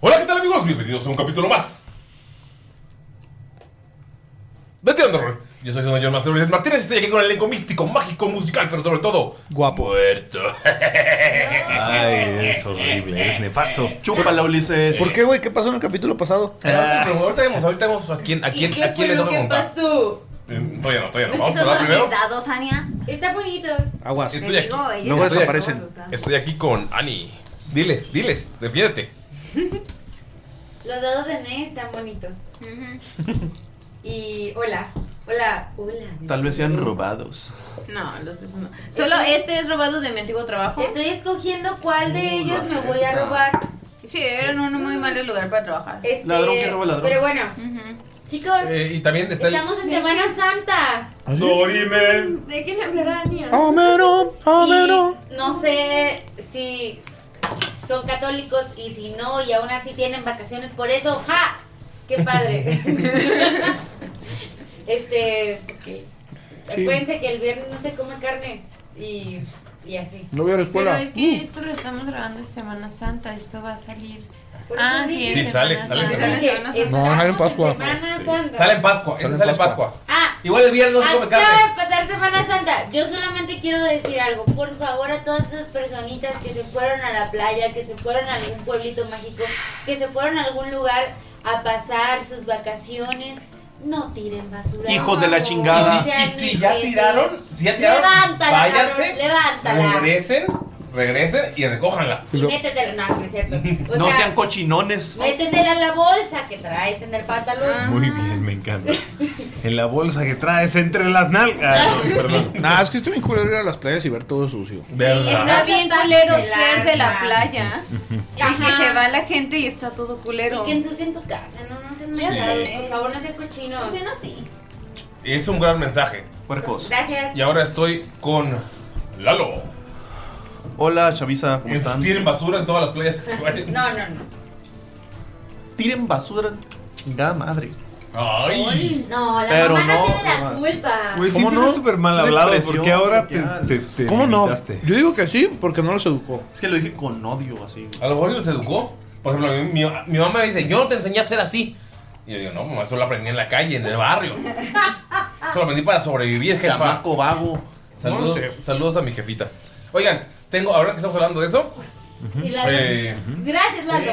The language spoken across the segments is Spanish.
Hola, ¿qué tal amigos? Bienvenidos a un capítulo más. De Tirando Rol. Yo soy Don John Master Ulises Martínez y estoy aquí con el elenco místico, mágico, musical, pero sobre todo guapo. Muerto. Ay, es horrible, es nefasto. Chúpala, Ulises. ¿Por qué, güey? ¿Qué pasó en el capítulo pasado? Eh, Pero Ah. ahorita vemos, ahorita vemos a quién, a quién, ¿Y qué a quién fue le lo toca que contar. pasó? Eh, Todavía no, todavía no. Vamos a hablar primero. dados, Ania? Están bonitos. Aguas. Te digo, ellos Luego están desaparecen. bonitos. Estoy aquí con Ani. Diles, diles, defiéndete. Los dados de Ney están bonitos. Ujú. y hola. Hola, hola. Tal vez sean robados. No, los de eso no. Solo este es robado de mi antiguo trabajo. Estoy escogiendo cuál de ellos me acepta. voy a robar. Sí, era en un muy mal lugar para trabajar. Este, Ladrón que roba ladrón. Pero bueno, chicos, Eh, y también está el. estamos en Semana Santa. Dorime. Dejen hablar a Ania. Homero, Homero. Y no sé si son católicos y si no, y aún así tienen vacaciones por eso. ¡Ja! ¡Qué padre! este. ok. Acuérdense que el viernes no se come carne y, y así. No voy a Pero la escuela. es que esto lo estamos grabando en Semana Santa, esto va a salir. Por eso Ah, sí, dije- es Sí, Semana sale, Santa. sale en Semana dije, No, sale en Pascua. estamos en Semana Santa. Sale en Pascua, ese Sale en sale en Pascua. Pascua. Ah, Igual el viernes no se come Acaba carne. de pasar Semana Santa. Yo solamente quiero decir algo. Por favor, a todas esas personitas que se fueron a la playa, que se fueron a algún pueblito mágico, que se fueron a algún lugar a pasar sus vacaciones, no tiren basura. Hijos de la por favor. chingada. Sean Y si ya ojete. tiraron, si ya tiraron, Levántala, cabrón, váyanse, levántala. regresen, regresen y recójanla. Y métetela, no, no es cierto. O No sea, sean cochinones. métetela en la bolsa que traes en el Ah, pantalón. Muy bien, me encanta. En la bolsa que traes entre las nalgas. Ah. Ay, perdón. Nah, es que estoy bien culero ir a las playas y ver todo sucio. Está bien culero ser de la Ajá. playa. Y que se va la gente y está todo culero. Y que ensucien tu casa, no, no sean malos, por favor, no sean cochinos. No, así. Es un gran mensaje. Puercos. Gracias. Y ahora estoy con Lalo. Hola, Chavisa, ¿cómo están? Tienen basura en todas las playas que se vayan. No, no, no. Tiren basura, chingada madre. Ay. No, la Pero mamá no, no, tiene la no más. culpa. Güey, sí ¿Cómo tienes no? súper mal Es una hablado, expresión porque ahora te, coloquial. te, te ¿Cómo no? limitaste. Yo digo que sí, porque no los educó. Es que lo dije con odio, así. A lo mejor los educó. Por ejemplo, mi, mi- mi mamá me dice, yo no te enseñé a ser así. Y yo digo, no, mamá, eso lo aprendí en la calle, en el barrio. Eso lo aprendí para sobrevivir, jefa. Chamaco vago. Saludos, No lo sé. saludos a mi jefita. Oigan, tengo, ahora que estamos hablando de eso, Y Lalo- Eh, Gracias, Lalo.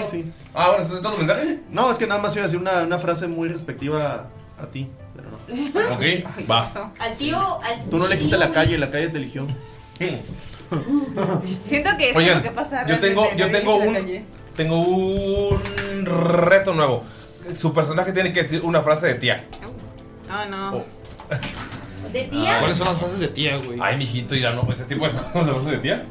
Ah, bueno, ¿eso es todo mensaje? No, es que nada más iba a decir una, una frase muy respectiva a ti, pero no. Ok, va. Al tío, al Tú no le dijiste la calle, la calle te eligió. Siento que eso Oigan, es lo que pasa. yo tengo- realmente, yo nadie tengo en la un- calle. Tengo un reto nuevo. Su personaje tiene que decir una frase de tía. Oh, no. Oh. ¿De tía? Ah, las frases de tía, güey? Ay, mijito, ya no, ese tipo de cosas de frases de tía.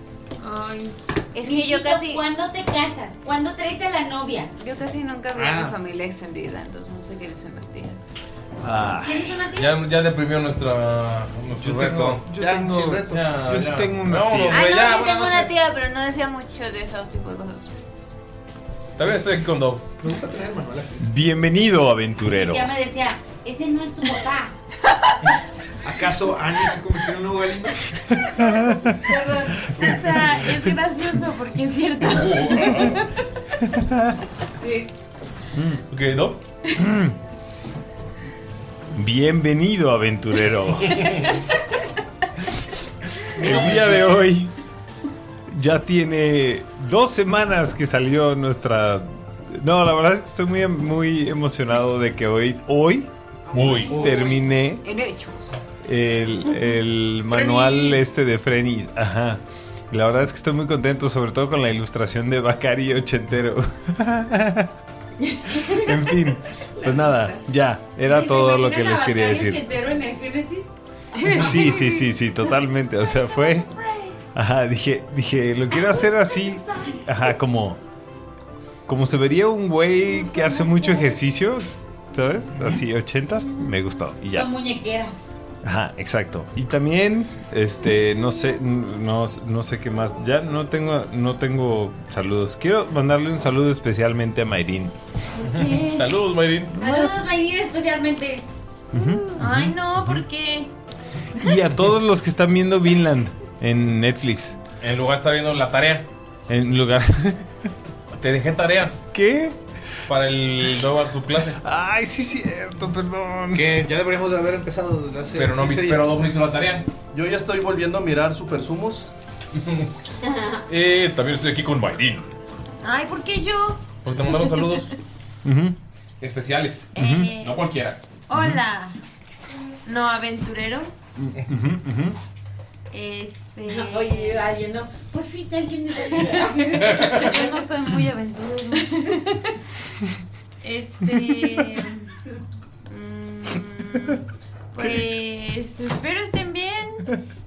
Ay. Es que yo casi. ¿Cuándo te casas? ¿Cuándo traes a la novia? Yo casi nunca vi a Ah. mi familia extendida, entonces no sé qué dicen las tías. Ah. ¿Quieres una tía? Ya, ya deprimió nuestra, nuestro reto. yo tengo- sin reto. yo sí tengo unas Vámonos, tías. Ah, no, güey, Pues ya, sí vámonos. tengo una tía, pero no decía mucho de esos tipos de cosas. También estoy aquí con Dob. Bienvenido, aventurero. Ya me decía, ese no es tu papá. ¿Acaso Annie se convirtió en un hogarismo? Perdón. O sea, es gracioso porque es cierto. Sí. Mm. Ok, Dob. Mm. Bienvenido, aventurero. El día de hoy ya tiene dos semanas que salió nuestra. No, la verdad es que estoy muy, muy emocionado de que hoy, hoy, terminé En hechos. el, el manual este de Frenis. Ajá. Y La verdad es que estoy muy contento, sobre todo con la ilustración de Bacari ochentero. en fin, pues nada, ya, era todo lo que les quería decir. en el Génesis? Sí, sí, sí, sí, totalmente. O sea, fue. Ajá, dije, dije, lo quiero hacer así. Ajá, como. Como se vería un güey que hace mucho ejercicio, ¿sabes? Así, ochentas. Me gustó. Y La ya. muñequera. Ajá, exacto. Y también, este, no sé, no, no sé qué más. Ya no tengo, no tengo saludos. Quiero mandarle un saludo especialmente a Mayrin. qué? Saludos, Mayrin. Saludos, Mayrin, especialmente. Ay, no, ¿por qué? Y a todos los que están viendo Vinland en Netflix. En lugar de estar viendo la tarea. En lugar. Te dejé tarea. ¿Qué? Para el Dob a su clase. Ay, sí, cierto, perdón. Que Eh, ya deberíamos de haber empezado desde hace. Pero no, mi- 15 pero días. Dob no hizo la tarea. Este, Yo ya estoy volviendo a mirar Super Sumos. Eh, también estoy aquí con Mayrin. Ay, ¿por qué yo? Porque te mandaron saludos especiales. Eh. Ujú. No cualquiera. Hola. No, aventurero. Este. Oye, alguien no. Por fin alguien me Yo no soy muy aventurero. Este. mm, Pues espero estén bien.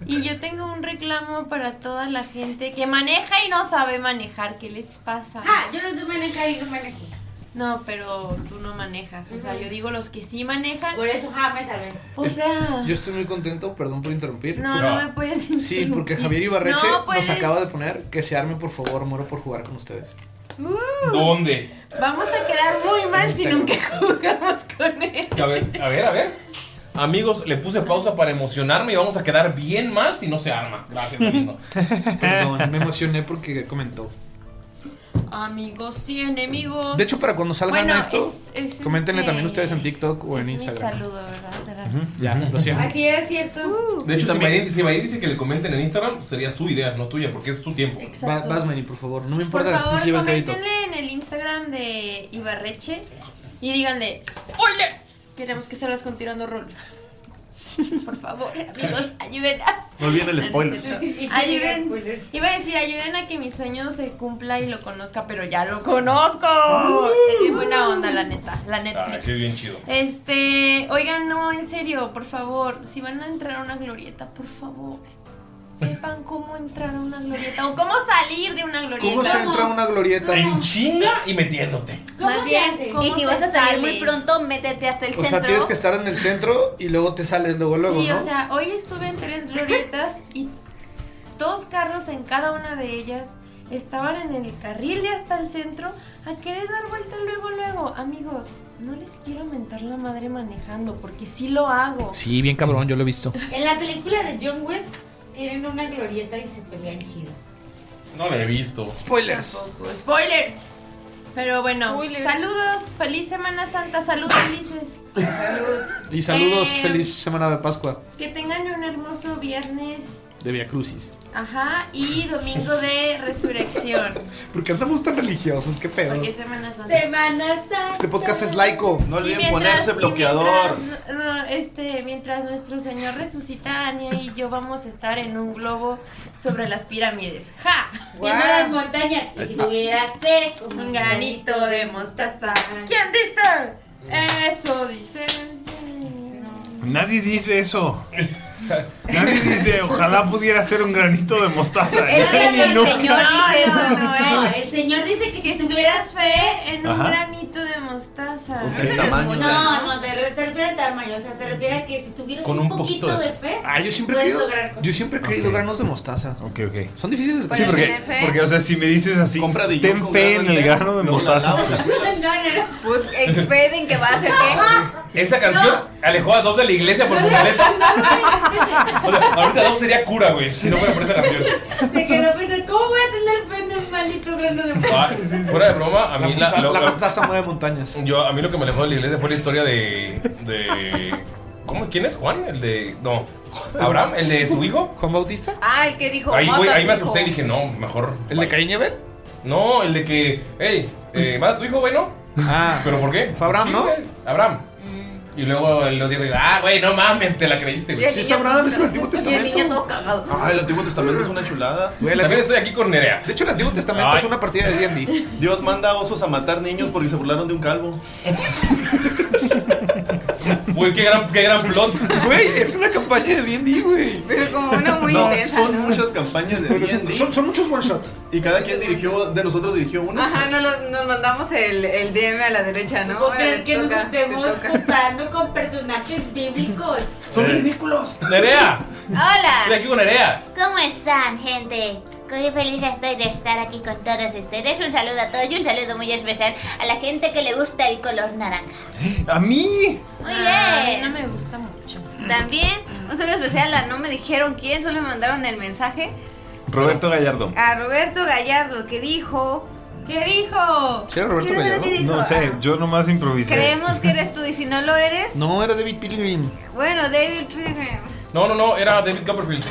Y yo tengo un reclamo para toda la gente que maneja y no sabe manejar. ¿Qué les pasa? Ah, yo no sé manejar y no manejo. No, pero tú no manejas. O sea, yo digo los que sí manejan. Por eso jamás salvé. O sea. Yo estoy muy contento, perdón por interrumpir. No, no me puedes Sí, interrumpir. porque Javier Ibarreche No pues. puedes. nos acaba de poner que se arme, por favor, muero por jugar con ustedes. Uh, ¿Dónde? Vamos a quedar muy mal si nunca jugamos con él. A ver, a ver, a ver. Amigos, le puse pausa para emocionarme y vamos a quedar bien mal si no se arma. Gracias, lindo. Perdón, me emocioné porque comentó. Amigos y enemigos. De hecho, para cuando salgan Bueno, esto, es- es coméntenle este- también ustedes en TikTok o en Mi Instagram. saludo, ¿verdad? Uh. Gracias. Ujú, Ya, lo siento. Así es cierto. De hecho, si Mayrin, si Mayrin dice que le comenten en Instagram, sería su idea, no tuya, porque es tu tiempo. Va- Vas, Manny, por favor. No me Por importa la favor, exclusiva crédito. coméntenle en el Instagram de Ibarreche y díganle spoilers. Queremos que salgas con tirando rol. Por favor, amigos, ayúdenos. No olviden el No, no es spoiler. cierto. Y que diga spoilers. Ayuden. Iba a decir, ayuden a que mi sueño se cumpla y lo conozca, pero ya lo conozco. es bien buena onda, la neta. La Ah, Netflix. sí, es bien chido. Este, oigan, no, en serio, por favor, si van a entrar a una glorieta, por favor, sepan cómo entrar a una glorieta o cómo salir de una glorieta. ¿Cómo se entra a una glorieta? En chinga y metiéndote. Más bien, ¿Cómo y si vas a salir muy pronto. métete hasta el O sea, tienes que estar en el centro y luego te sales luego, luego, sí, ¿no? o sea, hoy estuve en tres glorietas y dos carros en cada una de ellas estaban en el carril de hasta el centro a querer dar vuelta luego, luego. Amigos, no les quiero mentar la madre manejando porque sí lo hago. Sí, bien cabrón, yo lo he visto. En la película de John Wick tienen una glorieta y se pelean chido. No la he visto. Spoilers. Tampoco. Spoilers. Pero bueno, Spoilers. saludos, feliz Semana Santa, saludos felices. Salud. Y saludos, Eh, feliz semana de Pascua. Que tengan un hermoso viernes de Via Crucis. Ajá, y domingo de resurrección. ¿Por qué andamos tan religiosos? ¿Qué pedo? Porque es Semana Santa. Semana Santa. Este podcast es laico. No Y mientras- y mientras, no, este, mientras nuestro Señor resucita, Ania y yo vamos a estar en un globo sobre las pirámides. ¡Ja! Viendo las montañas. Y si tuvieras fe como Un granito de mostaza. ¿Quién dice? Eso dice. el Señor. Nadie dice eso. Nadie dice, ojalá pudiera ser un granito de mostaza. Es que Nadie el nunca. señor dice eso, no, no es. El señor dice que si tuvieras fe En un Ajá. granito de mostaza. Ok, Eso no es tamaño. mucho, No, no, te re- se refiere al tamaño, o sea, se refiere a que si tuvieras un, poquito, de... fe, Ah, yo siempre he puedes querido, lograr cosas. yo siempre he querido granos de mostaza. Ok, ok. Son difíciles de Sí, porque, tener fe. porque, o sea, si me dices así, ten fe en el grano de mostaza. Pues expeden que va a ser que. Esa canción alejó a Dob de la iglesia por completo. O sea, ahorita Dob sería cura, güey, si no fuera por esa canción. Se quedó pensando, ¿cómo voy a tener fe en un maldito grano de Ah, mostaza? Fuera de broma, a mí la, lo- La lo- mostaza mueve montañas. yo, a mí lo que me alejó de la iglesia fue la historia de. de ¿Cómo? ¿Quién es Juan? El de. No. ¿Abraham? ¿El de su hijo? ¿Juan Bautista? Ah, el que dijo. Ahí, güey, "Mata a ahí tu me hijo". asusté y dije, no, mejor. ¿El de Caín No, el de que, hey, eh, mata a tu hijo, güey, ¿no? Ah. ¿Pero por qué? Fue Abraham, Sí, ¿no? güey, Abraham. Y luego el digo, ah, güey, no mames, te la creíste, Mm. Y güey. el niño todo- Y el niño todo cagado. Ah, Ay, el Antiguo Testamento es una chulada. También estoy aquí con Nerea. De hecho, el Antiguo Testamento es una partida de D&D. Dios manda a osos a matar niños porque se burlaron de un calvo. Güey, qué gran, qué gran plot. Güey, es una campaña de D&D, güey. Pero como una muy no, intensa, son ¿no? muchas campañas de D&D. Son, son muchos one shots. Y cada quien dirigió, de nosotros dirigió una. Ajá, no, lo- nos mandamos el, el DM a la derecha, ¿no? Ahora Porque le que nos toca, te estemos toca. comparando con personajes bíblicos. Son ridículos. Eh, Nerea, estoy Hola, aquí con Nerea. ¿cómo están, gente? Qué feliz estoy de estar aquí con todos ustedes. Un saludo a todos y un saludo muy especial a la gente que le gusta el color naranja. A mí. Muy Ay, bien. no me gusta mucho. También, un saludo especial a no me dijeron quién, solo me mandaron el mensaje Roberto Gallardo. a Roberto Gallardo que dijo. ¿Qué dijo? ¿Sí, Roberto ¿Qué era lo que dijo? No sé, yo nomás improvisé. Creemos que eres tú y si no lo eres, No, era David Pilgrim. bueno, David Pilgrim. No, no, no, era David Copperfield.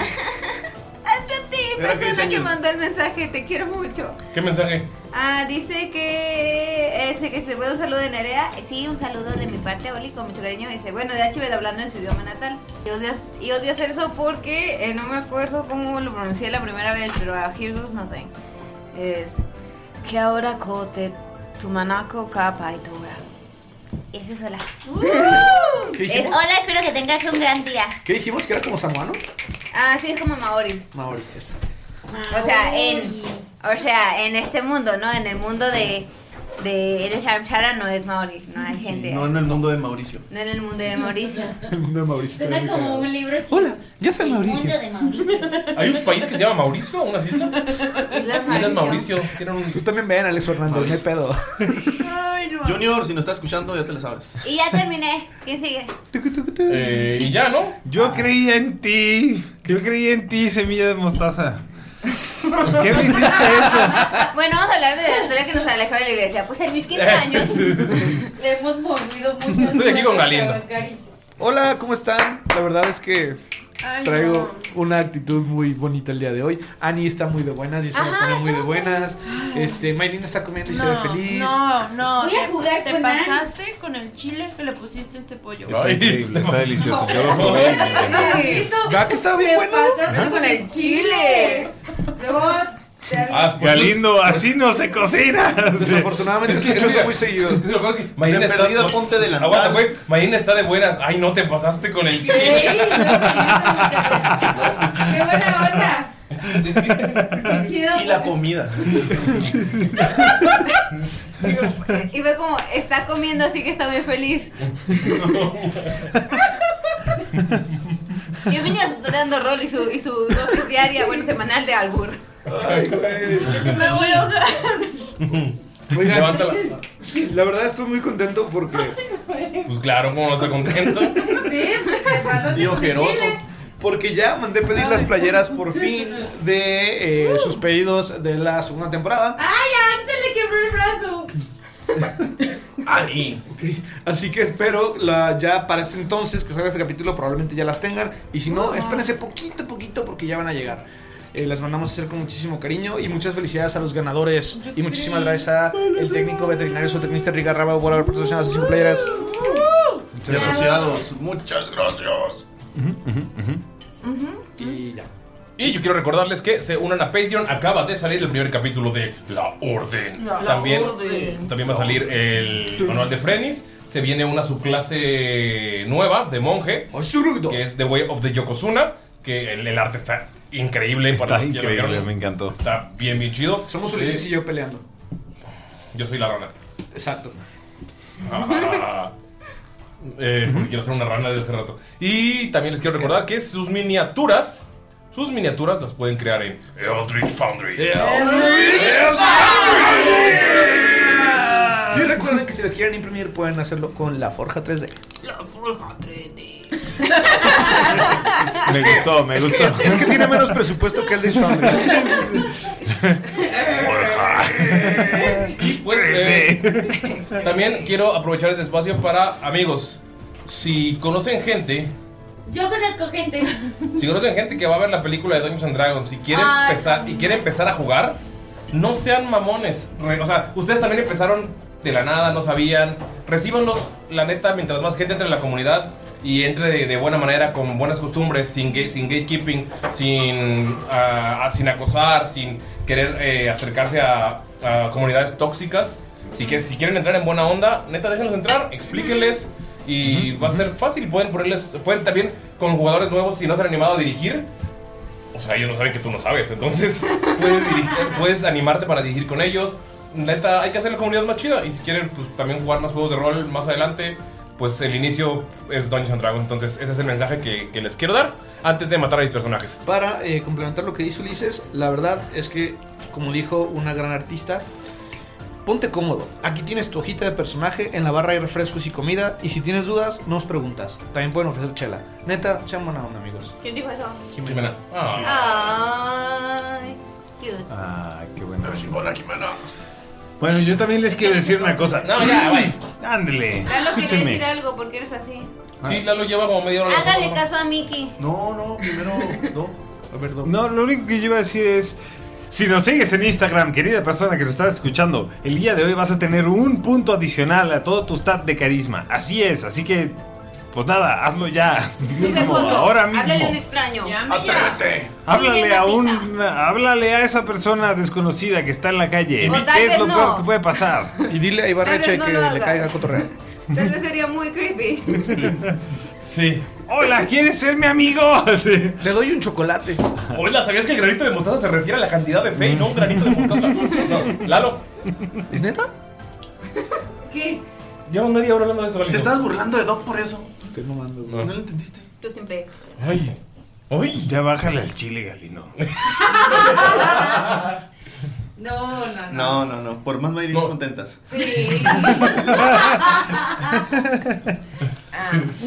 Hacia ti, Era Chris persona que Angel. mandó el mensaje, te quiero mucho. ¿Qué mensaje? Ah, dice que ese que se fue un saludo de Nerea. Sí, un saludo de mi parte, Oli, con mucho cariño. Dice, bueno, de HB hablando en su idioma natal. Y odio, y odio hacer eso porque eh, no me acuerdo cómo lo pronuncié la primera vez, pero a Hirgus no tengo. Es que ahora cote tu manaco capa y tora. Y ese es hola. Uh. ¿Qué Eh, dijimos? hola, espero que tengas un gran día. ¿Qué dijimos? ¿Que era como samoano? Ah, sí, es como Maori. Maori, eso. O sea, en, o sea, en este mundo, ¿no? En el mundo de, de, de Shamshara no es Maori, no hay gente. No en el mundo de Mauricio. No en el mundo de Mauricio. El mundo de Mauricio. Este, Suena como un libro Hola, yo soy Mundo de Mauricio. ¿Hay un país que se llama Mauricio? ¿Unas islas? Islas Islas Mauricio. Tienen un... Tú también ven, Alex Fernández, no hay pedo. Junior, si nos estás escuchando, ya te la sabes. Y ya terminé. ¿Quién sigue? Eh, y ya, ¿no? Yo creía en ti. Yo creía en ti, semilla de mostaza. ¿Por qué me hiciste eso? Ah. Bueno, vamos a hablar de la historia que nos alejó de la iglesia. Pues en mis 15 años. Eh. Le hemos movido mucho. Estoy aquí con Galindo. Cari. Hola, ¿cómo están? La verdad es que Ay, traigo una actitud muy bonita el día de hoy. Ani está muy de buenas y se me Ajá, pone muy de estamos buenas. Este, Maylin está comiendo y se ve feliz. No, no. Voy a te- jugar Te con Ana. pasaste con el chile que le pusiste a este pollo. Está increíble, está delicioso. Yo lo probé. y me encantó. ¿Verdad que está bien bueno? ¿Ah? Pasaste con el chile. No, te- pues Ah, Galindo, así no se cocina. Desafortunadamente escucho eso muy seguido. Lo que pasa es que Mayina está, perdida, ponte delantal. Aguanta, güey. Mayina está de buena. Ay, no te pasaste con el chile. ¡Qué buena onda! Qué chido. Y la comida. Y ve como está comiendo así que está muy feliz. Bienvenidos a Torando Rol y su, y su dosis diaria, bueno, semanal de albur. Ay, güey. Me voy a ahogar. Oigan, Levántala. La verdad estoy muy contento porque Pues claro, como no está contento. y ojeroso. Porque ya mandé pedir las playeras por fin de eh, sus pedidos de la segunda temporada. ¡Ay, a Axel le quebró el brazo! Ani. Así que espero la, ya para este entonces que salga este capítulo probablemente ya las tengan. Y si no, espérense poquito, poquito porque ya van a llegar. Eh, las mandamos a hacer con muchísimo cariño y muchas felicidades a los ganadores. Y muchísimas gracias a el técnico veterinario, su tecnista Riga Raba, por haber participado en las Session Players. Y asociados, muchas gracias. Y ya. Y yo quiero recordarles que se unan a Patreon. Acaba de salir el primer capítulo de La Orden. La también, Orden. también va a salir el manual de Frenis. Se viene una subclase nueva de monje. Que es The Way of the Yokozuna. Que el, el arte está increíble. Está los que ya lo increíble, vieron. me encantó. Está bien, bien chido. Somos Ulises Eh, y yo peleando. Yo soy la rana. Exacto. Ah. Eh, porque quiero hacer una rana desde hace rato. Y también les quiero recordar que sus miniaturas, sus miniaturas las pueden crear en Eldritch Foundry. Y recuerden que si les quieren imprimir pueden hacerlo con la Forja 3D. Me gustó, me gustó. Es que tiene menos presupuesto que el de Y pues eh, también quiero aprovechar este espacio para amigos. Si conocen gente, Yo conozco gente. si conocen gente que va a ver la película de Dungeons and Dragons y quiere Ay. empezar y quiere empezar a jugar, no sean mamones. Re- O sea, ustedes también empezaron de la nada, no sabían. Recíbanlos, la neta, mientras más gente entre en la comunidad y entre de, de buena manera, con buenas costumbres, sin, ga- sin gatekeeping, sin, ah, ah, sin acosar, sin querer eh, acercarse a, a comunidades tóxicas. Así que si quieren entrar en buena onda, neta, déjenlos entrar, explíquenles. Y va a ser fácil, pueden ponerles, pueden también con jugadores nuevos, si no se han animado a dirigir, o sea, ellos no saben que tú no sabes. Entonces, puedes, diri- puedes animarte para dirigir con ellos. Neta, hay que hacer la comunidad más chida. Y si quieren pues, también jugar más juegos de rol más adelante, pues el inicio es Dungeons and Dragons. Entonces, ese es el mensaje que, que les quiero dar antes de matar a mis personajes. Para eh, complementar lo que dice Ulises, la verdad es que, como dijo una gran artista, ponte cómodo. Aquí tienes tu hojita de personaje, en la barra hay refrescos y comida, y si tienes dudas, nos preguntas. También pueden ofrecer chela. Neta, sean buena onda, amigos. ¿Quién dijo eso? Jimena. Ah. Ay, cute. Ah, qué bueno. Bueno, yo también les quiero decir una cosa. No, ya, güey. Ándele. Lalo quería Escúchenme. decir algo porque eres así. Sí, Lalo lleva como media hora. Hágale caso a Miki. No, no, primero. No, lo único que yo iba a decir es. Si nos sigues en Instagram, querida persona que nos estás escuchando, el día de hoy vas a tener un punto adicional a todo tu stat de carisma. Así es, así que. Pues nada, hazlo ya. Mismo, ahora Háblale a un mismo. extraño. Ah, Háblale a un. Háblale a esa persona desconocida que está en la calle. O tal ¿Qué es vez lo no. peor que puede pasar? Y dile a Ibarreche Tal vez no que lo le hagas. caiga cotorreo. Tal vez sería muy creepy. Sí. Hola, ¿quieres ser mi amigo? Le doy un chocolate. Hola, ¿sabías que el granito de mostaza se refiere a la cantidad de fe y no un granito de mostaza? No, Lalo. ¿Es neta? ¿Qué? Llevo media hora hablando de eso, Te estás burlando de Doc por eso. No. lo entendiste. Tú siempre. Ay. Ay. Ya bájale al chile, Galino. No, no, no. No, no, no. Por más mayorías contentas.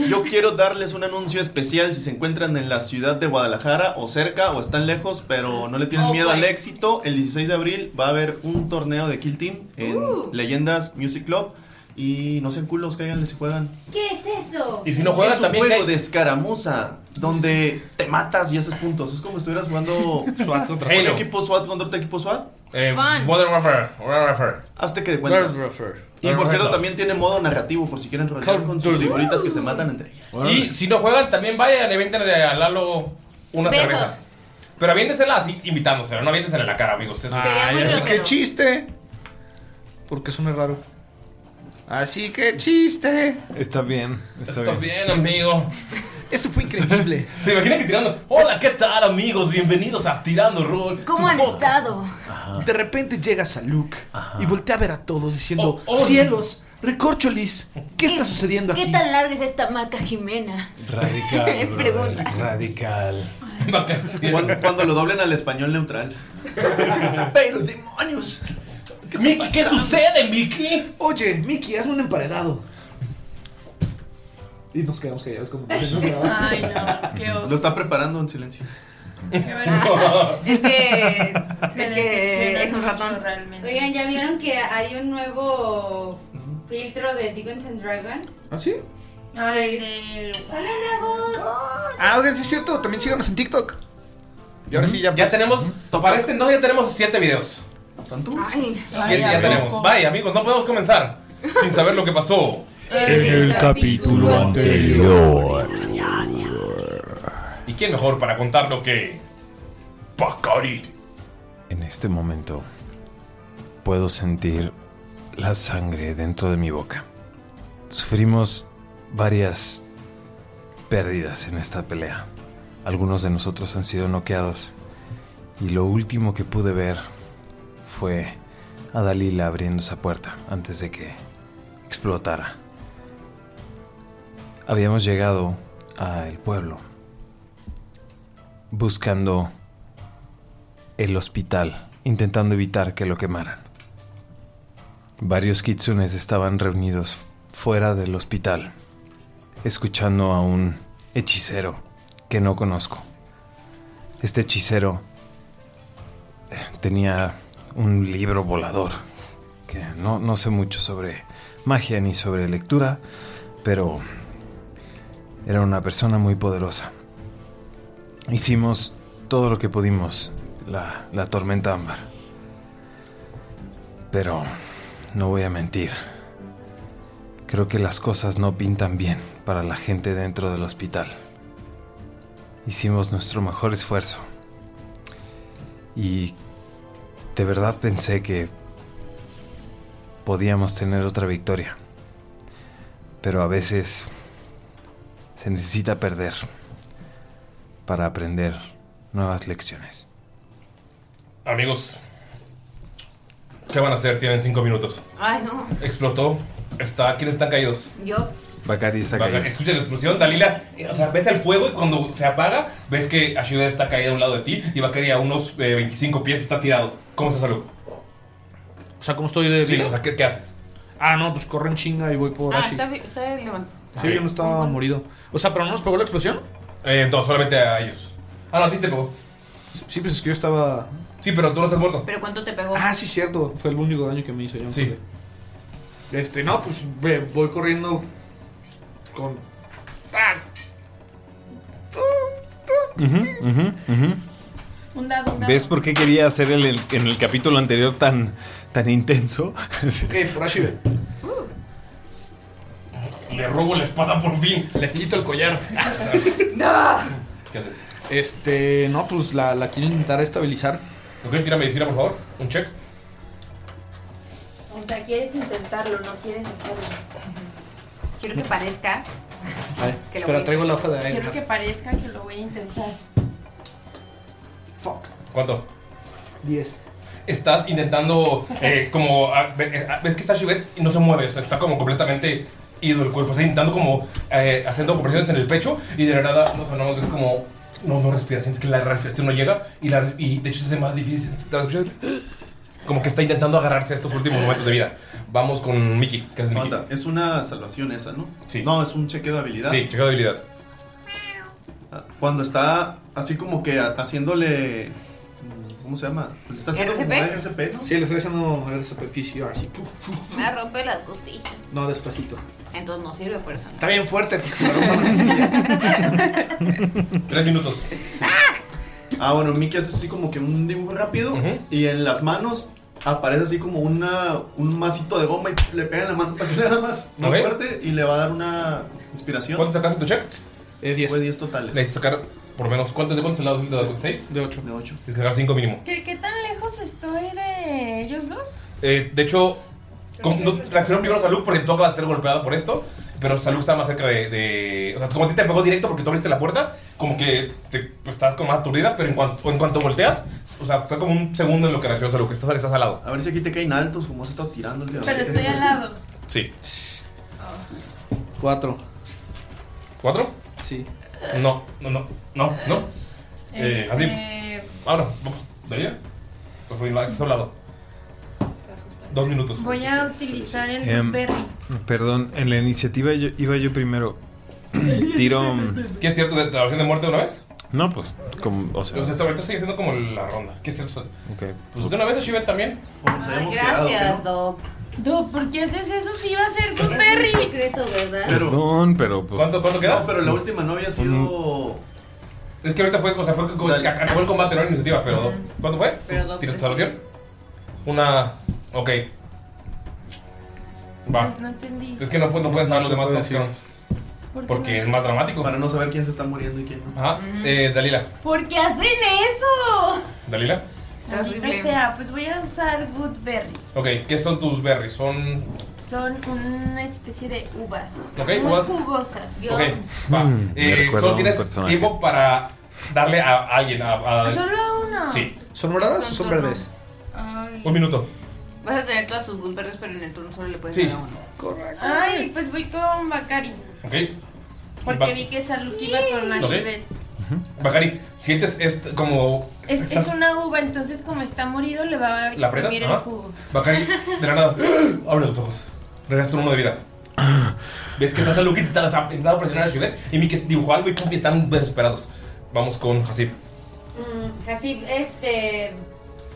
Yo quiero darles un anuncio especial si se encuentran en la ciudad de Guadalajara o cerca o están lejos, pero no le tienen Oh, miedo al güey. éxito. El 16 de abril va a haber un torneo de Kill Team en Uh. Leyendas Music Club. Y no sean culos, cáiganle si juegan. ¿Qué es eso? es un juego de escaramuza donde te matas y haces puntos. Es como si estuvieras jugando SWAT contra un Halo. equipo SWAT contra otro equipo SWAT. Eh, Fun. Modern Warfare. Modern Warfare. Hazte que de cuenta. Modern Warfare. Y por Modern cierto, Warfare también tiene modo narrativo por si quieren rolear con sus figuritas que se matan entre ellas. Y si no juegan, también vayan, aviéntenle a Lalo una Besos. cerveza. Pero aviéntesela así, invitándosela, no aviéntesela en la cara, amigos. Eso es- Ay, así que chiste. Porque suena raro. Así que chiste. Está bien, está, bien. amigo. Eso fue increíble. Se imaginan que tirando. Hola, ¿qué tal, amigos? Bienvenidos a Tirando Roll. ¿Cómo su han podcast". estado? De repente llegas a Luke y voltea a ver a todos diciendo: Oh, oh. ¡Cielos! ¡Recorcholis! ¿Qué está sucediendo ¿Qué aquí? tan larga es esta marca Jimena? Radical, brother, Pregunta. radical. cuando, lo doblen al español neutral. Pero demonios. Miki, ¿qué sucede, Miki? Oye, Miki, hazme un emparedado. Y nos quedamos callados como. Ay, no, qué oso. Lo está preparando en silencio. Es que. Me Es que decepciona es un mucho, ratón. Oigan, ¿ya vieron que hay un nuevo filtro de Dungeons and Dragons. ¿Ah, sí? Ay, del. ¡Sale dragón! Ah, oigan, sí es cierto. También síganos en TikTok. Y ahora sí, ya. Ya tenemos. Para este entonces ya tenemos siete videos. Ay, Siete ya tenemos. Bye, amigos, no podemos comenzar sin saber lo que pasó. En el capítulo anterior. ¿Y quién mejor para contarlo que. Pacari? En este momento puedo sentir la sangre dentro de mi boca. Sufrimos varias pérdidas en esta pelea. Algunos de nosotros han sido noqueados. Y lo último que pude ver fue a Dalila abriendo esa puerta antes de que explotara. Habíamos llegado al pueblo buscando el hospital, intentando evitar que lo quemaran. Varios kitsunes estaban reunidos fuera del hospital, escuchando a un hechicero que no conozco. Este hechicero eh, tenía un libro volador, que no, no sé mucho sobre magia ni sobre lectura, pero era una persona muy poderosa. Hicimos todo lo que pudimos, la, la tormenta ámbar. Pero no voy a mentir. Creo que las cosas no pintan bien para la gente dentro del hospital. Hicimos nuestro mejor esfuerzo. Y de verdad pensé que podíamos tener otra victoria. Pero a veces se necesita perder para aprender nuevas lecciones. Amigos, ¿qué van a hacer? Tienen cinco minutos. Ay, no. Explotó. Está, ¿Quiénes están caídos? Yo. Bacari está Vaca- caído. Escucha la explosión, Dalila. eh, O sea, ves el fuego y cuando se apaga, ves que Ashida está caída a un lado de ti y Bakari a unos eh, 25 pies está tirado. ¿Cómo está salud? O sea, ¿cómo estoy de Sí, vida? o sea, ¿qué, qué haces? Ah, no, pues corren chinga y voy por Ah, Ashi. está, vi- está levantado. Sí, yo no estaba morido. O sea, ¿pero no nos pegó la explosión? Eh, no, solamente a ellos. Ah, no, a ti te pegó. Sí, pues es que yo estaba. Sí, pero tú no estás muerto. ¿Pero cuánto te pegó? Ah, sí, cierto. Fue el único daño que me hizo. Yo sí. Este, no, pues ve, voy corriendo con. ¡Ah! Ujú, ujú, ujú. Un dado, un dado. ¿Ves por qué quería hacer el, el- en el capítulo anterior tan, tan intenso? Sí. Ok, pues, por Ashi. ve. Le robo la espada por fin. Le quito el collar. ¿Qué haces? Este, no, pues la, la quiero intentar estabilizar. Ok, tira medicina, por favor. Un check. O sea, quieres intentarlo, no quieres hacerlo. Quiero que parezca. Que lo Pero voy- traigo la hoja de Quiero que aire. parezca que lo voy a intentar. ¿Cuánto? 10. Estás intentando, eh, como, ah, ve- eh, ah, ves que está Shivet y no se mueve, o sea, está como completamente ido el cuerpo, está intentando como, eh, haciendo compresiones en el pecho y de la nada, no, o sea, nada más ves como, no, no respira, sientes que la respiración no llega y, la, y de hecho se hace más difícil, la respiración- como que está intentando agarrarse a estos últimos momentos de vida. Vamos con Mickey, ¿qué haces Mickey? Aguanta, Es una salvación esa, ¿no? Sí. No, es un chequeo de habilidad. Sí, chequeo de habilidad. Cuando está así como que ha- haciéndole. ¿Cómo se llama? Le está haciendo como ¿RCP? una RCP, ¿no? Sí, le estoy haciendo RCP PCR, así. puf, puf. Me rompe las costillas. No, despacito. Entonces no sirve por eso. Está bien fuerte. porque se me rompen las costillas. Tres minutos. Ah, bueno, Mickey hace así como que un dibujo rápido y en las manos aparece así como una, un masito de goma y le pega en la mano para que le haga más, más Ok. fuerte y le va a dar una inspiración. ¿Cuánto sacaste tu check? Es 10. Fue 10 totales. Necesitas sacar, por lo menos, ¿cuántos de cuántos lados? ¿De 6? De 8. De 8. Tienes que sacar 5 mínimo. ¿Qué, qué tan lejos estoy de ellos dos? Eh, de hecho, com- no, reaccionó primero Salud porque tú acabas de ser golpeada por esto. Pero Salud está más cerca de, de- O sea, como a ti te pegó directo porque tú abriste la puerta, como que te, pues, estás como más aturdida. Pero en cuanto, en cuanto volteas, o sea, fue como un segundo en lo que reaccionó Salud, que estás, estás al lado. A ver si aquí te caen altos, como has estado tirando el día. Pero estoy al lado. Sí. Cuatro. ¿Cuatro? Sí. No, no, no, no, no. Eh, así. Este, Ahora, vamos. ¿Daría? Pues voy, va, estás al lado. Dos minutos. Voy a utilizar el Em, berry. perdón, en la iniciativa yo- iba yo primero. Tiro. ¿Quieres tirar tu declaración de muerte de una vez? No, pues, como, o sea. Los ahorita sigue siendo como la ronda. ¿Quieres tirar tu- ok. Pues de una vez a Shivet también. Como nos Gracias, Doc. No, ¿por qué haces eso si iba a ser con Perry? Es un secreto, ¿verdad? Perdón, pero pues. ¿Cuánto, cuánto quedas? pero la última no había sido. Es que ahorita fue, o sea, fue que- que acabó el combate, no la iniciativa, pero. ¿Cuánto fue? Pero dos, ¿Tiro tu tres. salvación? Una. Ok. Va. No entendí. Es que no, pu- no pueden saber No los se demás puede cómo quedaron, ¿Por Porque es más dramático. Para no saber quién se está muriendo y quién no. Ajá. Eh, Dalila. ¿Por qué hacen eso? Dalila. Maldita sea, pues voy a usar Good Berry. Ok, ¿qué son tus berries? Son. Son una especie de uvas. Ok, Muy uvas. jugosas. Ok, va. Mm, me eh, recuerda a solo un tienes personaje. tiempo para darle a alguien. A, a- Solo a uno. Sí. ¿Son moradas o son verdes? Ay. Un minuto. Vas a tener todas sus Goodberries, pero en el turno solo le Pues puedes Sí. dar a uno. Ay, pues voy con Bakari. Ok. Porque Va- vi que Saluki iba con una Ok. Shivet. Bakari, sientes est- como. Es, es estás- una uva, entonces como está morido le va a ¿La aprieta? exprimir el Ajá. jugo. Bakari, de la nada, abre los ojos. Regresas con uno de vida. Ves que estás a Luke intentando intentando presionar a Shivet y Miki dibujó algo y pum, y están desesperados. Vamos con Hasib. Mm, Hasib, este.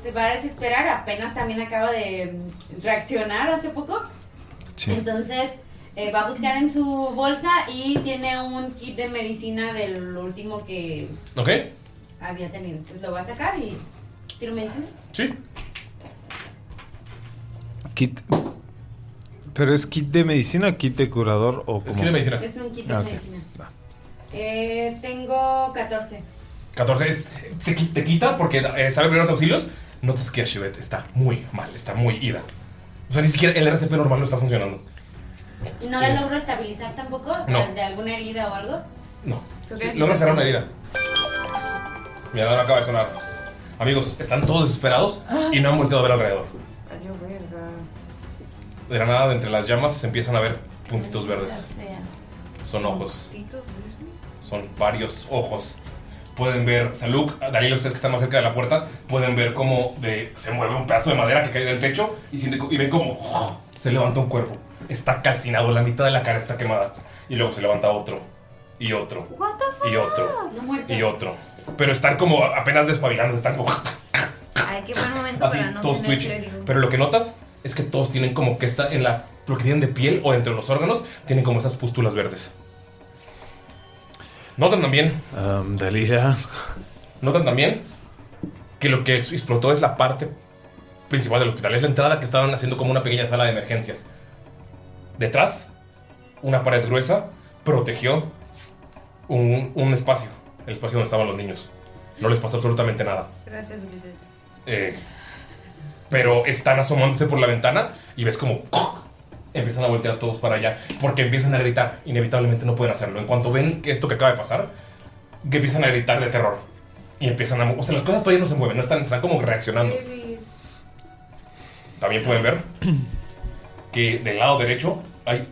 Se va a desesperar, apenas también acaba de mm, reaccionar hace poco. Entonces eh, va a buscar en su bolsa y tiene un kit de medicina del último que ¿Ok? había tenido. Entonces lo va a sacar y. ¿Tiro medicina? Sí. Kit. ¿Pero es kit de medicina o kit de curador o como? kit de medicina. Es un kit de Ah, ok. medicina. Eh, tengo 14. 14 es- te, qui- te quita porque eh, sabe primeros auxilios. Notas que Shivet está muy mal, está muy ida. O sea, ni siquiera el RCP normal no está funcionando. Eh, ¿No la logro estabilizar tampoco? No. ¿De alguna herida o algo? No. Creo Sí, que- logra cerrar una herida. Mi alarma acaba de sonar. Amigos, están todos desesperados y no han volteado a ver alrededor. Valió verga. De la nada, de entre las llamas, se empiezan a ver puntitos verdes. sea. Son ojos. Titos verdes. Son varios ojos. Pueden ver, Saluk, Dalila, ustedes que están más cerca de la puerta, pueden ver cómo de- se mueve un pedazo de madera que cae del techo y, siente co- y ven cómo ¡oh! se levanta un cuerpo. Está calcinado, la mitad de la cara está quemada. Y luego se levanta otro, y otro, What the y otro, No muerto. y otro. Pero están como apenas despabilando, están como Ay, qué buen momento así, para no todos tener twitching. clérigo. Pero lo que notas es que todos tienen como que está en la. Lo que tienen de piel o entre los órganos, tienen como esas pústulas verdes. Notan también Um, Dalila. Notan también que lo que ex- explotó es la parte principal del hospital. Es la entrada que estaban haciendo como una pequeña sala de emergencias. Detrás, una pared gruesa protegió un, un espacio, el espacio donde estaban los niños. No les pasó absolutamente nada. Gracias, Ulises. Eh, pero están asomándose por la ventana y ves como empiezan a voltear todos para allá porque empiezan a gritar. Inevitablemente no pueden hacerlo. En cuanto ven que esto que acaba de pasar, que empiezan a gritar de terror y empiezan a. mo- O sea, las cosas todavía no se mueven, no están, están como reaccionando. También pueden ver que del lado derecho hay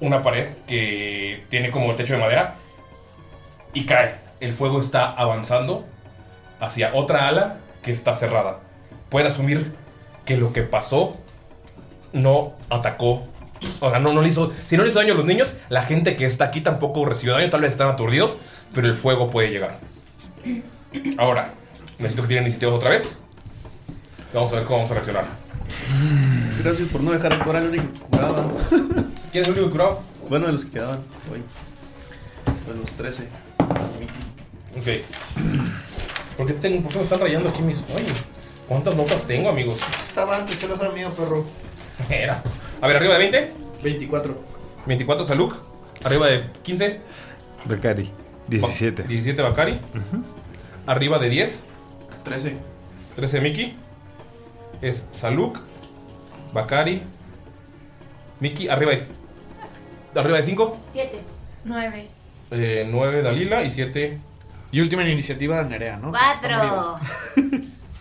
una pared que tiene como el techo de madera y cae. El fuego está avanzando hacia otra ala que está cerrada. Pueden asumir que lo que pasó no atacó. O sea, no, no le hizo. Si no le hizo daño a los niños, la gente que está aquí tampoco recibió daño. Tal vez están aturdidos, pero el fuego puede llegar. Ahora, necesito que tiren iniciativas otra vez. Vamos a ver cómo vamos a reaccionar. Gracias por no dejar actuar al único que curaba. ¿Quién es el único que curaba? Bueno, de los que quedaban hoy. De los 13. Ok. ¿Por qué, tengo, por qué me están rayando aquí mis.? Oye, ¿cuántas notas tengo, amigos? Estaba antes, se lo era mío, perro. Era. A ver, arriba de 20. 24. 24 Saluk. Arriba de 15. Becari. 17. 17 Bakari. Arriba de 10. 13. 13 Miki. Es Saluk. Bakari. Miki arriba de. Arriba de 5. 7. 9. 9 Dalila y 7. Y última iniciativa, Nerea, ¿no? Cuatro.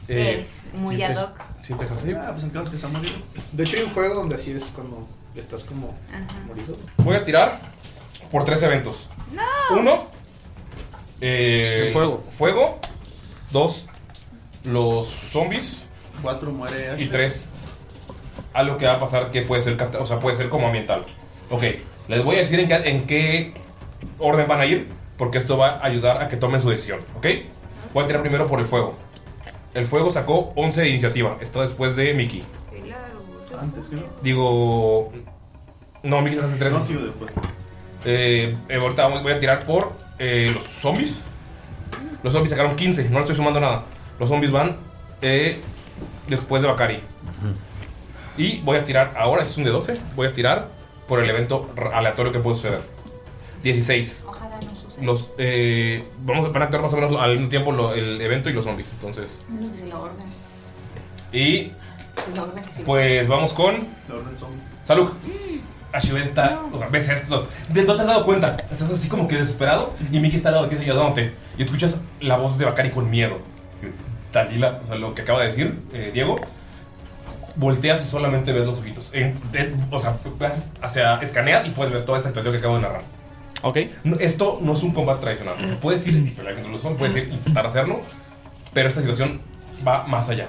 Eh, Es muy ad hoc. 7 Hasib. Ah, pues el caso que está morido. De hecho, hay un juego donde así es cuando estás como morido. Voy a tirar por tres eventos. No. Uno. eh, El fuego. Fuego. Dos. Los zombies. Cuatro muere Y tres. A lo que va a pasar que puede ser, cata- o sea, puede ser como ambiental. Ok, les voy a decir en qué, en qué orden van a ir, porque esto va a ayudar a que tomen su decisión, ¿ok? Voy a tirar primero por el fuego. El fuego sacó 11 de iniciativa, está después de Mickey. Qué largo. Antes, creo. Digo. No, Miki sacaste tres. No, sí, después. Eh, eh, ahorita voy voy a tirar por eh, los zombies. Los zombies sacaron 15, no le estoy sumando nada. Los zombies van eh, después de Bakari. Y voy a tirar ahora, este es un de 12. Voy a tirar por el evento r- aleatorio que puede suceder. 16. Ojalá no suceda. Los, eh, vamos, van a actuar más o menos al mismo tiempo lo- el evento y los zombies. Entonces. Menos que pues, se lo orden. Y La orden que se pues vamos con. La orden zombie. Salud. Ashibet está. o sea, ves esto. De- no te has dado cuenta. Estás así como que desesperado. Y Miki está al lado de ti ayudándote. Y escuchas la voz de Bakari con miedo. Talila, o sea, lo que acaba de decir eh, Diego. Volteas y solamente ves los ojitos. En- de- o sea, vas hacia. Escaneas y puedes ver toda esta expresión que acabo de narrar. Ok. esto no es un combate tradicional. Puedes ir, pero la controlación, puedes ir intentar hacerlo. Pero esta situación va más allá.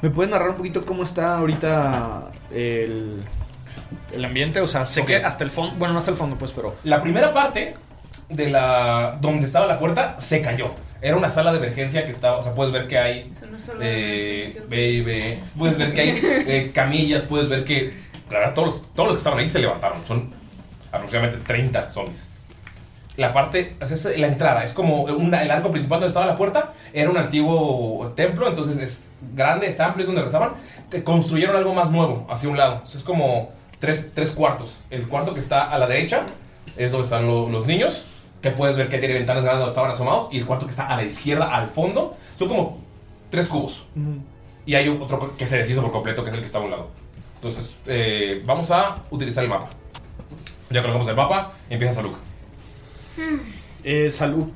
¿Me puedes narrar un poquito cómo está ahorita el, el ambiente? O sea, sé que hasta el fondo, bueno, no hasta el fondo, pues, pero... La primera parte de la donde estaba la puerta se cayó. Era una sala de emergencia que estaba, o sea, puedes ver que hay eh, baby, puedes ver que hay eh, camillas, puedes ver que la verdad, todos los, todos los que estaban ahí se levantaron. Son aproximadamente 30 zombies. La parte, o sea, es la entrada, es como una- el arco principal donde estaba la puerta, era un antiguo templo, entonces es grande, es amplio, es donde rezaban. que Construyeron algo más nuevo hacia un lado. O sea, es como tres, tres cuartos. El cuarto que está a la derecha es donde están lo- los niños, que puedes ver que tiene ventanas grandes donde estaban asomados, y el cuarto que está a la izquierda, al fondo, son como tres cubos. Y hay otro que se deshizo por completo, que es el que está a un lado. Entonces, eh, vamos a utilizar el mapa. Ya colocamos el mapa, empieza Saluk. Eh, salud.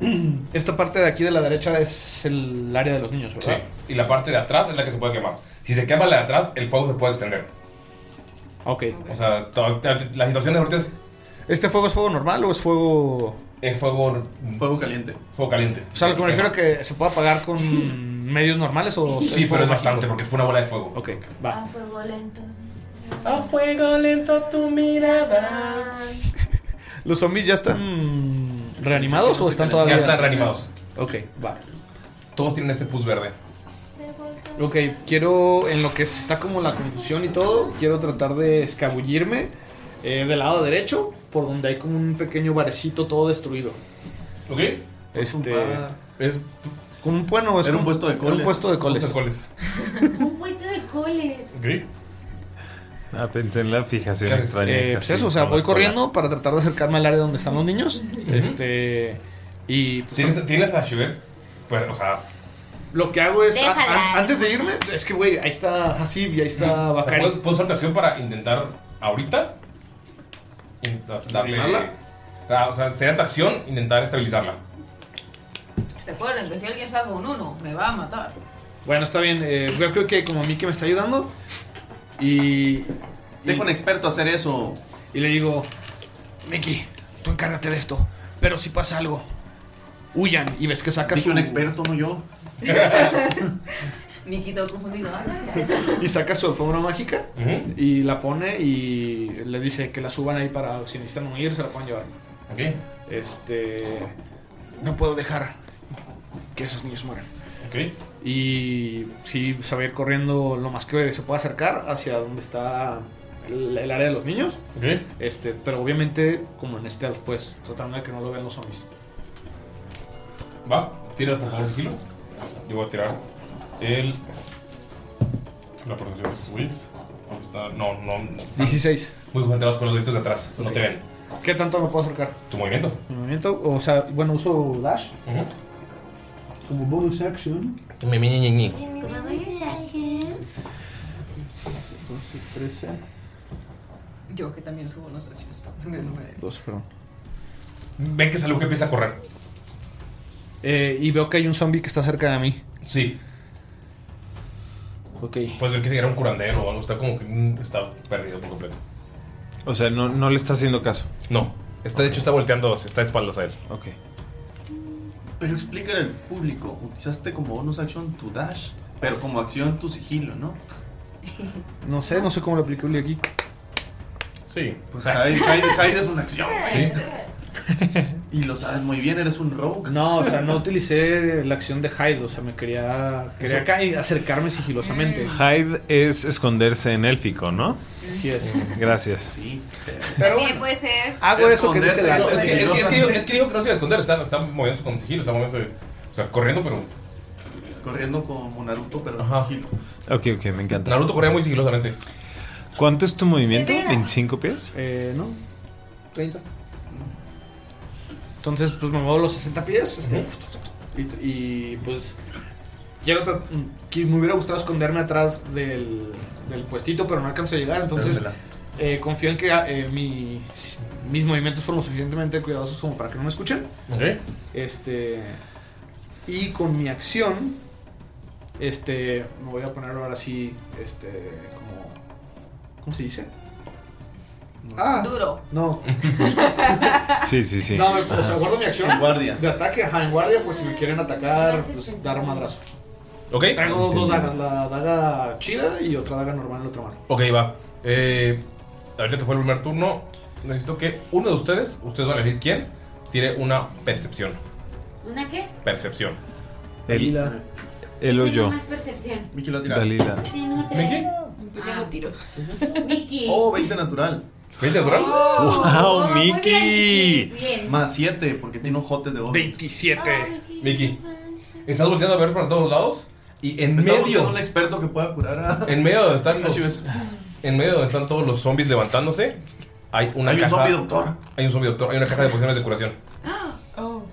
Esta parte de aquí de la derecha es el área de los niños, Sí. ¿verdad? Y la parte de atrás es la que se puede quemar. Si se quema la de atrás, el fuego se puede extender. Ok. O sea, to- la situación de ahorita es. ¿Este fuego es fuego normal o es fuego...? Es fuego... Fuego caliente. Fuego caliente. O sea, lo que me refiero a que se puede apagar con medios normales o... Sí, pero es bastante, porque fue una bola de fuego. Ok, va. A Ah, fuego lento. A fuego lento tu mirada. ¿Los zombies ya están reanimados o están todavía...? Ya están reanimados. Ok, va. Todos tienen este pus verde. Ok, quiero, en lo que está como la confusión y todo, quiero tratar de escabullirme eh, del lado derecho, por donde hay como un pequeño barecito todo destruido. ¿Ok? Este... bar. Es, como un, bueno, es Era un como- puesto de era coles. Un puesto de coles. Puesto de coles. Un puesto de coles. Ah, pensé en la fijación Eh, extraña. que pues hace eso, o sea, con voy las colas. corriendo para tratar de acercarme al área donde están los niños. Este. Y. pues, ¿Tienes, tienes a Shiver? Pues, o sea, Lo que hago es. a- Déjala. a- antes de irme, es que, güey, ahí está Hasib y ahí Mm, está Bakari. ¿Puedo, puedo usar tu acción para intentar ahorita? In- Darle. ¿Eliminarla? Ah, O sea, sería tu acción intentar estabilizarla. Recuerden que si alguien saca un uno, me va a matar. Bueno, está bien. eh, yo creo que como Miki me está ayudando. Y. Deja un experto hacer eso. Y le digo: Miki, tú encárgate de esto. Pero si pasa algo, huyan. Y ves que sacas Dije un experto, no yo. Miki todo confundido. y saca su alfombra mágica Ujú. y la pone y le dice que la suban ahí para si necesitan huir, se la pueden llevar. Ok. Este. No puedo dejar que esos niños mueran. Ok. Y sí, se va a ir corriendo lo más que se pueda acercar hacia donde está el, el área de los niños. Ok. Este, pero obviamente, como en stealth, pues, tratando de que no lo vean los zombies. Ah. Va, tira por favor sigilo. Yo voy a tirar el. La protección de Swiss. ¿Dónde está? No, no. no. 16. Muy concentrados con los deditos de atrás. No Ok. te ven. ¿Qué tanto me puedo acercar? Tu movimiento. Mi movimiento, o sea, bueno, uso dash. Ujú. Como bonus action. Mi, mi, mi, mi. Yo que también subo los ochos. Dos, perdón. Ven que Salud que empieza a correr. Eh, y veo que hay un zombie que está cerca de mí. Sí. Ok. Puedes ver que era un curandero o algo. Está como que mm, está perdido por completo. O sea, no, no le está haciendo caso. No. Está, de hecho, está volteando, está de espaldas a él. Ok. Pero explícale al público. Utilizaste como bonus action tu dash, pero como acción tu sigilo, ¿no? No sé, no sé cómo lo apliqué Uli, aquí. Sí. Pues Hyde Hyde- Hyde es una acción, güey. Y lo sabes muy bien, eres un rogue. No, o sea, no utilicé la acción de Hyde, o sea, me quería, quería Eso- ca- acercarme sigilosamente. Hyde es esconderse en élfico, ¿no? Sí es. Gracias. También puede ser. Hago eso que dice la- No, es, que, es, que, es, que dijo, Sigilosamente. es que dijo que no se iba a esconder, está, está moviéndose con sigilo, está moviéndose. O sea, corriendo, pero. Corriendo como Naruto, pero Ajá. sigilo. Ok, ok, me encanta. Naruto corría muy sigilosamente. ¿Cuánto es tu movimiento? Espera. ¿25 pies? Eh, no, 30. Entonces, pues me muevo los 60 pies. este, y, y, pues. Quiero tra- que me hubiera gustado esconderme atrás del, del puestito, pero no alcancé a llegar. Entonces, Pero pelaste. eh, confío en que eh, mi- mis movimientos fueron lo suficientemente cuidadosos como para que no me escuchen. Ok. Este. Y con mi acción. Este. Me voy a poner ahora sí. Este. Como. ¿Cómo se dice? Ah, Duro. No. Sí, sí, sí. No, me- o sea, guardo mi acción. En guardia. De ataque, ajá, en guardia, pues si me quieren atacar, pues dar un madrazo. Ok. Traigo dos dagas, la daga chida y otra daga normal en la otra mano. Ok, va. Eh, ahorita que fue el primer turno, necesito que uno de ustedes, ustedes van a elegir quién, tire una percepción. ¿Una qué? Percepción. El, el hoyo. Más percepción. Miki lo tira. Dalila. Tengo tres. Ah. Pues ya lo tiro. Vicky. Oh, 20 natural. ¿20 natural? Oh, ¡Wow, muy bien, Miki. Bien. Más 7, porque tiene ojotes de oro. 27. Miki, estás volteando a ver para todos lados y en Está buscando Ah, medio, un experto que pueda curar a. en medio donde están los, Shivet. en medio donde están todos los zombies levantándose, hay una Hay un caja. zombie doctor. Hay un zombie doctor, hay una caja de pociones de curación. Oh.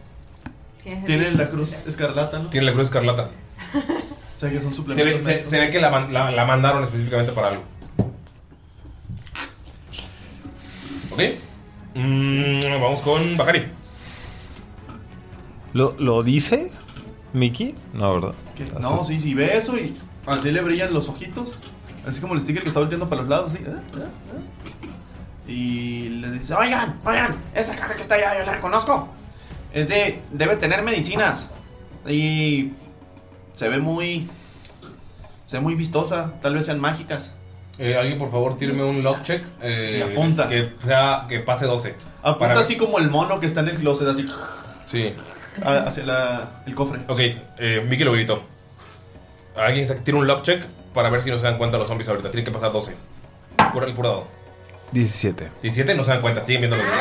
Tiene la cruz escarlata, ¿no? Tiene la cruz escarlata. O sea, que son Se ve, suplementos. se, se ve que la, man- la- la mandaron específicamente para algo. ¿Ok? Mm, vamos con Bakari. ¿Lo, lo dice? ¿Mickey? No, ¿verdad? Ah, Que- Haces- No, sí, sí, ve eso y así le brillan los ojitos. Así como el sticker que está volteando para los lados, sí. ¿eh? Y le dice, oigan, oigan, esa caja que está allá, yo la reconozco. Es de, debe tener medicinas. Y se ve muy, se ve muy vistosa, tal vez sean mágicas. Eh, alguien, por favor, tíreme un log check. eh, Y apunta. Que, sea- que pase 12. Apunta Para- así como el mono que está en el closet, Pues así Sí. a- hacia la- el cofre. Ok, eh, Mickey lo gritó. Alguien sa- tira un log check para ver si no se dan cuenta los zombies ahorita. Tienen que pasar 12. Pura el puro dado. 17. 17 no se dan cuenta, siguen viendo lo mismo.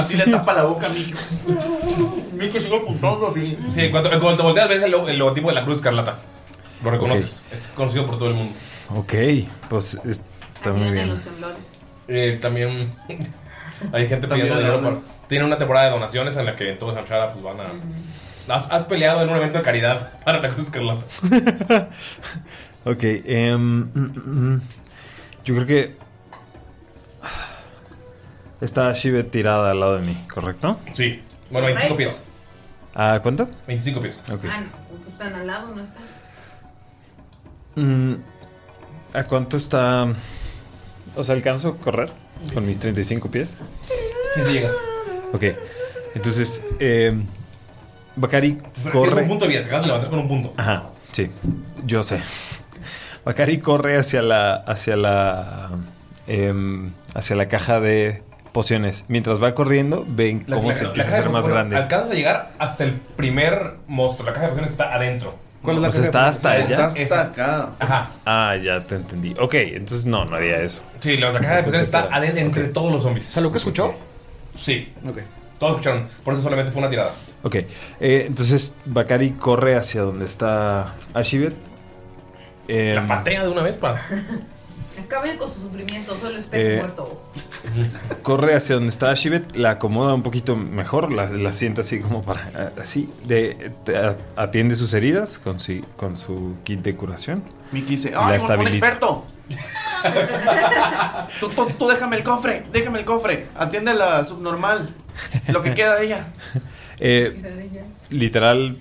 Así le tapa la boca a Mickey. Mickey sigue apuntando así. Sí, en cuanto, en cuanto volteas ves el, lo- el logotipo de la Cruz Escarlata. Lo reconoces. Es conocido por todo el mundo. Ok, pues está muy bien. Eh, también hay gente También pidiendo hay dinero. orden. para- tiene una temporada de donaciones en la que todos en Shara pues, van a. Has, has peleado en un evento de caridad para la Cruz Escarlata. Ok, em, mm, mm, mm. yo creo que está Shivet tirada al lado de mí, ¿correcto? Sí. Bueno, 25 pies. ¿A cuánto? 25 pies. Ok. Ah, no, están al lado, no están. Mm, ¿A cuánto está? O sea, ¿alcanzo a correr con mis 35 pies? Sí, sí llegas. Ok, entonces em, Bakari corre. Tienes un punto de vida, te acabas de levantar con un punto. Ajá, sí, yo sé. Bakari corre hacia la. hacia la. em, hacia la caja de pociones. Mientras va corriendo, ven La- cómo la- se la empieza a caja de hacer más pociones- grande. Alcanzas a llegar hasta el primer monstruo. La caja de pociones está adentro. ¿Cuál es la O sea, caja de está pociones? hasta allá. Está acá. Ajá. Ah, ya te entendí. Ok, entonces no, no haría eso. Sí, la caja de pociones está adentro entre todos los zombies. ¿Salud que escuchó? Sí. Ok. Todos escucharon. Por eso solamente fue una tirada. Ok, eh, entonces Bakari corre hacia donde está Ashibet. Em, Patea de una vez para. Acaben con su sufrimiento, solo espero Eh, muerto. Corre hacia donde está Ashibet, la acomoda un poquito mejor, la, la sienta así como para. Así. De, te- a- atiende sus heridas con, si- con su kit de curación. Mickey dice, Y la ¡ay, un- un, estabiliza. experto! tú, tú- tú déjame el cofre, déjame el cofre. Atiende a la subnormal. Lo que queda de ella. Eh, literal,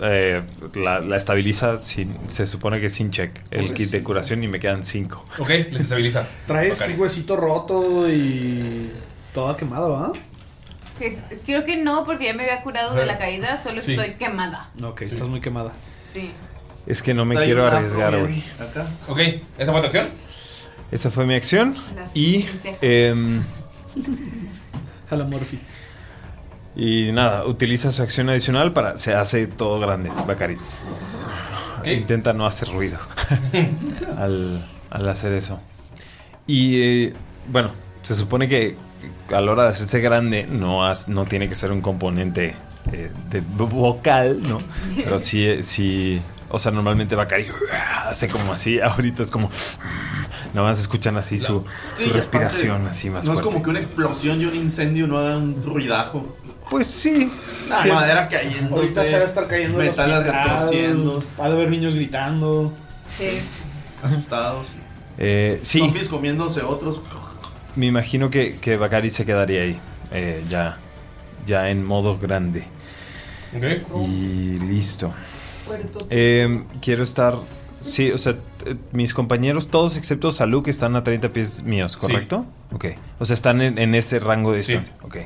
eh, la, la estabiliza, sin, se supone que sin check, el kit de curación y me quedan cinco. Ok, les estabiliza. Trae Ok. su huesito roto y. toda quemada, ¿va? Que- Creo que no, porque ya me había curado de la caída, solo Sí. estoy quemada. No, ok, estás muy quemada. Sí. Es que no me Trae quiero un afro, arriesgar, mi güey. Acá. Ok, ¿esa fue tu acción? Esa fue mi acción. Las Y. pincejas. em, a la Morphy. Y nada, utiliza su acción adicional para. Se hace todo grande, Bacari. Intenta no hacer ruido al, al hacer eso. Y eh, bueno, se supone que a la hora de hacerse grande no, has- no tiene que ser un componente eh, de vo- vocal, ¿no? Pero sí, eh, sí. O sea, normalmente Bacari hace como así. Ahorita es como. Nada más escuchan así su, Sí, su y respiración, aparte, así más No fuerte. es como que una explosión y un incendio no haga un ruidajo. Pues sí. La Sí. madera cayendo. Ahorita se va a estar cayendo. los Metales pintados, retorciendo. Va a haber niños gritando. Sí. Asustados. Eh, sí. Zombies comiéndose otros. Me imagino que, que Bakari se quedaría ahí, eh, ya, ya en modo grande. Y listo. Eh, quiero estar... Sí, o sea, t- eh, mis compañeros, todos excepto Saluk, están a 30 pies míos, ¿correcto? Ok. O sea, están en, en ese rango de Sí. distancia. Ok.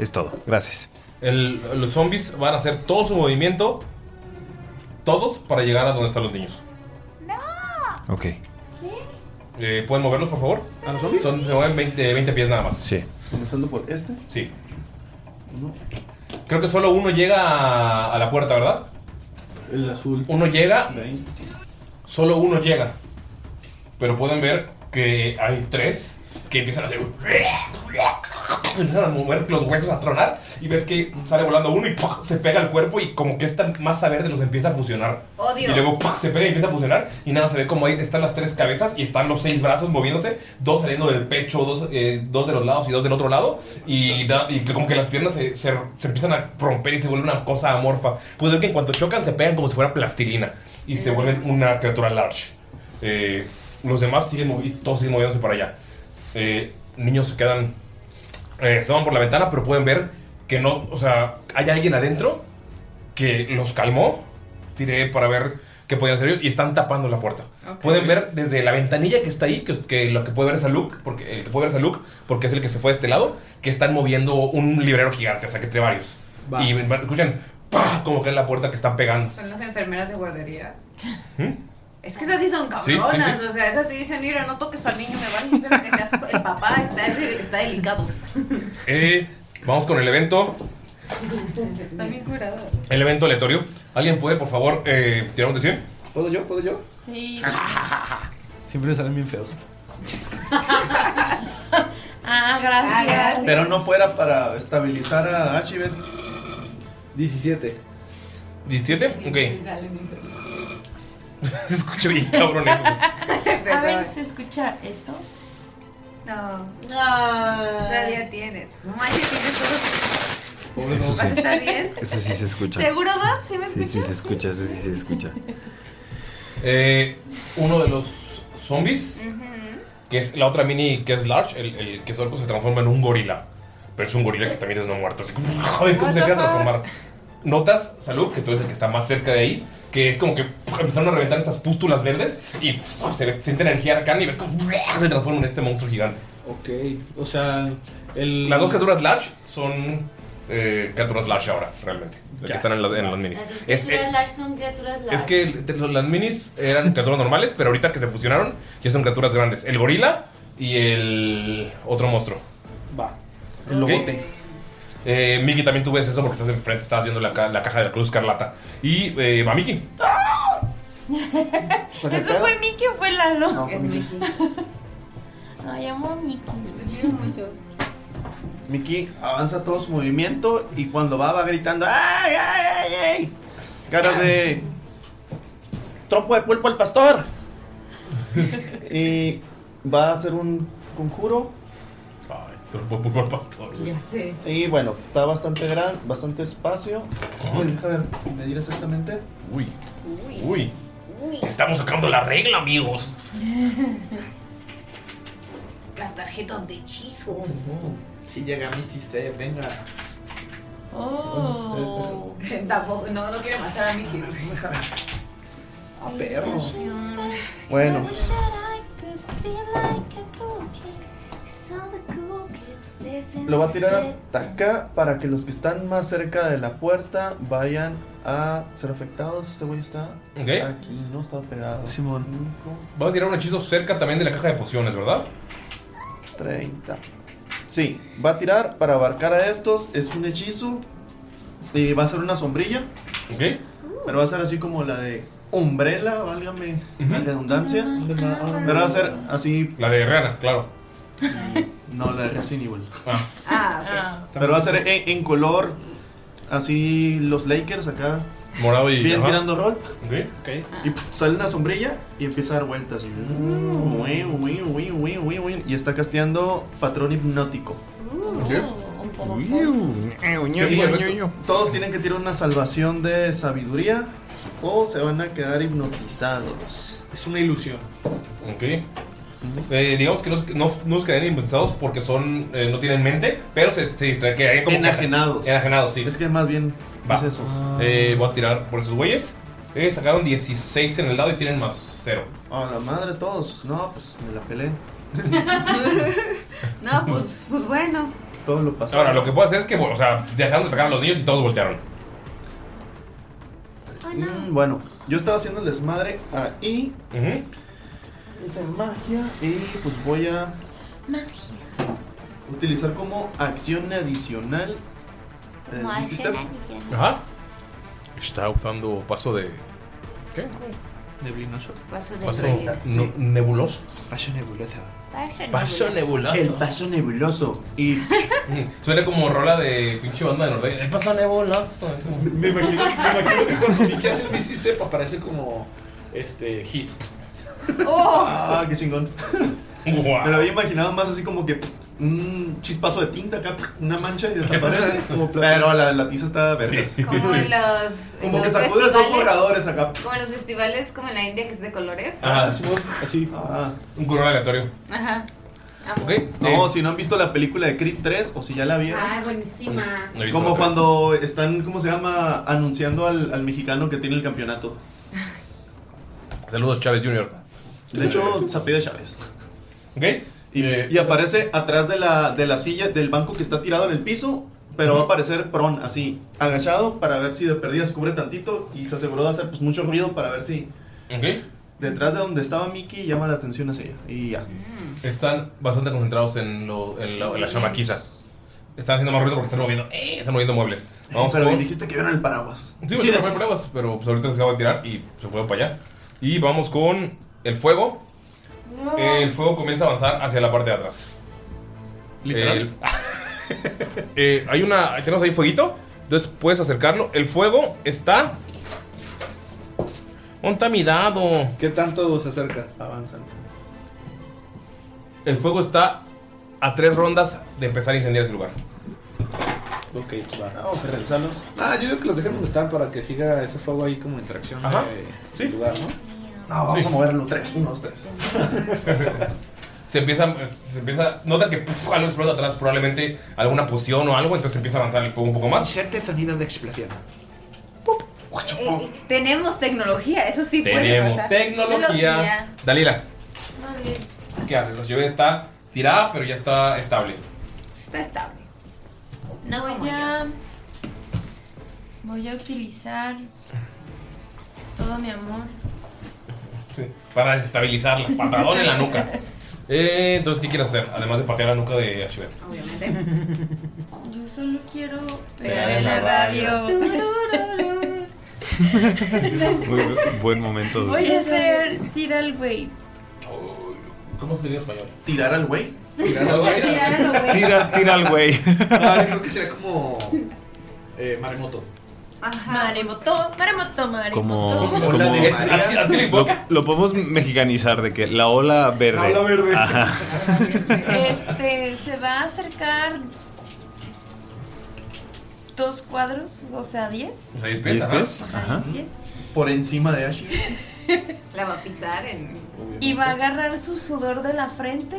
Es todo. Gracias. El- los zombies van a hacer todo su movimiento, todos para llegar a donde están los niños. Ok. Eh, ¿Pueden moverlos, por favor? ¿A los zombies? Son, se mueven 20, 20 pies nada más. Sí. Comenzando por este. Sí. Creo que solo uno llega a, a la puerta, ¿verdad? El azul. Uno llega. Solo uno llega. Pero pueden ver que hay tres que empiezan a hacer. Empiezan a mover los huesos, a tronar. Y ves que sale volando uno y ¡pua! se pega al cuerpo. Y como que este esta masa verde los empieza a fusionar. Odio. Y luego ¡pua! se pega y empieza a fusionar. Y nada, se ve como ahí están las tres cabezas y están los seis brazos moviéndose. Dos saliendo del pecho, dos, eh, dos de los lados y dos del otro lado. Y, da- y como que las piernas se, se- se empiezan a romper y se vuelve una cosa amorfa. Puedes ver que en cuanto chocan se pegan como si fuera plastilina. Y se vuelven una criatura large. Eh, los demás siguen movi- todos siguen moviéndose para allá. Eh, niños se quedan. eh, se van por la ventana, pero pueden ver que no. O sea, hay alguien adentro que los calmó. Tiré para ver qué podían hacer ellos y están tapando la puerta. Ok. Pueden ver desde la ventanilla que está ahí, que, que lo que puede ver es a Luke, porque el que puede ver es a Luke, porque es el que se fue de este lado, que están moviendo un librero gigante, o sea que entre varios. Va. Y escuchan ¡pah! como cae la puerta que están pegando. Son las enfermeras de guardería. ¿Mm? Es que esas sí son Sí, sí, cabronas. sí. O sea, esas sí dicen: Mira, no toques al niño, me vale. Pero que seas el papá, está, está delicado. Eh, vamos con el evento. Está bien curado. El evento aleatorio. ¿Alguien puede, por favor, eh, tirar un de Ah, 100? ¿Puedo yo? ¿Puedo yo? Sí. Siempre me salen bien feos. Ah, gracias. Pero no fuera para estabilizar a Archibald. 17. ¿17? Ok. Se escucha bien, cabrón. Eso. A ver, ¿se escucha esto? Ah. No. No. Todavía tienes. No manches, tienes todo. Eso sí. ¿Vas a estar bien? Eso sí se escucha. ¿Seguro, Doc? ¿Sí me Sí, sí escuchas? se escucha, eso sí se escucha. Eh, uno de los zombies, que es la otra mini que es large, el, el que es orco, se transforma en un gorila. Pero es un gorila que también es no muerto. Así como, ¡ay, ¿cómo se What the empieza a fuck? transformar? Notas, salud, que tú eres el que está más cerca de ahí, que es como que empezaron a reventar estas pústulas verdes y se ve- siente energía arcana y ves como se transforma en este monstruo gigante. Ok, o sea, el... Las dos criaturas large son eh, criaturas large ahora, realmente. las que están en, la- en las minis. Es- eh, criaturas large son criaturas large. es que el- te- las minis eran criaturas normales, pero ahorita que se fusionaron ya son criaturas grandes. El gorila y el otro monstruo. Va. El lobote. Miki, Eh, también tú ves eso porque estás enfrente, estabas viendo la, ca- la caja de la cruz escarlata. Y eh, va Miki. ¿Eso fue Mickey o fue Lalo? No, fue Mickey. Ay, amo a Mickey. mucho. Mickey avanza todo su movimiento y cuando va, va gritando ¡Ay, ay, ay, ay! Caras de. ¡Trompo de pulpo al pastor! y va a hacer un conjuro. Ay, trompo de pulpo al pastor. Ya sé. Y bueno, está bastante gran, bastante espacio. Uy, deja ver, medir exactamente. Uy. Uy. Estamos sacando la regla, amigos. Las tarjetas de hechizos. Oh. Si llega Misty Step, venga. Oh. Tampoco, no, no quiere matar a mi hijo. A perros. Bueno. Lo va a tirar hasta acá para que los que están más cerca de la puerta vayan a ser afectados. Este güey está Ok. aquí, no está pegado. Simón. Vas a tirar un hechizo cerca también de la caja de pociones, ¿verdad? 30. Sí, va a tirar para abarcar a estos. Es un hechizo. Y va a ser una sombrilla. Ok. Pero va a ser así como la de Umbrella, válgame la redundancia. Pero va a ser así. La de Rihanna, claro. No, la de Resident Evil. Ah, ok. Pero va a ser en, en color. Así los Lakers acá. Morado y- Bien ajá. tirando rol. Ok. Y pf, sale una sombrilla y empieza a dar vueltas. Y, Uy, uy, uy, uy, uy, uy. Y está casteando patrón hipnótico. Uh, Todos tienen que tirar una salvación de sabiduría o se van a quedar hipnotizados. Es una ilusión. Ok. Eh, digamos que no, no, no nos quedarían inventados porque son eh, no tienen mente, pero se, se distraen. quedarían como que- Enajenados. enajenados, sí. Es que más bien Va. es eso. Eh, voy a tirar por esos güeyes. Eh, sacaron 16 en el dado y tienen más 0. A la madre todos. No, pues me la pelé. No, pues, pues bueno. Todo lo pasado. Ahora, lo que puedo hacer es que, bueno, o sea, dejaron de atacar a los niños y todos voltearon. Mm, bueno, yo estaba haciendo el desmadre ahí. Ujú. Esa magia. Y pues voy a Magia. utilizar como acción adicional. eh, Como ¿viste acción este? adicional. Ajá. Está usando paso de. ¿Qué? Neblinoso. Paso de Paso realidad. no- nebuloso. Paso nebuloso. Paso nebuloso. El paso nebuloso. Y. Suena como rola de pinche banda de Noruega. El paso nebuloso. Me imagino, me imagino que cuando Miki hace el Misty Step aparece como este his. Ah, qué chingón. Me lo había imaginado más así como que pf, un chispazo de tinta acá, pf, una mancha y desaparece. Como plata. Pero la, la tiza está verde. Como en los. en Como los que sacudes dos festivales- borradores acá. Como en los festivales, como en la India, que es de colores. Ah, así. Un color aleatorio. Ajá. No, si no han visto la película de Creed 3 o si ya la vieron. Ah, buenísima. No he visto Como la tres. cuando están, ¿cómo se llama? Anunciando al, al mexicano que tiene el campeonato. Saludos, Chávez Jr. De hecho, se apellida Chávez. ¿Ok? Eh, Y, y aparece atrás de la, de la silla del banco que está tirado en el piso, pero va a aparecer pron, así, agachado, para ver si de perdida se cubre tantito y se aseguró de hacer pues, mucho ruido para ver si Ok. detrás de donde estaba Mickey llama la atención hacia ella. Y ya. Están bastante concentrados en, lo, en, la- en la chamaquiza. Están haciendo más ruido porque están moviendo, eh, están moviendo muebles. Vamos pero con- dijiste que vieron el paraguas. Sí, sí, pero, pero pues ahorita les acabo de tirar y se fueron para allá. Y vamos con el fuego. No. El fuego comienza a avanzar hacia la parte de atrás. Literal. El- Eh, hay una. Tenemos ahí fueguito. Entonces puedes acercarlo. El fuego está. ¿Dónde está mi dado? ¿Qué tanto se acerca? Avanzan. El fuego está a tres rondas de empezar a incendiar ese lugar. Ok, va. Vamos a regresarlos. Ah, yo digo que los dejan donde están para que siga ese fuego ahí como interacción Ajá. de- del lugar, ¿no? No, vamos a moverlo. Tres, uno, dos, tres. Se empieza, se empieza, nota que puf, algo explota atrás, probablemente alguna poción o algo, entonces empieza a avanzar el fuego un poco más. Inserte sonido de explosión. Eh, tenemos tecnología, eso sí puede Tenemos pasar. tecnología. Dalila, Vale. ¿qué haces? Los llevé está tirada, pero ya está estable. Está estable. No voy a. Voy a utilizar todo mi amor. Para desestabilizarla, patadón en la nuca. Eh, entonces, ¿qué quieres hacer? Además de patear la nuca de Ashibet. Obviamente. Yo solo quiero Pegar pegar en en la la radio. Muy bu- buen momento. Voy a hacer Tidal Wave. ¿Cómo se diría en español? ¿Tirar al güey? Tirar al güey. Tirar al güey. Tira- tira al güey. Ah, yo creo que sería como eh, maremoto. Ajá. Maremoto, maremoto, maremoto. Como, Como como- la de es- María. así- así le invoca. lo, lo podemos mexicanizar de que la ola verde. La ola verde. Ajá. Este se va a acercar dos cuadros, o sea, diez. ¿Seis pies? ¿Diez ajá. pies? Ajá. diez. Por encima de Ash. La va a pisar en. Y va a agarrar su sudor de la frente,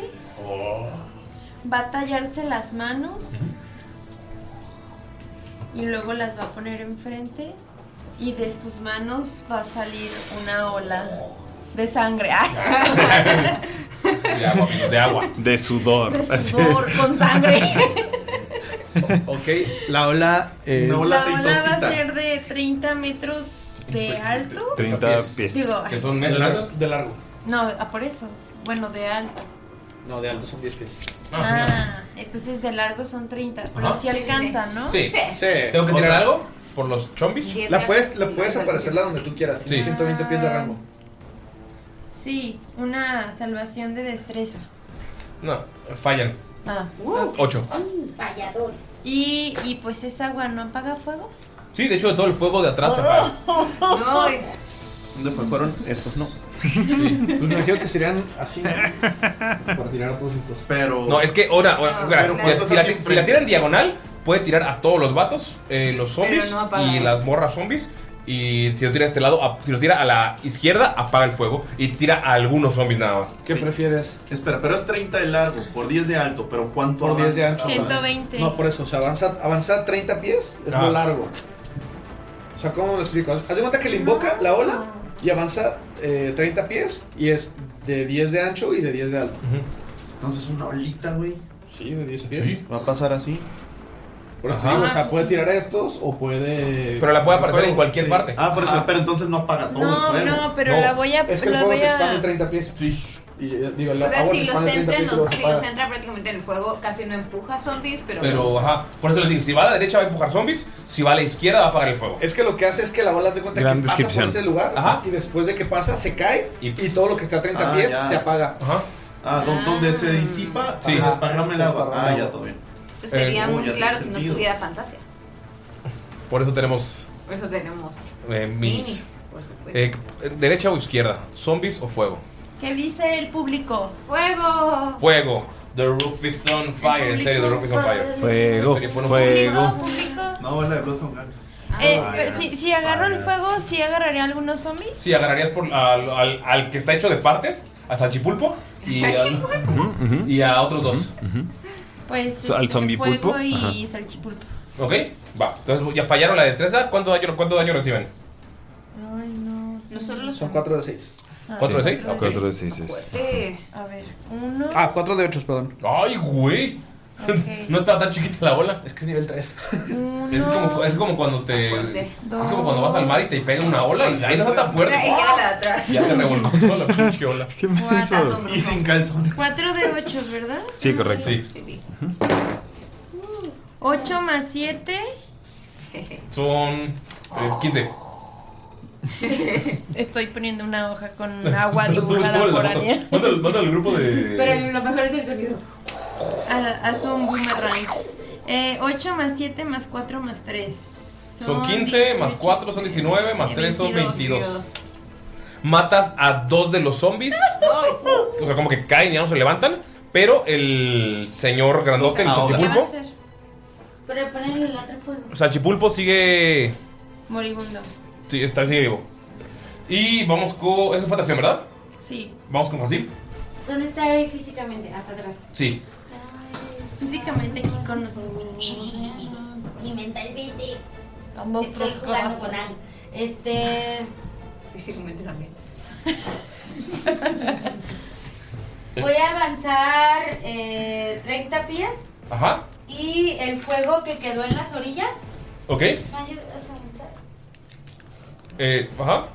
va a tallarse las manos y luego las va a poner enfrente y de sus manos va a salir una ola de sangre. De agua, amigos, de agua. De sudor. De sudor con sangre. Ok, la ola. eh, La ola va a ser de 30 metros de alto. 30 pies. Digo, ¿Que son de metros? largo, de largo. No, ah, por eso. Bueno, de alto. No, de alto son 10 pies. Ah, entonces de largo son 30. Pero Ajá. si alcanza, ¿no? Sí. ¿Tengo que O tirar sea, algo? ¿Por los chombis? La puedes, la puedes aparecerla donde tú quieras. Tiene Sí. 120 pies de rango. Sí, una salvación de destreza. No, fallan. Ah, Ocho. Mm, Falladores. Y, y pues es agua, ¿no apaga fuego? Sí, de hecho, todo el fuego de atrás se Ah. apaga. Oh. No, es- ¿Dónde fue- fueron estos? No. Pues me imagino que serían así. Para tirar a todos estos. Pero. No, es que ahora, ahora, espera, Ah, Pero si- ¿cuántos si, la, hace ti- si la frente? tiran diagonal, puede tirar a todos los vatos, eh, los zombies Pero no apaga. y las morras zombies. Y si lo tira a este lado, a- si lo tira a la izquierda, apaga el fuego y tira a algunos zombies nada más. ¿Qué prefieres? Espera, pero es 30 de largo, por 10 de alto, pero ¿cuánto Por 10 de avanza? ancho. 120. No, por eso, o sea, avanza, avanza 30 pies, es Ah. lo largo. O sea, ¿cómo lo explico? Haz de cuenta que le invoca la ola y avanza eh, 30 pies y es de 10 de ancho y de 10 de alto. Entonces una olita, güey. Sí, de 10 pies. Va a pasar así. Por eso te Ajá. digo, o Ah, sea, puede tirar estos o puede. Pero la puede aparecer en cualquier parte. Ah, por eso, pero entonces no apaga todo el No, fuego. no, pero la voy a- Es que el la fuego voy se a- expande 30 pies. Sí. Y eh, digo, la O sea, agua se si los expande 30 entra, pies y no- luego se si los apaga. entra prácticamente en el fuego, casi no empuja zombies, pero. Pero, ajá, por eso les digo, si va a la derecha va a empujar zombies, si va a la izquierda va a apagar el fuego. Es que lo que hace es que la bola se cuenta Gran que pasa por descripción. ese lugar y después de que pasa se cae y, todo lo que está a 30 Ah, pies ya. se apaga. Ah, don- donde se disipa, Sí. sí. desparrame el agua. Desparrame Ah, el ya, agua. todo bien. Pues sería Eh, muy ya claro tiene si no sentido. tuviera fantasía. Por eso tenemos Por eso tenemos. eh, minis. Minis, por supuesto. Eh, derecha o izquierda, zombies o fuego. ¿Qué dice el público? ¡Fuego! Fuego. The roof is on fire. En serio, the roof is on fire. Fuego, En serio, fue un- fuego. No, la de Blood con Gun. Eh, Ah, pero ya. si, si agarro el fuego, ¿sí agarraré algunos zombies? Sí, agarrarías por, al, al- al que está hecho de partes, al salchipulpo y, al- y a otros dos. Pues So- al este, zombie fuego pulpo. y Ajá. salchipulpo. Ok, va. Entonces ya fallaron la destreza. ¿Cuánto daño, cuánto daño reciben? Ay, no. No solo los Son 4 de 6. Ah, ¿Cuatro de seis? Ok. Cuatro de seis es. Eh, a ver, uno. Ah, 4 de 8, perdón. ¡Ay, güey! Ok. Mm, No está tan chiquita la bola. Es que es nivel 3. Es como, es como cuando te. Fuerte. Es como cuando vas al mar y te pega una ola y ahí no está tan O sea, fuerte. y queda la de atrás. Ya te revolcó toda la pinche ola. ¿Qué Y sin calzones. Cuatro de ocho, ¿verdad? Sí, correcto. Ocho más siete. Son eh, 15. Estoy poniendo una hoja con Mm, agua dibujada por Ariel. Manda al grupo de. lo mejor es el sonido. Ah, Haz un boomerang. Eh, 8 más 7 más 4 más 3. Son 15, más 4 son 19, más 3 son 22. Matas a dos de los zombies. O sea, como que caen y ya no se levantan. Pero el señor grandote, el Los ahoga. salchipulpo. Pero ponerle el otro fuego. Salchipulpo sigue. Moribundo. Sí, está sigue vivo. Y vamos con. Esa fue tu acción, ¿verdad? Sí. Vamos con fácil. ¿Dónde está él físicamente? Hasta atrás. Sí. Físicamente aquí con nosotros. Y mentalmente. Con nuestros estoy jugando con corazones. Ash. Este. Físicamente también. Voy a avanzar eh, 30 pies Ajá. y el fuego que quedó en las orillas. Ok. ¿Me ayudas a avanzar? Eh, ajá.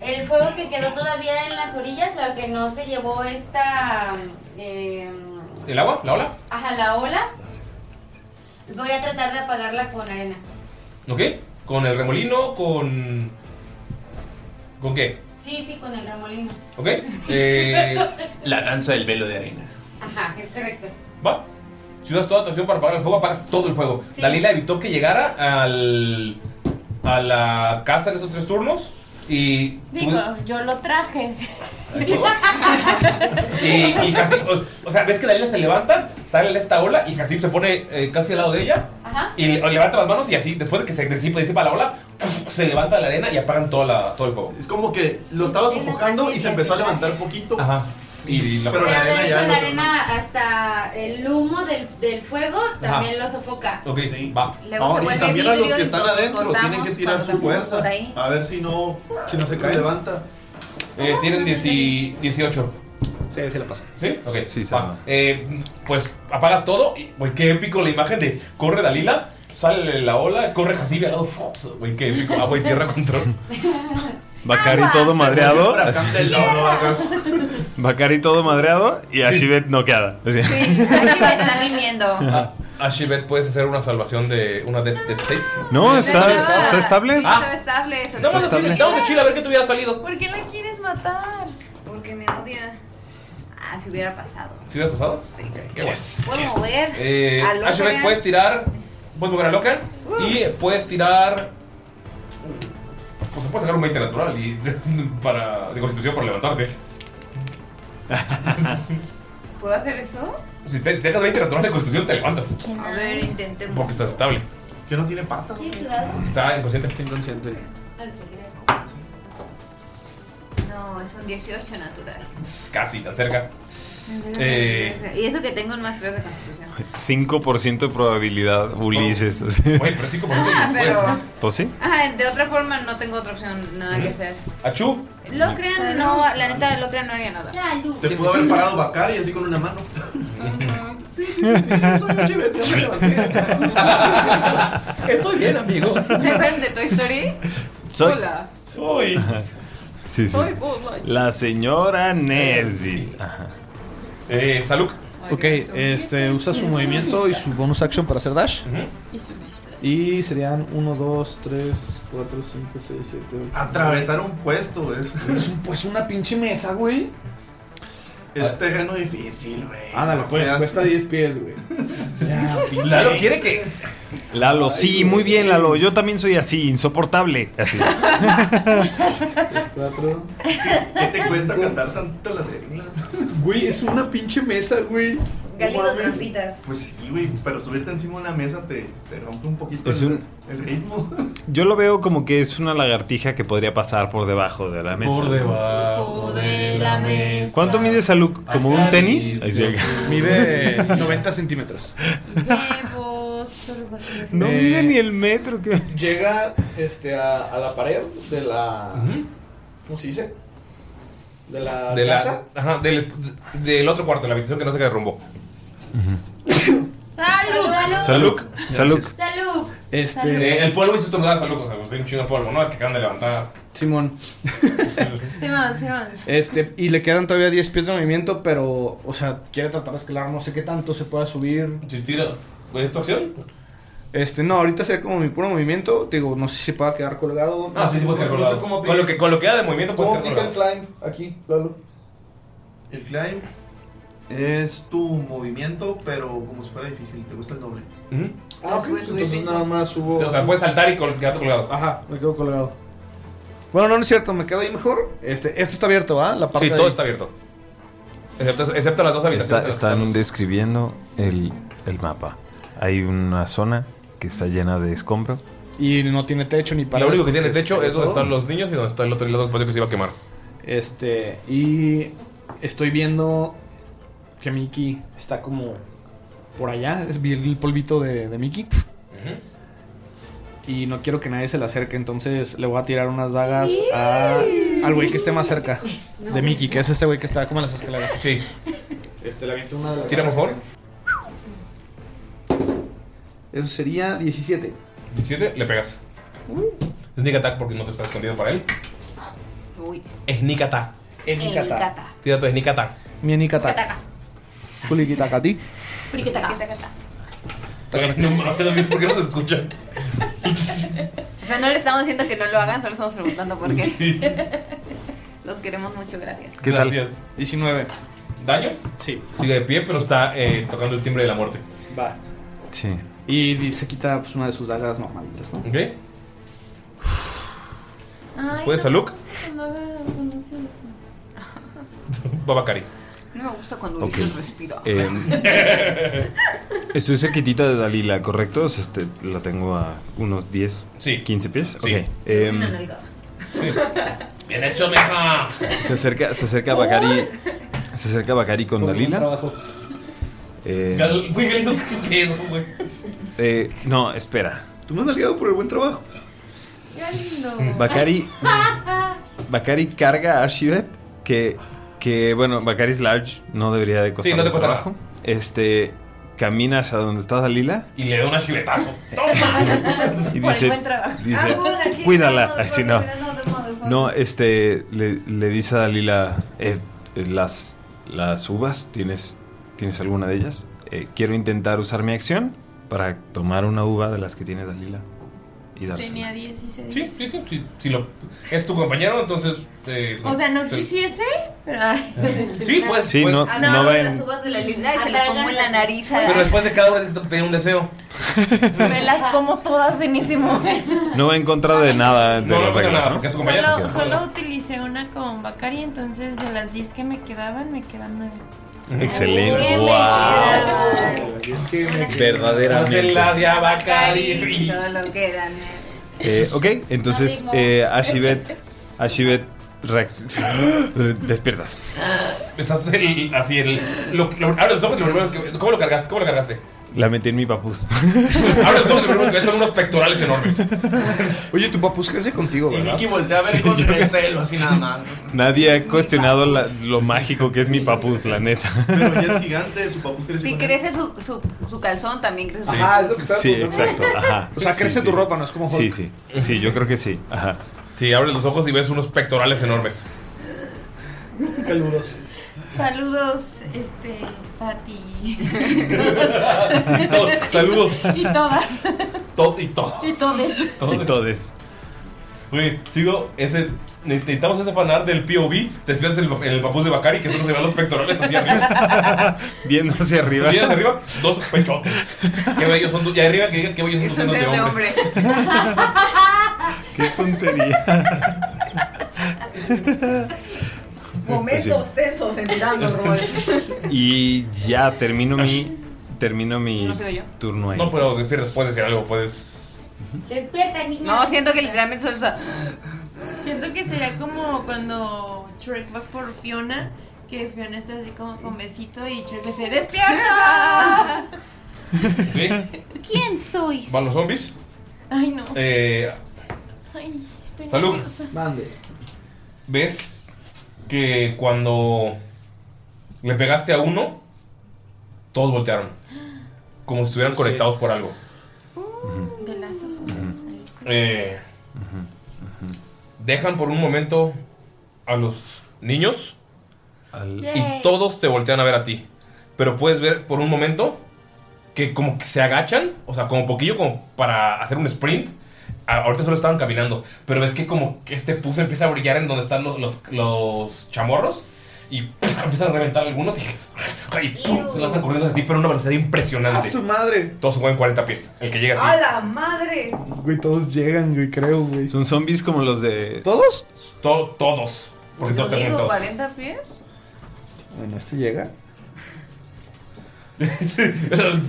El fuego que quedó todavía en las orillas, la que no se llevó esta. eh, ¿El agua? ¿La ola? ajá, la ola. Voy a tratar de apagarla con arena. ¿Ok? Con el remolino, con. ¿Con qué? Sí, sí, con el remolino. ¿Ok? Eh, La danza del velo de arena. Ajá, es correcto. Va. Si usas toda tu acción para apagar el fuego, apagas todo el fuego. Sí. Dalila evitó que llegara al, a la casa en esos tres turnos. Y, tú- Digo, yo lo traje. y, y Hasib- o, o sea, ves que Dalila se levanta, sale de esta ola y Hasib se pone eh, casi al lado de ella. Ajá. Y le- levanta las manos y así, después de que se disipa, disipa la ola, se levanta la arena y apagan toda la, todo el fuego. Es como que lo estaba sofocando y se empezó a levantar poquito. Ajá. Y la Pero la Pero de arena hecho, ya. la lo- arena hasta el humo del, del fuego también lo sofoca. Ok, va. Luego Ah, se y vuelve también a los vidrio que y están todos adentro cortamos tienen que tirar cuando su pasamos por fuerza. ahí. pues, A ver si no. Si no se cae. Levanta. Eh, tienen 18. Sí, sí la pasa. ¿Sí? Ok. Sí, eh, Pues apagas todo y, güey, qué épico la imagen de corre Dalila, Ah, sale la ola, corre Hasibe al lado, fu- güey, qué épico. Ah, güey, tierra control. Bacari todo madreado. así- Bacari todo madreado y Ashibet noqueada. Así. Así me están viniendo. Ah. Ashibet, ¿puedes hacer una salvación de una de Death Save? No, está, está estable. Ah, damos así, estable. damos de chile a ver qué te hubiera salido. ¿Por qué la quieres matar? Porque me odia. Ah, si hubiera pasado. ¿Sí hubieras pasado? Sí. qué Yes, bueno. ¿Puedo yes. mover Eh, a Lockhart? Ashibet, puedes tirar. Puedes mover a Lockhart Uh. y puedes tirar. O sea, puedes sacar un 20 natural y para, de constitución para levantarte. ¿Puedo hacer eso? Si, te, si dejas 20 natural de constitución, te levantas. A ver, intentemos. Porque estás estable. Que no tiene patas. Sí, cuidado. Está inconsciente. Está inconsciente. No, es un 18 natural. Casi, tan cerca. Eh. Y eso que tengo un más 3 de constitución. 5% de probabilidad, Ulises. Oh. Oye, pero 5% Ah, pero- Pues sí. Ah, de otra forma no tengo otra opción, nada que hacer. Achú. Lo crean, no, la neta, lo crean no haría nada. Te pudo haber parado Bacari así con una mano. Estoy bien, amigo. ¿Se acuerdan de Toy Story? Soy- Hola. Soy. Sí, sí, sí. Soy Buzz Lightyear. La señora Nesby. Ajá. Eh, Saluk. Ok, este, usa su movimiento y su bonus action para hacer dash. Y su disfraz. Y serían 1, 2, 3, 4, 5, 6, 7, 8. Atravesar un puesto, es. Es un, pues una pinche mesa, güey. Es terreno difícil, güey. Ándale, No pues seas- cuesta 10 pies, güey. Lalo quiere que. Lalo, sí, muy bien, Lalo. Yo también soy así, insoportable. Así. 4. ¿Qué te cuesta cantar tanto las reglas? Güey, es una pinche mesa, güey. Galitos mames. trampitas. Pues sí, güey, pero subirte encima de una mesa te, te rompe un poquito Es el, un- el ritmo. Yo lo veo como que es una lagartija que podría pasar por debajo de la mesa. Por debajo de la mesa. ¿Cuánto mide Saluk? ¿Como un tenis? Ahí llega. Mide 90 centímetros. Huevos, algo así. No mide ni el metro que. Llega este, a, a la pared de la. ¿Cómo se dice? De la De la- casa. ajá, del, del otro cuarto, la habitación que no se cae rumbo. ¡Salud! Saluk. Saluk. ¡Salud! Este- Salud. Eh, el polvo hizo estornudar a Saluk, o sea, usted un chingo de polvo, ¿no? El que acaban de levantar. Simón. Simón, Simón. Este, y le quedan todavía 10 pies de movimiento, pero, o sea, quiere tratar de escalar, no sé qué tanto se pueda subir. Si tira, ¿Pues ¿es tu acción? Este, no, ahorita sería como mi puro movimiento. Te Digo, no sé si pueda quedar colgado. Ah, sí, sí puedes quedar No sé colgado. cómo aplica- Con lo que- con lo que da de movimiento puedes ¿Cómo quedar aplica el climb aquí, Lalo? El climb es tu movimiento, pero como si fuera difícil, te gusta el doble. Ah, ok, entonces nada más subo. O sea, puedes saltar y col- quedarte colgado. Ajá, me quedo colgado. Bueno, no, no es cierto, me quedo ahí mejor. Este, esto está abierto, ¿ah? La parte Sí, de todo ahí. está abierto. Excepto, excepto las dos habitaciones. Está- que las- están describiendo el, el mapa. Hay una zona que está llena de escombro. Y no tiene techo ni para Lo único que tiene techo es donde están los niños y donde está el otro, el otro espacio que se iba a quemar. Este, y estoy viendo que Mickey está como por allá. Es- Vi el polvito de, de Mickey. Y no quiero que nadie se le acerque, entonces le voy a tirar unas dagas a- al güey que esté más cerca de Mickey, que es este güey que está como en las escaleras. Sí. Este, le aviento una de las Tira dagas. mejor. Eso sería Uh. 17. 17, le pegas. Sneak attack porque no te estás escondido para él. Uy. Sneak attack. cata. Tira tu sneak attack. Mi Nikataka. Juli Kitakati. Ay, No mames, ¿por qué no se escucha? O sea, no le estamos diciendo que no lo hagan, solo estamos preguntando por qué. Sí. Los queremos mucho, gracias. Gracias. 19. ¿Daño? Sí. Sigue de pie, pero está eh, tocando el timbre de la muerte. Va. Sí. Y, di- se quita pues, una de sus dagas normalitas, ¿no? Ok. Ay, no Después, me Saluk. gusta cuando haga- cuando hace eso. Babacari. No me gusta cuando Ok. Ulises respira. Eh, estoy cerquitita de Dalila, ¿correcto? O sea, este, la tengo a unos 10, 15 pies. Sí. Ok, em, Bien hecho, mija. se acerca, se acerca Bakari. Se acerca Bakari con Dalila. Eh, Gal- Güey, Galito, qué pedo, güey. eh, no, espera. Tú me has aliado por el buen trabajo. Bakari, Bakari carga a Archibet, que, que bueno, Bakari es large, no debería de costar Sí, no te mucho cuesta trabajo. Este, camina hacia donde está Dalila Y le da un chivetazo. y dice, dice Ah, bueno, aquí cuídala, estamos, así no. porque no, de modo, de modo. No, este, le, le dice a Dalila, eh, eh, las, las uvas, ¿tienes, ¿tienes alguna de ellas? Eh, quiero intentar usar mi acción para tomar una uva de las que tiene Dalila y dársela. Tenía 16. Sí, sí, sí, sí, Si lo, es tu compañero, entonces. eh, O sea, no se- quisiese, pero. Sí, pues, Sí, pues. no- Ah, no va en- las uvas de la linda y se las pongo en la nariz. a- Pero después de cada hora necesito pedir un deseo. Me las como todas en ese momento. No va en contra de nada de No, no las contra reglas, nada, ¿no? porque es Solo, tu solo utilicé una con Bacari, entonces de las 10 que me quedaban, me quedan 9. Excelente. me Wow. Verdaderamente. Hace la de Abacari. Solo quedan. Eh, ok, entonces eh, Ashibet, Ashibet reacc- re- despiertas. Estás el- así, el. Lo, lo- abre los ojos y lo primero que. ¿Cómo lo cargaste? ¿Cómo lo cargaste? La metí en mi papus. Abre los ojos y lo primero que ves son unos pectorales enormes. Oye, tu papus crece contigo, Y ¿verdad? Nicky voltea a ver con recelo, así nada más. Nadie ha cuestionado la- lo mágico que es mi papus, la neta. Pero ya es gigante, Oh, su papus pues, crece. Si crece su, su, su calzón, también crece su Ajá, es lo que estaba Sí, preguntando. exacto. Ajá. O sea, Sí, crece sí. tu ropa, no es como Hulk. Sí, sí. Sí, yo creo que sí. Ajá. Sí, abres los ojos y ves unos pectorales enormes. Caluroso. Saludos, este. Fati. Y todo- saludos. Y todas. Todo y todo. Y todes. Todo y todes. Güey, sigo ese. Necesitamos ese fanar del POV. Despiertas el, el papús de Bacari que solo se vean los pectorales hacia arriba. Viendo hacia arriba. Y hacia arriba, dos pechotes. Qué bellos son tus. Y arriba que digan qué bellos son tus calzón senos de de hombre. hombre. Qué tontería. Momentos tensos en Mirando Rol. Y ya termino mi termino mi No sigo yo. turno ahí. No, pero despiertas, puedes decir algo, puedes. Despierta, niña. No, siento que literalmente solo está. Siento que sería como cuando Shrek va por Fiona, que Fiona está así como con besito y Shrek le dice: ¡Despierta! ¿Quién sois? Van los zombies. Ay, no. Eh, Ay, estoy Salud. nerviosa. ves que cuando le pegaste a uno, todos voltearon. Como si estuvieran Sí. Oh. conectados por algo. De las hojas. Eh, Dejan por un momento a los niños Yay. y todos te voltean a ver a ti. Pero puedes ver por un momento que como que se agachan, o sea, como poquillo como para hacer un sprint. A- Ahorita solo estaban caminando, pero ves que como que este pulso empieza a brillar en donde están los, los, los chamorros y empiezan a reventar algunos y, y ¡pum! se lanzan corriendo hacia ti, pero a una velocidad impresionante. ¡A su madre! Todos se mueven 40 pies. El que llega a ti. ¡A la madre! Güey, todos llegan, güey, creo, güey. Son zombies como los de. ¿Todos? todos. Porque todos te Digo, todos. 40 pies. Bueno, este llega.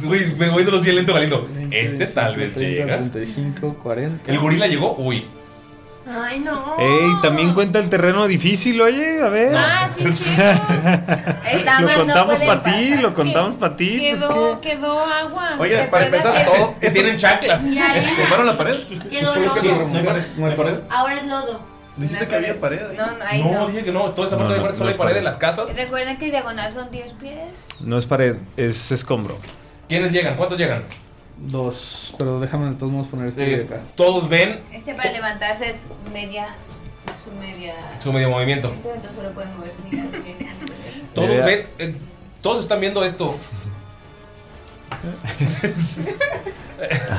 Güey, me voy de los bien lento, Galindo. Este tal vez llega. 35, 40. El gorila llegó, uy. Ay, no. Ey, también cuenta el terreno difícil, oye, a ver. Ah, sí, sí. Eh, lo contamos para ti, lo contamos para ti. pues, Quedó, quedó agua. ¿Te acuerdas que- todos tienen chanclas. Y arena. ¿Formaron la pared? Quedó lodo. No hay pared. No hay pared. Ahora es lodo. Dijiste que había pared. No, no, ahí No, no. dije que no. Toda esa No, parte de no, pared, no solo hay es pared pared. en las casas. Recuerden que diagonal son 10 pies. que No es pared, es escombro. ¿Quiénes llegan? ¿Cuántos llegan? Dos. Pero déjame de todos modos poner este Eh, de acá. todos ven Este para levantarse es media. Su media. su medio movimiento. Entonces solo pueden mover 5 pies. Todos Idea. ven. eh, todos están viendo esto.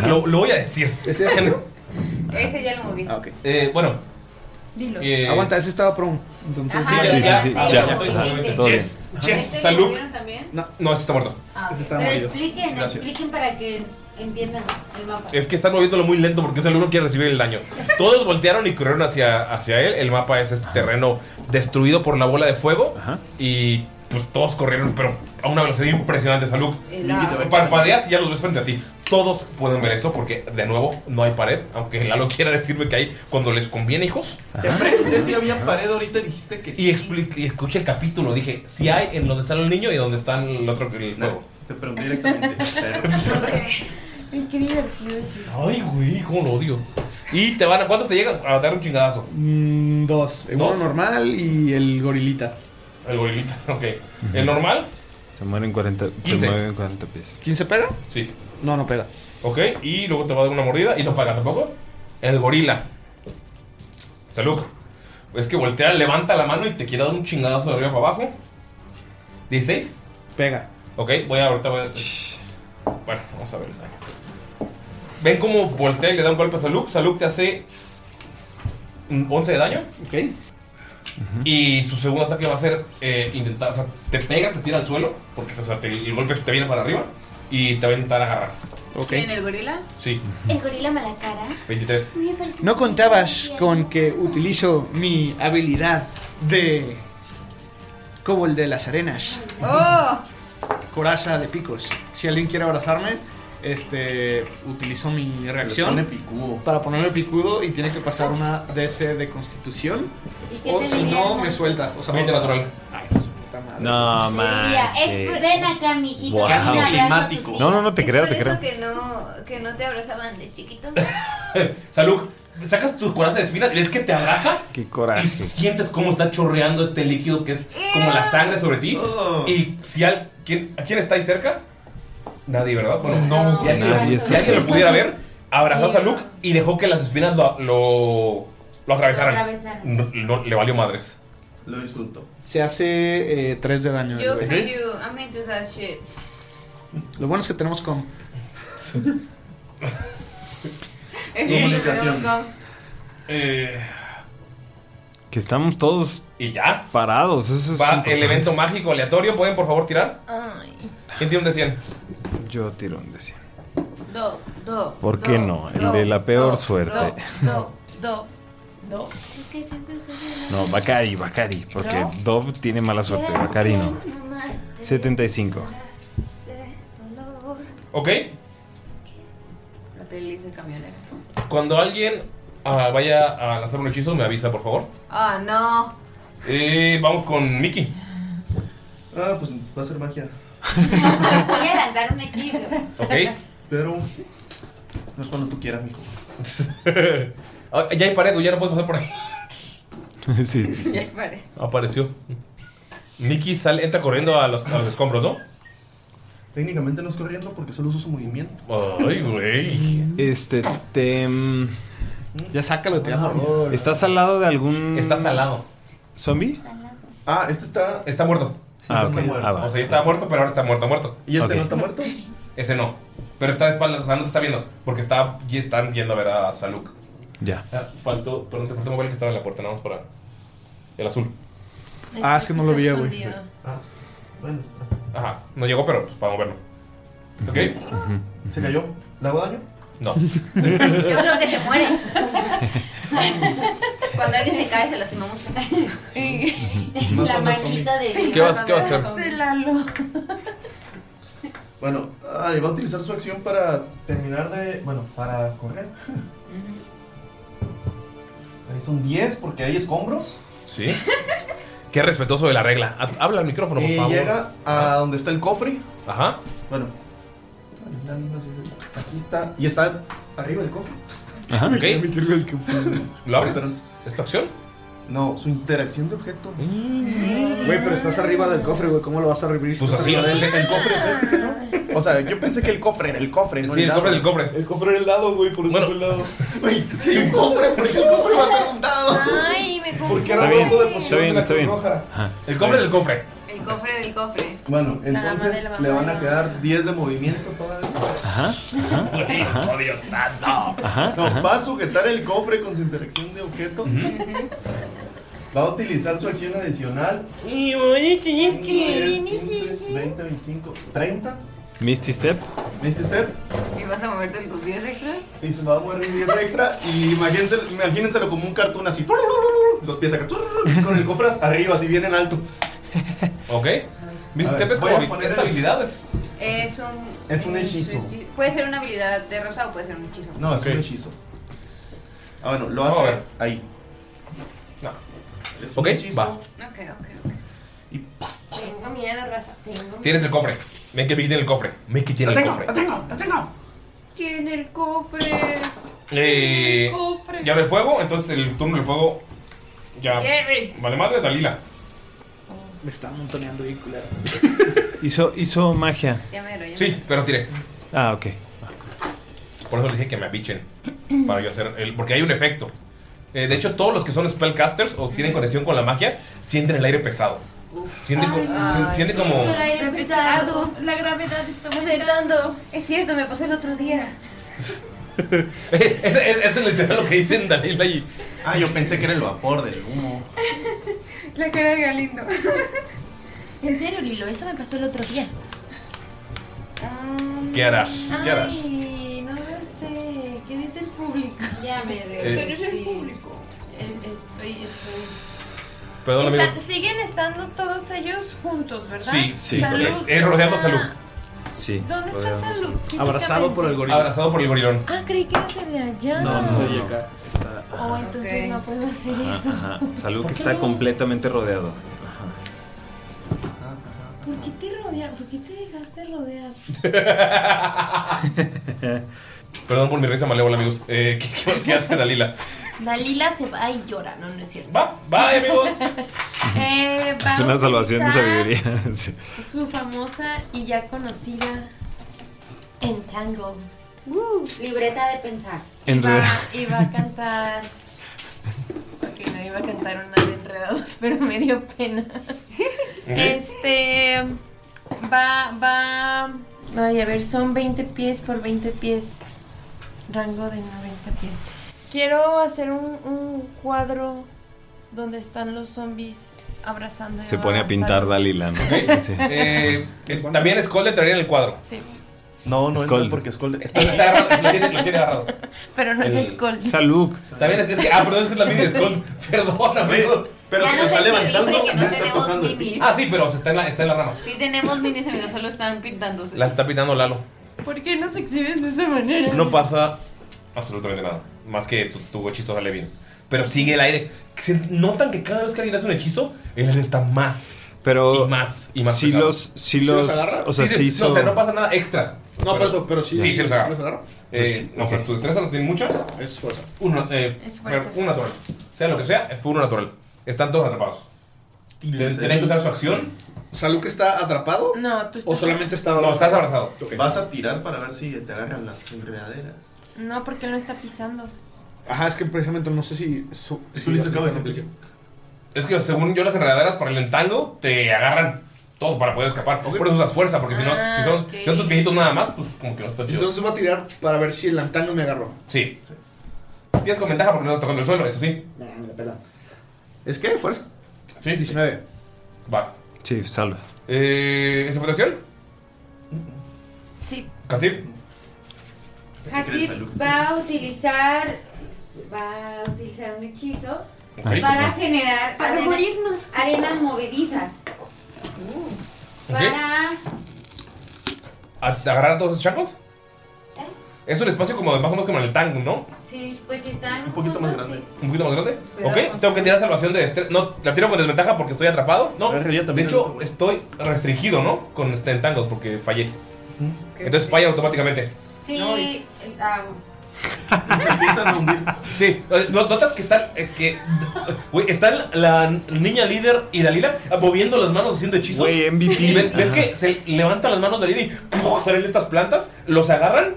lo, lo voy a decir. Ese ya lo moví. Ah, ok. Eh, bueno, Dilo. Eh, Aguanta, ese estaba Ah. pronto. Entonces, Ajá, Sí, sí, ya, sí, sí, ya. ya. Todo bien. Yes, yes, ¿Este lo salud. movieron también? No, no, ese está muerto. Ah, Ese ok. está Pero amarillo. expliquen, Gracias. expliquen para que entiendan el mapa. Es que están moviéndolo muy lento porque ese uno quiere recibir el daño. Todos voltearon y corrieron hacia, hacia él. El mapa es este terreno destruido por la bola de fuego. Y pues todos corrieron, pero a una velocidad impresionante. Salud. El agua. Parpadeas y ya los ves frente a ti. Todos pueden ver eso porque, de nuevo, no hay pared. Aunque Lalo quiera decirme que hay cuando les conviene, hijos. Te pregunté si había pared ahorita dijiste que sí. Y, expli- y escuché el capítulo. Dije, si hay en donde está el niño y donde está el otro el fuego. Te pregunté directamente. Ay, qué divertido es eso. Ay, güey, cómo lo odio. Y te van a. ¿Cuántos te llegan? A dar un chingadazo. Mm, dos. Uno Dos. normal y el gorilita. El gorilita, ok. ¿El normal? Se mueren 40, se 15. mueven 40 pies. ¿Quién se pega? Sí. No, no pega. Ok, y luego te va a dar una mordida y no paga tampoco. El gorila. Salud. Es que voltea, levanta la mano y te quiere dar un chingadazo de arriba para abajo. 16. Pega. Ok, voy a ahorita voy a. Bueno, vamos a ver el daño. Ven cómo voltea y le da un golpe a Saluk. Saluk te hace mm, 11 de daño. Ok. Y su segundo ataque va a ser eh, intentar. O sea, te pega, te tira al suelo. Porque o sea, te- el golpe te viene para arriba. Y te va a intentar agarrar. Ok. ¿En el gorila? Sí, El gorila mala cara. 23. Me parece No contabas con que utilizo mi habilidad de Cobol de las Arenas. ¡Oh! Coraza de picos. Si alguien quiere abrazarme, este utilizo mi reacción pone para ponerme picudo y tiene que pasar una DC de Constitución ¿Y qué o te si diría no el me man? suelta. O sea, Veinte no- natural. Ay, no, su puta madre. No, Diría, "Es- manches. ven acá, mijito. Wow. dame un abrazo a tu Climático. tía". No, no, no, te Es creo, por te eso creo. que- Que no, que no te abrazaban de chiquito. Saluk, sacas tu coraza de espina y ves que te abraza. Qué coraje. Y sientes cómo está chorreando este líquido que es como la sangre sobre ti. Oh. Y si al, ¿quién, ¿a quién estáis cerca? Nadie, ¿verdad? Bueno, No, si alguien, nadie si está alguien lo cerca. pudiera ver, abrazó a Saluk y dejó que las espinas lo, lo, lo atravesaran. Lo atravesaran. No- no- le valió madres. Lo disfruto. Se hace 3 de daño. Yo, el güey. you, I'm into that shit. Lo bueno es que tenemos con. Es Y- como que tenemos con- eh, Que estamos todos y ya parados. Eso es Va el importante. evento mágico aleatorio. ¿Pueden por favor tirar? Ay. ¿Quién tiene un de 100? Yo tiro un de 100. Do, do. ¿Por qué no? El de la peor suerte. Do, do, do. No, Bakari, Bakari. Porque ¿No? Dove tiene mala suerte. Bakari no. 75. Ok. La playlist de camionero. Cuando alguien ah, vaya a lanzar un hechizo, me avisa, por favor. Ah, no. Eh, vamos con Mickey. Ah, pues va a ser magia. Voy a lanzar un equipo. Ok. Pero. No es cuando tú quieras, mijo. Ah, ya hay pared, ya no puedes pasar por ahí. sí, sí. Ya parece. Apareció. Mickey sale, entra corriendo a los, a los escombros, ¿no? Técnicamente no es corriendo porque solo uso su movimiento. Ay, güey. Este, te. mm, Ya sácalo, te ¿Estás al lado de algún. Estás al lado. ¿Zombie? Ah, este está. Está muerto. Ah, ok. Ah, va. O sea, ya estaba muerto, pero ahora está muerto, muerto. ¿Y este no está muerto? Ese no. Pero está de espaldas, o sea, no te está viendo. Porque está, y están viendo a ver a Saluk. Ya. Ah, faltó, perdón, te faltó mover el que estaba en la puerta, nada más para. El azul. Ah, es que no lo vi, güey. escondido. Ah, bueno. Ajá, no llegó, pero pues, para moverlo. ¿Ok? ¿Se cayó? ¿Le hago daño? No. Yo creo que se muere. Cuando alguien se cae, se lastima mucho. La manita de- ¿Qué vas- qué vas a hacer? De Lalo. Bueno, ah, y va a utilizar su acción para terminar de. Bueno, para correr. Ahí son 10 porque hay escombros. Sí. Qué respetuoso de la regla. Ha- Habla al micrófono, por y favor. llega a donde está el cofre. Ajá. Bueno. Aquí está. Y está arriba del cofre. Ajá. Ok. ¿Lo abres? Perdón. ¿Es tu acción? Mm. No, su interacción de objeto. Güey, pero estás arriba del cofre, güey. ¿Cómo lo vas a revivir? Pues así, o sea, ese- el cofre es este, ¿no? O sea, yo pensé que el cofre era el cofre, ¿no? Sí, el dado. cofre del cofre. El cofre era el dado, güey, por eso Bueno. fue el dado. Güey, sí, el cofre, porque el cofre va a ser un dado. Ay, me confundí. Porque era rojo de poción está bien, de la está Cruz bien. Roja. El cofre del cofre. El cofre del cofre. Bueno, La mamá entonces de la le mamá. van a quedar 10 de movimiento todavía. Ajá. Güey, los odio tanto. Ajá. No, va a sujetar el cofre con su interacción de objeto. Va a utilizar su acción adicional. Y voy, 10, 15, 20, 25, 30. Misty Step. ¿Viste usted? ¿Y vas a moverte en tus 10 extras? Y se va a mover 10 extra. Y imagínense, imagínenselo como un cartoon así. tururururu, Los pies acá. turururu, Con el cofre hasta arriba, así bien en alto. Ok. A ¿Viste? ver, Tepe es voy a como poner es el- habilidades. Es un. Es un hechizo. Puede ser una habilidad de rosa o puede ser un hechizo. No, es Ok. un hechizo. Ah, bueno, lo Vamos a hace ver. ahí. No. Es un Ok, hechizo. va. Ok, ok, ok. Tengo miedo, raza. Tengo miedo. Tienes el cofre. Ven que Mickey tiene el cofre. Mickey tiene Lo el tengo, cofre. lo tengo, lo tengo. Tiene el cofre. Eh, El cofre. ya abre fuego, entonces el turno del fuego. Ya. Jerry. Vale, madre, Dalila. Me está montoneando bien culero. Hizo, hizo magia. Ya me lo ya Sí, pero tiré. Ah, ok. Por eso le dije que me abichen. Para yo hacer. El, porque hay un efecto. Eh, de hecho, todos los que son spellcasters o tienen conexión con la magia sienten el aire pesado. Sienten, co- sien- sienten como. aire pesado. La gravedad está aumentando. Es cierto, me pasó el otro día. Eso es, es literal lo que dicen Daniela y. Ah, yo pensé que era el vapor del humo. La cara de Galindo. En serio, Lilo, eso me pasó el otro día. ¿Qué harás? ¿Qué harás? Ah, Ay, no lo sé. ¿Qué dice el público? Ya me Pero es el público. Estoy, estoy. Perdón, Está- amigos. siguen estando todos ellos juntos, ¿verdad? Sí, sí. Ah, Salud. Es rodeando a salud. Sí. ¿Dónde está rodeando a Salud? Abrazado por el gorilón. Abrazado por el gorilón. Ah, creí que eras el de allá. acá. Está. Oh, entonces no puedo hacer eso. Ajá, Salud ¿Por que qué está no? completamente rodeado. ¿Por qué te rodean? ¿Por qué te dejaste rodear? Perdón por mi risa malévola, amigos. Eh, ¿qué- qué, qué hace Dalila? Dalila se va y llora, no, no es cierto. Va, va, amigos. Eh, va Es una a salvación de utilizar sabiduría. sí. Su famosa y ya conocida Entangle. Uh, libreta de pensar. En realidad- Y va a cantar. Ok, no iba a cantar una de enredados, pero me dio pena. Este. Va, va. Vaya, a ver, son 20 pies por 20 pies. Rango de 90 pies. Quiero hacer un, un cuadro donde están los zombies abrazando. y Se pone a abrazando. pintar Dalila, ¿no? Sí. Eh, eh, también Skull le traería en el cuadro. Sí, pues, No, no, Skull. no, porque Skull. Está, está agarrado, lo tiene, lo tiene agarrado. pero Pues no es El- Skull. Salud. También es, es que. Ah, perdón, es que es la mini de Skull. Perdón, amigos. Pero Ya se nos nos está exhibiste levantando, que no no está tenemos tocando el minis. piso. Ah, sí, pero o sea, está en la, está en la rama. Sí tenemos minis amigos, solo están pintándose. La está pitando Lalo. ¿Por qué nos exhiben de esa manera? No pasa absolutamente nada. Más que tu, tu hechizo sale bien. Pero sigue el aire. Se notan que cada vez que alguien hace un hechizo, el aire está más. Pero y más y más. sí pesado. los- sí ¿Sí los los- agarra? o sea, sí no, hizo- o sea, no pasa nada extra. No, pero eso- pero sí- Sí, sí los agarra. sí los agarra. Eh, Sí, no, ok. pero tu destreza no tiene mucha. Es fuerza. Uno, eh, Es fuerza. Un natural. Sea lo que sea, fue uno natural. Están todos atrapados. Tienen que usar su acción. ¿Salud que está atrapado? No, tú ¿O solamente está abrazado? No, estás abrazado. Vas a tirar para ver si te agarran las enredaderas. No, porque él no está pisando. Ajá, es que precisamente no sé si. su- si- Tú le acabas de decir. Es que según yo, las enredaderas para el entango te agarran todo para poder escapar. Por eso usas fuerza, porque si no, Ah, si son, ok. si son tus viejitos nada más, pues como que no está chido. Entonces voy a tirar para ver si el antano me agarró. Sí. Tienes con ventaja porque no estás tocando el suelo, eso sí. ¿Es que fuerza? Sí. 19. Va. Sí, salvas. Eh, ¿Esa fue tu acción? Sí. ¿Casip? Así va a utilizar va a utilizar un hechizo Ok. para generar Para morirnos arenas movedizas. Para ¿A- ¿Agarrar a todos esos chacos? Es un espacio como de más o menos como en el tango, ¿no? sí, pues si están Un poquito más grande. Un poquito más grande. Cuidado ok, tengo que tirar salvación de destreza. No, la tiro con desventaja porque estoy atrapado. No, de hecho, estoy restringido, ¿no? Con este entango porque fallé. Entonces falla automáticamente. sí, ah, Sí, eh, no- notas que están. eh, que, güey, están la niña líder y Dalila moviendo las manos haciendo hechizos. Güey, MVP. Y ¿Ves, ves Ajá. que se levantan las manos de Dalila y ¡puf! salen estas plantas? Los agarran.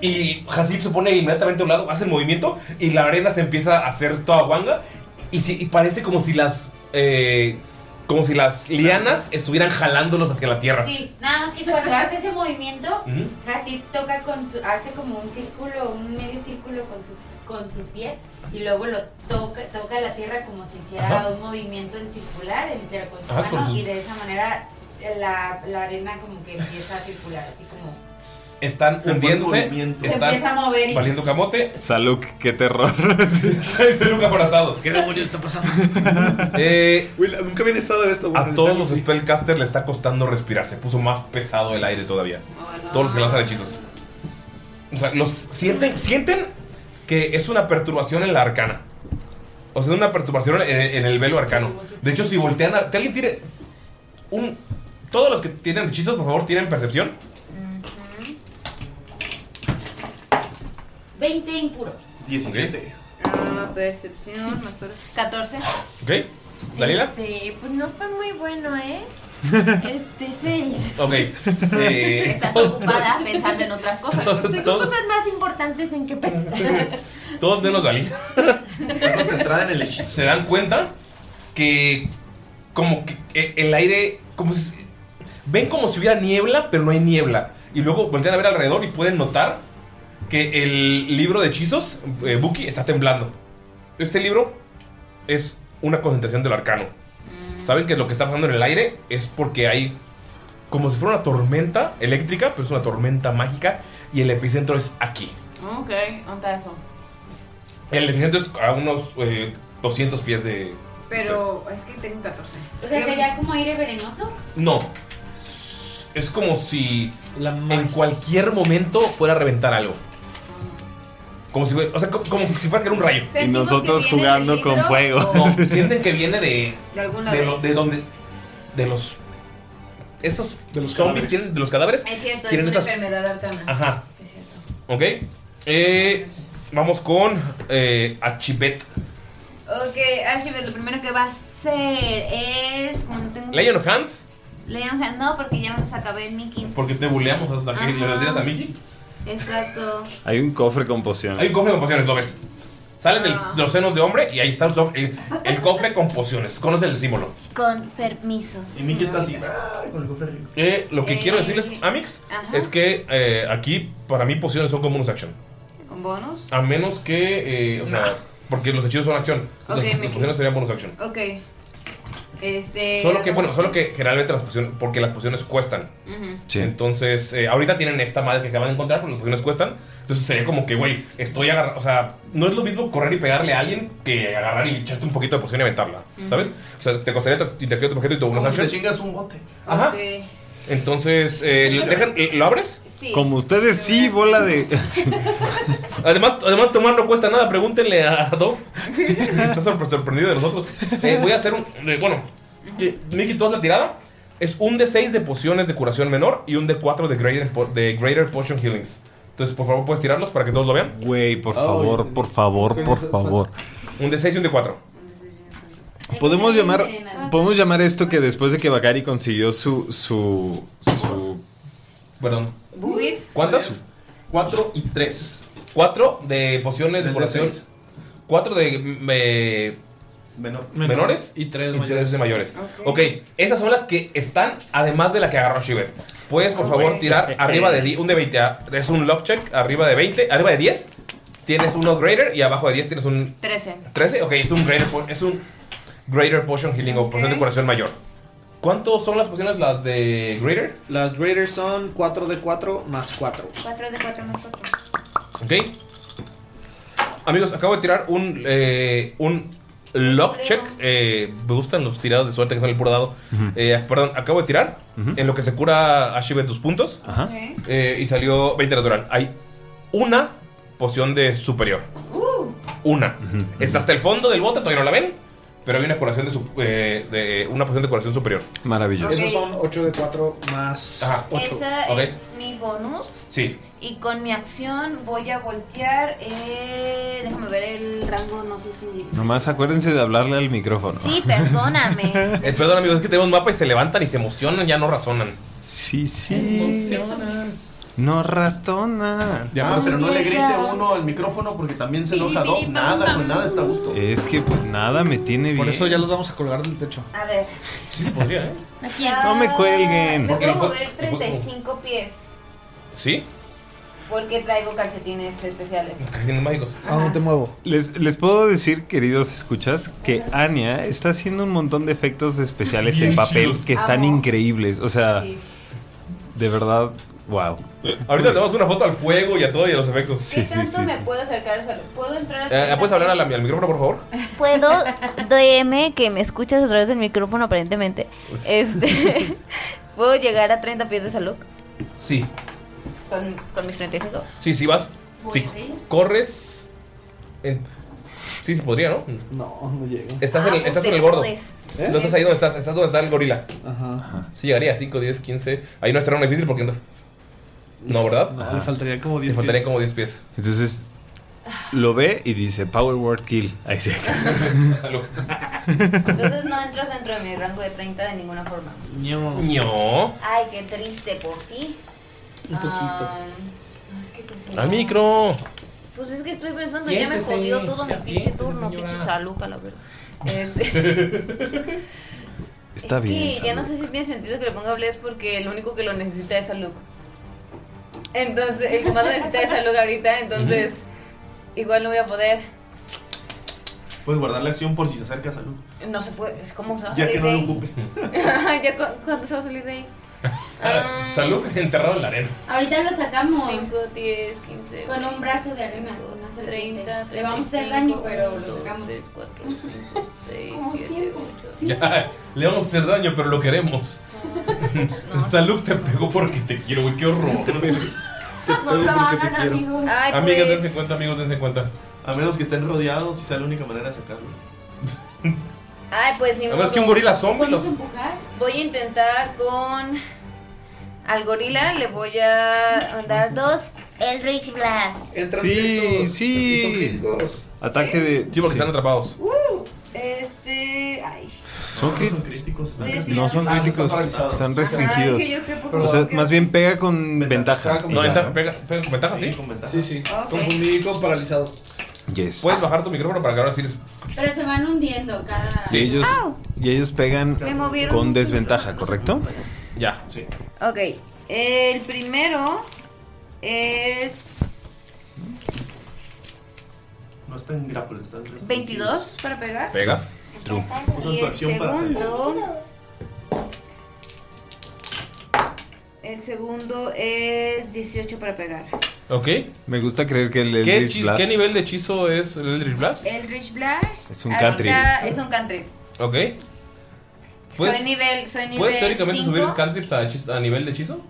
Y Hasib se pone inmediatamente a un lado, hace el movimiento y la arena se empieza a hacer toda guanga. Y, si- y parece como si las. eh, como si las lianas estuvieran jalándolos hacia la tierra. sí, nada más que cuando hace ese movimiento, Ujú. Hasib toca con su hace como un círculo, un medio círculo con su con su pie y luego lo toca toca la tierra como si hiciera Ajá. un movimiento en circular, en- pero con su Ajá, con mano su- y de esa manera eh, la, la arena como que empieza a circular, así como Están Se pone en hundiéndose. movimiento. Se Están empieza a mover y- Valiendo camote. Salud, qué terror. Salud abrazado. ¿Qué demonios está pasando? nunca habían estado esto. a todos los spellcasters le está costando respirar. Se puso más pesado el aire todavía. Todos los que lanzan hechizos. O sea, los sienten, sienten que es una perturbación en la arcana. O sea, una perturbación en, en el velo arcano. De hecho, si voltean a. Que alguien tire. Un. Todos los que tienen hechizos, por favor, tienen percepción. 20 impuros. 17. Ah, percepción, más fuerza. 14. Ok. ¿Dalila? Este, pues no fue muy bueno, ¿eh? Este seis. Ok. eh, Estás ocupada pensando en otras cosas. Todo- Tengo todo- cosas más importantes en que pensar. todos menos Dalí. concentrada en el hechizo. Se dan cuenta que como que eh, el aire como si- ven como si hubiera niebla, pero no hay niebla. Y luego voltean a ver alrededor y pueden notar que el libro de hechizos eh, Buki está temblando. Este libro es una concentración del arcano. Saben que lo que está pasando en el aire es porque hay como si fuera una tormenta eléctrica, pero es una tormenta mágica y el epicentro es aquí. Ok, onda eso. El epicentro es a unos eh, 200 pies de... Pero es que tengo 14. O sea, sería como aire venenoso. No. Es como si en cualquier momento fuera a reventar algo. Como si fuera, o sea, co- como, si fuera a caer un rayo. Sentimos que nosotros viene jugando del libro con fuego. No, sienten que viene de, De alguna de, vez. lo- de donde... De los... Esos zombies cadáveres. tienen... De los cadáveres. Es cierto, es tienen una estas enfermedad arcana. Ajá. Ok. Eh, vamos con eh, Achibet. Ok, Archibald, lo primero que va a hacer es. Bueno, tengo Leon of Hands. Leon Hand, no, porque ya me los acabé en Mickey. Porque te buleamos hasta Ajá. que le tiras a Mickey. Exacto. Hay un cofre con pociones. Hay un cofre con pociones, lo ves. Sales del- de los senos de hombre y ahí está el, sof- el- el cofre con pociones. Conoce el símbolo. Con permiso. Y Mickey está así. Con el cofre rico. Eh, lo que Eh, quiero decirles, Amix, ajá. es que eh, aquí para mí pociones son como bonus action. ¿Con bonus? A menos que, eh, o sea, porque los hechizos son acción. Ok, Las- las, Mickey. pociones serían bonus action. Ok. Eh, Este. Solo que, bueno, solo que generalmente las pociones, porque las pociones cuestan. Ujú. Entonces, eh, ahorita tienen esta madre que acaban de encontrar, pero las pociones cuestan. Entonces sería como que, güey, estoy agarrando. O sea, no es lo mismo correr y pegarle a alguien que agarrar y echarte un poquito de poción y aventarla, Ujú. ¿sabes? O sea, te costaría tu intercambio tu objeto y tu bonus Como si te action. chingas un bote. Ajá. Ok. Entonces, eh, ¿le dejan, ¿lo abres? Sí. Como ustedes sí, bola de. Además, además tomar no cuesta nada. Pregúntenle a Dove. Está sorpre- sorprendido de nosotros. Eh, voy a hacer un. eh, bueno, que- Mickey, tú haz la tirada. Es un D6 de pociones de curación menor y un D4 de greater, po- de greater Potion Healings. Entonces, por favor, puedes tirarlos para que todos lo vean. Güey, por favor, por favor, por favor. Un D6 y un D4. Podemos llamar, podemos llamar esto que después de que Bakari consiguió su. su. su. Perdón. Bubis. ¿Cuántas? 4 y 3. 4 de pociones de Del curación. D6. 4 de mm, eh, menores Y tres y tres de mayores. mayores. Ok, esas son las que están además de la que agarró Shivet. Puedes por favor Ok. tirar arriba de di- un de 20. ah, Es un lock check arriba de 20, arriba de 10. Tienes un upgrader y abajo de 10 tienes un 13. 13. Ok, es un greater, po- es un greater potion healing o poción de curación mayor. ¿Cuántos son las pociones las de greater? Las Raiders son 4 de 4 más 4. 4 de 4 más 4. Ok. Amigos, acabo de tirar un, eh, un lock check. Eh, me gustan los tirados de suerte que son el puro dado. Ujú. Eh, perdón, acabo de tirar en lo que se cura a Shiva tus puntos. Ajá. Eh, y salió 20 natural. Hay una poción de superior. Una. Está hasta el fondo del bote, todavía no la ven. Pero hay una curación de, su- eh, de- una poción de curación superior. Maravilloso. Esos son 8 de 4 más 8. Esa Ok. es mi bonus. Sí. Y con mi acción voy a voltear. Eh, déjame ver el rango, no sé si. Nomás acuérdense de hablarle al micrófono. Sí, perdóname. Eh, perdón, amigos, es que tenemos mapa y se levantan y se emocionan, ya no razonan. Sí, sí. No rastona. Ya, ah, pero no le grite a uno al micrófono porque también se enoja Doc. Nada, güey, nada está a gusto. Es que pues, nada me tiene bien. Por eso ya los vamos a colgar del techo. A ver. Sí se podría, ¿eh? No me cuelguen. Me Porque puedo lo puedo- pues, mover lo puedo- 35 pies. ¿Sí? Porque traigo calcetines especiales. Calcetines mágicos. Ah, no te muevo. Les, les puedo decir, queridos escuchas, que Anya está haciendo un montón de efectos especiales en Bien papel chidos. que están Amo. increíbles. O Ah, sea, Sí. de verdad, wow. Ahorita tenemos una foto al fuego y a todo y a los efectos. ¿Qué tanto me puedo acercar al salón? ¿Puedo entrar al Eh, salón? ¿Puedes hablar a la- al micrófono, por favor? Puedo, DM, que me escuchas a través del micrófono aparentemente. Este, ¿Puedo llegar a 30 pies de salud Sí. con, con mis 35? Sí, sí, vas. Si corres. en- Sí, se podría, ¿no? No, no llego. Estás, en, Ah, el, estás pues en el te gordo. jodes. ¿Eh? No estás ahí donde estás, estás donde está el gorila. Ajá. Sí, llegaría 5, 10, 15. Ahí no estará tan difícil porque no. No, ¿verdad? No, le faltarían como 10 Le faltarían pies. como 10 pies. Entonces, Lo ve y dice Power Word Kill. Ahí se Salud. Entonces no entras dentro de mi rango de 30 de ninguna forma. No. Ay, qué triste por ti. Un poquito. Ah, no, es que pues qué sé Al yo. micro. Pues es que estoy pensando, Siéntese, ya me jodió todo mi ya pinche siéntese, turno, señora. pinche salud, calavera. Este. Está bien. Sí, ya no sé si tiene sentido que le ponga Bless porque el único que lo necesita es Saluk. Entonces, el que más lo necesita es Saluk ahorita, entonces igual no voy a poder. Puedes guardar la acción por si se acerca a salud. No se puede, es como se va a Ya salir que no de lo ahí. ocupe. ya cu- cuándo se va a salir de ahí. Ah, Salud enterrado en la arena. Ahorita lo sacamos. 5, 10, 15. Con un brazo de arena, una serpiente. 30, 35. Le vamos a hacer daño, pero lo 3, 4, 5, 6, Como 7, siempre. 8. Ya, le vamos a hacer daño, pero lo queremos. Salud te pegó porque te quiero, güey. Qué horror. No lo hagan, amigos. Ay, Amigas, pues. dense cuenta, amigos, dense cuenta. A menos que estén rodeados y sea la única manera de sacarlo. Ay, pues ni A menos que un gorila zombie los- Voy a intentar con. Al gorila le voy a mandar dos Eldritch Blast. Sí, sí. Ataque de. Sí, porque están atrapados. Uh, este. Ay. Son, cri- No castigados. son Ah, no, críticos, están paralizados. están Ajá, restringidos. dije yo que por o favor, sea, que- más bien pega con ventaja. No, ventaja, pega, pega con ventaja, sí. Sí, sí. Ah, Ok. Confundí con paralizado. Yes. Puedes bajar tu micrófono para que ahora sí les- Pero se van hundiendo cada. Y ellos, y ellos pegan Me movieron con mucho. desventaja, ¿correcto? Ya. Sí. Ok. El primero es. No está en grapple, está en restringido. 22 para pegar. ¿Pegas? True. Usan Y su el acción para hacer. segundo. El segundo es 18 para pegar. Ok. Me gusta creer que el ¿Qué, Eldritch hechi- Blast- qué nivel de hechizo es el Eldritch Blast? Eldritch Blast. Es un ahorita cantrip. Es un cantrip. Ok. soy nivel, soy nivel ¿Puedes teóricamente cinco. subir cantrips a, hechiz- a nivel de hechizo?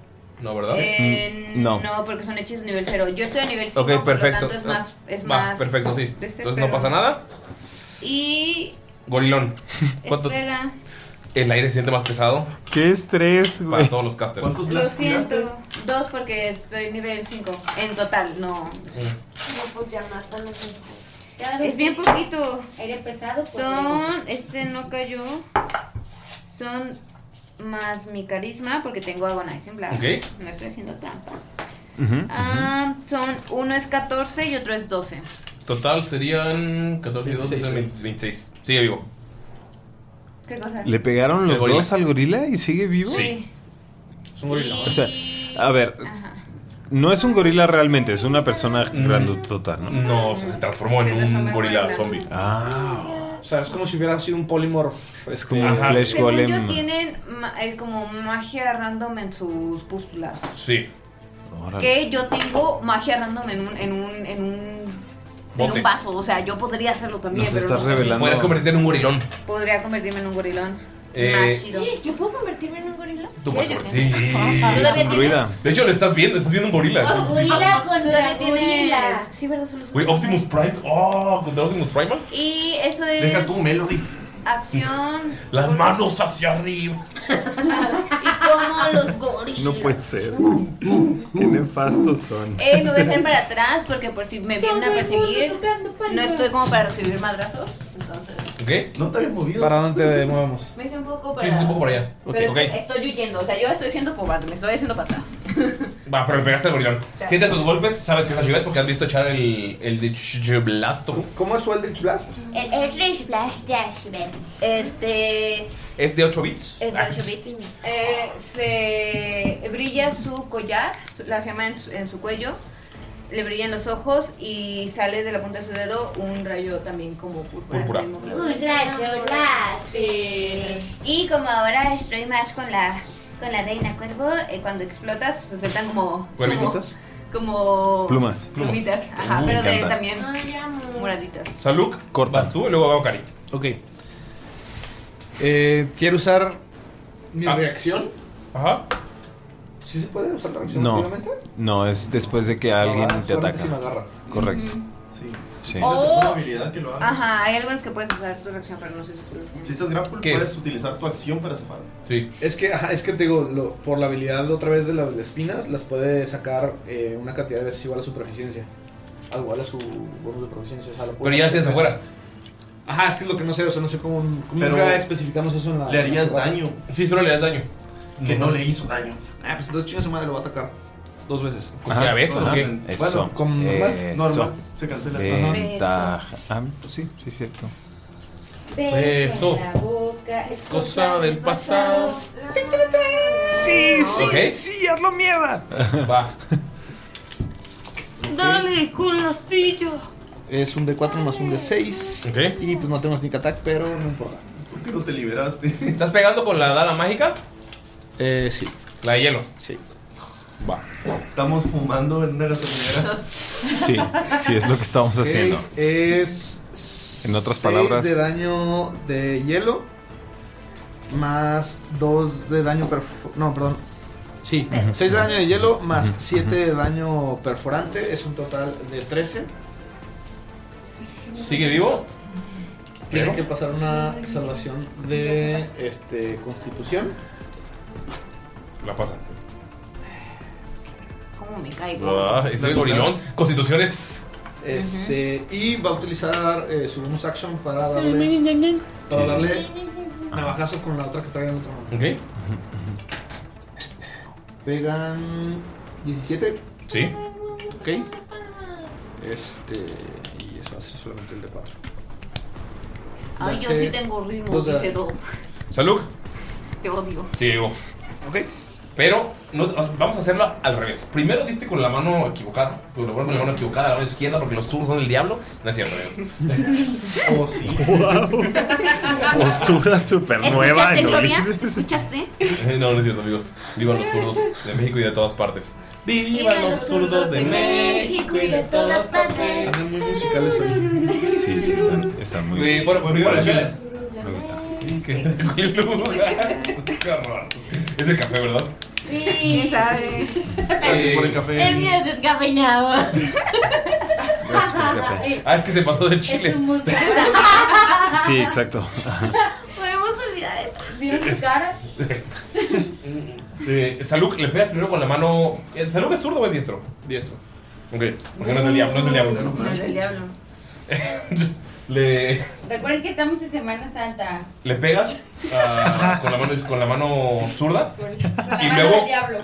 No, ¿verdad? Eh, Mm, Mm, no. no. porque son hechizos nivel 0. Yo estoy a nivel 5. Ok, perfecto. Por lo tanto es más. Es Va, más perfecto, sí. de ese, Entonces no pero- pasa nada. Y. Gorilón. Este- ¿Cuánto? Espera. El aire se siente más pesado. Qué estrés, güey. Para todos los casters. Lo siento. Dos porque estoy nivel 5. En total, no. Mm. No, pues ya no, hasta no Es bien poquito. Aire pesado. pues, Son. Este no cayó. Son más mi carisma porque tengo agonizing blast. Ok. No estoy haciendo trampa. Ujú, Ah, son. Uno es 14 y otro es 12. Total serían 14 y 12, 26. 26. Sigue vivo. ¿Qué cosa? ¿Le pegaron los El gorila. dos al gorila y sigue vivo? Sí. O sea, a ver, no es un gorila realmente, es una persona grandotota, ¿no? Mm, No, se transformó en un gorila zombie. Ah, O sea, es como si hubiera sido un polymorph. este, Es como un flesh Según yo tienen ma- eh, como magia random en sus pústulas. Sí. Que yo tengo magia random en un, en un, en un, en Bote. un vaso. O sea, yo podría hacerlo también, pero no. revelando. Puedes convertirte en un gorilón. podría convertirme en un gorilón. Eh, Más chido. ¿Yo puedo convertirme en un gorilón? Tú puedes convertir- Sí. Todavía tienes- Druida. De hecho, lo estás viendo, estás viendo un gorila. Gorila contra tienes. gorila. Sí, verdad, solo son- Güey, Optimus Prime. Oh, contra Optimus Prime. Pues Y eso es. Acción. Las manos hacia arriba. y como los gorilas. no puede ser. Qué nefastos son. Eh, me voy a hacer para atrás porque por si me vienen Todo a el mundo perseguir. tocando palmas. No estoy como para recibir madrazos. Entonces. ¿Qué? No te habías movido. ¿Para dónde te movemos? Me hice un poco Sí, para. sí, un poco para allá. Pero Ok. estoy- estoy huyendo, o sea, yo estoy siendo cobarde, me estoy haciendo para atrás. Va, pero le pegaste al gorilón. Sientes los golpes, sabes que es Ashivet porque has visto echar el, el Ditch Blasto. ¿Cómo es su Eldritch Blast? El Eldritch Blast de Ashibel. Este. Es de 8 bits. Es Ah, Dolce Vita. Eh, se brilla su collar, su- la gema en su, en su cuello, le brillan los ojos y sale de la punta de su dedo un rayo también como púrpura. Púrpura. del mismo color. Un rayo láser. Y como ahora estoy más con la con la reina cuervo, eh, cuando explotas se sueltan como ¿Cuervitos? como Plumas. plumitas, Plumas. Uh, ajá, Me pero de, encanta. también moraditas. Saluk, cortas tú y luego va Okari. Ok. Eh, quiero usar mi reacción. Ah. Ajá. ¿Sí se puede usar la reacción No, activamente? no, es después de que alguien Ah, te solamente ataca. si me agarra. Correcto. Ujú. Sí. Sí. O- habilidad que lo hagas. Ajá, hay algunos que puedes usar tu reacción, pero no sé si tú lo tienes. Si estás grapple, ¿Qué puedes es? utilizar tu acción para zafar. Sí. Es que, ajá, es que te digo, lo- por la habilidad otra vez de las espinas, las puede sacar eh, una cantidad de veces igual a su proficiencia. al igual a su bonus de proficiencia. o sea, lo puedo Pero ya hacer estás tres veces. afuera. Ajá, es que es lo que no sé, o sea, no sé cómo. cómo Pero nunca especificamos eso en la. le harías en la clase. daño. Sí, solo le das daño. Que no le hizo daño. Ah, pues entonces chinga su madre lo va a atacar. Dos veces. Pues Ajá. ¿Ya ves o Ajá. qué? Bueno, Eso. con normal. Eso. normal, Se cancela. Ajá. Ventaja. Ah, pues sí, sí, es cierto. Beso. en la boca, es Cosa del pasado. Sí, sí, Ok. sí, hazlo mierda. Va. Dale con la astilla. Es un D4 más un D6. Y pues no tengo sneak attack, pero no importa. ¿Por qué no te liberaste? ¿Estás pegando con la dala mágica? Eh, sí. La de hielo. Sí. Va. Estamos fumando en una gasolinera. Sí, sí, es lo que estamos Ok, haciendo. Es. En otras seis palabras- de daño de hielo. Más 2 de daño perfo- No, perdón. Sí, 6 de daño de hielo más 7 de daño perforante. Es un total de 13. ¿Sigue vivo? Tiene que pasar una salvación de este, constitución. La pasa. ¿Cómo me caigo? Ah, es el gorilón. Constitución es. Este, Y va a utilizar eh, su bonus action para darle. Para darle navajazo con la otra que trae en otra mano. Ok. Pegan 17. Sí. Ok. Este. Y eso va a ser solamente el de 4. Ay, yo sí tengo ritmo, dice Do. Salud. Te odio. Sí, vivo. Ok. Pero no- vamos a hacerlo al revés. Primero diste con la mano equivocada. Lo bueno con la mano equivocada, la mano izquierda, porque los zurdos son el diablo. No es cierto. oh, sí. Postura súper nueva. ¿Escuchaste, ¿no? Gloria? ¿Escuchaste? No, no es cierto, amigos. Vivan los zurdos de México y de todas partes. Vivan los zurdos de México y de todas partes. Andan muy musicales hoy. Sí, sí, están, están muy Eh, bueno, primero las chelas. Me gusta. Qué lugar. Qué horror. Es de café, ¿verdad? Eh, Sí. sabe? Gracias por el café. El mío es descafeinado. Gracias por el café. Ah, es que se pasó de Es Chile. un mundo. Sí, exacto. Podemos olvidar eso. ¿Vieron su cara? Eh, Saluk, le pegas primero con la mano. Eh, ¿Saluk es zurdo o es diestro? Diestro. Ok, porque no es del diablo, no es del diablo. No es el diablo. Le, Recuerden que estamos en Semana Santa. le pegas ah, con, la mano, con la mano zurda Con la Y mano luego- del diablo.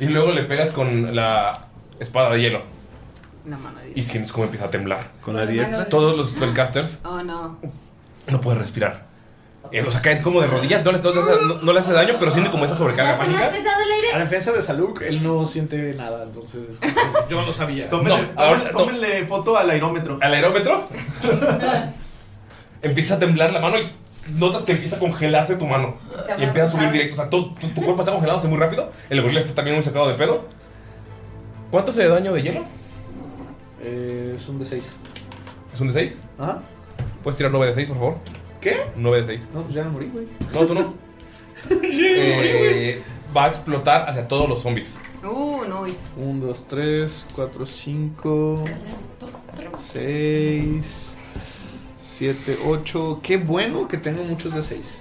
y luego le pegas con la espada de hielo. No, mano. de Y Dios. sientes cómo empieza a temblar. Con la diestra. Todos los spellcasters Oh, no. no pueden respirar. Eh, o sea, caen como de rodillas. No le, no le hace, no- no le hace daño, pero siente como esa sobrecarga mágica. pesado el aire? A defensa de Saluk, él no siente nada, entonces es como- oh. yo no sabía. Tómenle- No, ahora- tómenle- no. foto al aerómetro. ¿Al aerómetro? empieza a temblar la mano y notas que empieza a congelarse tu mano. Y empieza a subir directo. O sea, todo, tu, tu cuerpo está congelándose muy rápido. El gorila está también muy sacado de pedo. ¿Cuánto se de daño de hielo? Eh, es un D6. ¿Es un de 6? Ajá. ¿Puedes tirar 9 de 6, por favor? ¿Qué? 9 de 6. No, pues ya me morí, güey. No, tú no. Eh, va a explotar hacia todos los zombies. Uh, no. es- 1, 2, 3, 4, 5, 6, 7, 8. Qué bueno que tengo muchos de 6.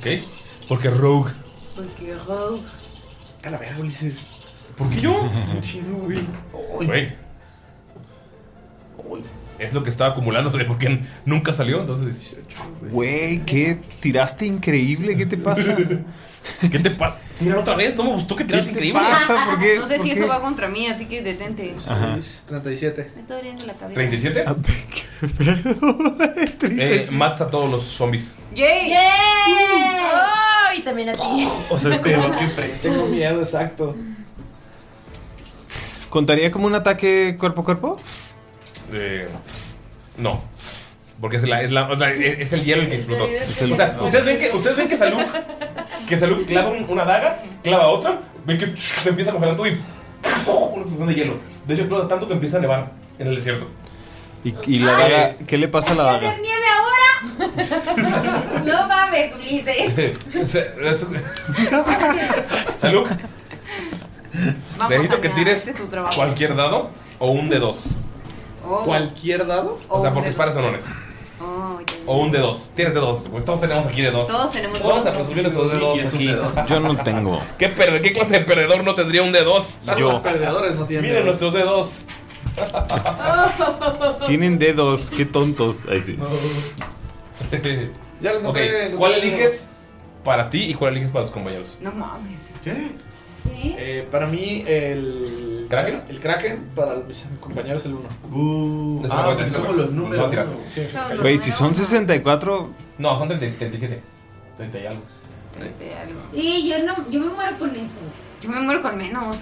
¿Ok? Porque Rogue. Porque Rogue. A la verga, Ulises. ¿Por qué yo? Chino, güey. Güey. Es lo que estaba acumulando, güey, porque nunca salió. Entonces, Güey, ¿qué? Tiraste increíble, ¿qué te pasa? ¿Qué te pasa? Tirar otra vez, no me gustó que tiraste increíble. No sé si eso va contra mí, así que detente. Ajá. 37. Me está doliendo la cabeza. Ah, ¿37? Eh, mata a todos los zombies. ¡Yay! ¡Oh! Y también a ti. O sea, este- Pero Tengo miedo, exacto. ¿Contaría como un ataque cuerpo a cuerpo? Eh, no. Porque es, la- es la- o sea, es- es el hielo el que explotó. Es el- o sea, ustedes ven que, ustedes ven que Salud, que Salud clava un- una daga, clava otra, ven que se empieza a congelar todo y una explosión de hielo. De hecho, explota tanto que empieza a nevar en el desierto. ¿Y, y la daga? ¿Qué le pasa a la daga? ¡Nieve ahora! no mames, Ulises. Salud, Vamos necesito allá, que tires ese es tu trabajo. cualquier dado o un de dos. Oh. ¿Cualquier dado? O sea, un porque es dedo. para sonones. Oh, ya. O un de dos. Tienes de dos. güey. Todos tenemos aquí de dos. Todos tenemos Vamos dos. a presumir nuestros dedos es un aquí. dedos. Yo no tengo. ¿Qué, perde- qué clase de perdedor no tendría un de dos? Yo. Los perdedores no tienen Miren dedos. nuestros dedos. Tienen dedos, qué tontos. Ahí sí. Ya lo Ok, encontré, lo ¿Cuál encontré. eliges para ti y cuál eliges para los compañeros? No mames. ¿Qué? Eh, para mí, el. ¿Kraken? El Kraken, para mis compañeros, el 1. Uh, Es ah, una pues cuenta, es una cuenta. No tiraste. Güey, si son 64. No, son 30 37. 30 y algo. Y yo no, yo me muero con eso. Yo me muero con menos.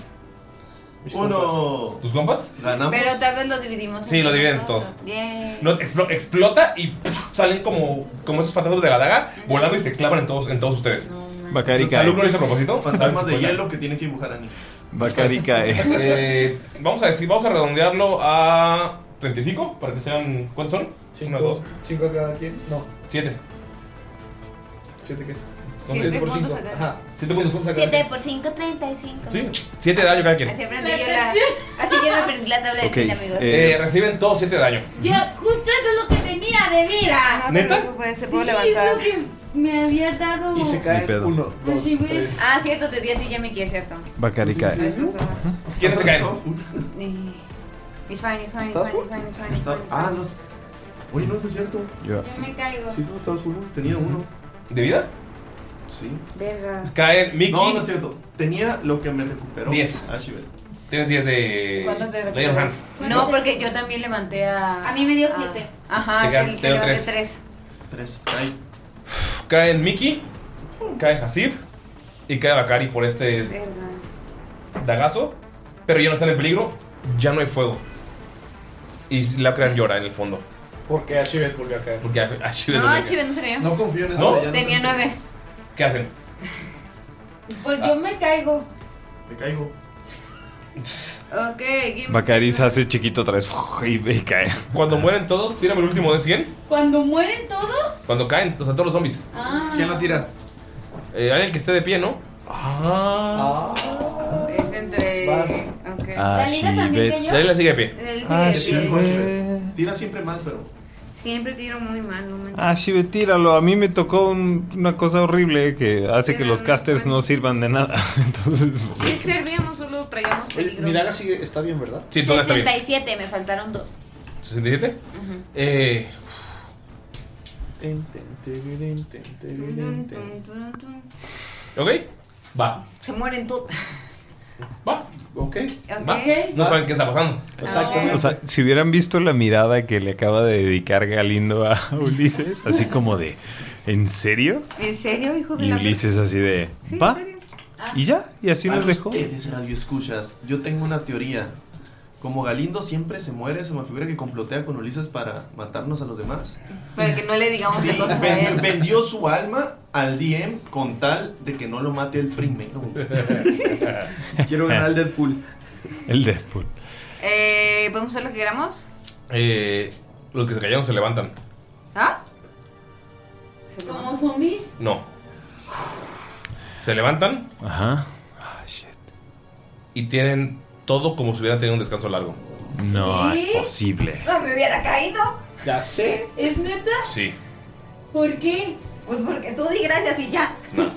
¿Tus compas? Ganamos. Pero tal vez lo dividimos. Sí, en lo dividen dos. todos. Yay. No, explo- explota y pff, salen como, como esos fantasmas de Galaga volando y se clavan en todos, en todos ustedes. Bacari cae. ¿Salud no lo hizo a propósito? Fantasmas de hielo que tiene que dibujar Ani. Bacari cae. Eh, vamos a decir, vamos a redondearlo a 35 para que sean. ¿Cuántos son? 1, 2, ¿Cinco cada quien? No. 7. ¿Siete qué? Siete siete por puntos cinco. acá. Ajá. Siete puntos. Siete por 5, 35. Sí, 7 de daño cada quien. Así aprendí yo la- Así yo me aprendí la tabla de Ok, fin, amigos. eh, reciben todos 7 de daño. Yo, justo eso es lo que tenía de vida. ¿Neta? se puedo levantar. me había dado. Ni pedo. Así voy- Ah, cierto, te di a ti, ya me quedé, cierto. Bacari cae. ¿Quiénes se caen? Eh, It's fine, it's fine, it's fine, it's fine, it's fine, it's fine. Ah, no. Oye, no, no es cierto. Yo. Yo me caigo. Sí, tú estabas uno. Tenía uno. ¿De vida? Sí. Verga. Caen Mickey. No, no es cierto. Tenía lo que me recuperó. 10. Archibald. Tienes 10 ¿Cuántos te de. Layer recuerdas? Hands. No, porque yo también levanté a. A mí me dio siete. Ajá, Te quedan- el te que dio levanté tres. tres. 3. Cae. Caen Mickey. Cae Hasib. Y cae Bakari por este Verga. dagazo. Pero ya no están en peligro. Ya no hay fuego. Y Lacran llora en el fondo. ¿Por qué Ashibet volvió a caer? Porque a- a Shiva No, le duele. Chive no se le dio. No confío en esa ¿No? bella, no Tenía nueve. ¿Qué hacen? Pues yo me caigo. Me caigo. Ok, give me- Bacari se hace chiquito otra vez y, y cae. Cuando mueren todos, tírame el último de 100. Cuando mueren todos. Cuando caen, o sea, todos los zombies. Ah. tira? Eh, alguien que esté de pie, ¿no? Ah. Es entre. Ok. Dalila también cayó. Ah, Dalila sigue de pie. Ah, Dalila sigue de pie. Ah, Tira siempre mal, pero. Siempre tiro muy mal, no manches. Ah, Shive, tíralo. A mí me tocó un- una cosa horrible que hace que los casters no sirvan de nada. Entonces, Sí servíamos, solo traíamos peligro. Mi daga sigue, está bien, ¿verdad? Sí, todo está bien. 67, me faltaron dos. 67. Eh, ok, va. Se mueren todos. Va. Ok. Va. No saben qué está pasando. Exactamente. o sea, si hubieran visto la mirada que le acaba de dedicar Galindo a Ulises, así como de, ¿en serio? ¿En serio, hijo de Y la Ulises así de, Sí, ¿va? en serio. Ah. Y ya, y así A nos dejó. Ustedes, radio escuchas. Yo tengo una teoría. Como Galindo siempre se muere, se me figura que complotea con Ulises para matarnos a los demás. Para que no le digamos Sí, qué cosas a vendi- él. vendió su alma al DM con tal de que no lo mate el primero. Quiero ganar al Deadpool. El Deadpool. Eh, ¿Podemos hacer lo que queramos? Eh, los que se cayeron se levantan. ¿Ah? Como zombies. No. Se levantan. Ah, Ajá. Y tienen todo como si hubieran tenido un descanso largo. No ¿Sí? es posible. No me hubiera caído. Ya sé. ¿Es neta? ¿Eh? Sí. ¿Por qué? Pues porque tú di gracias y ya.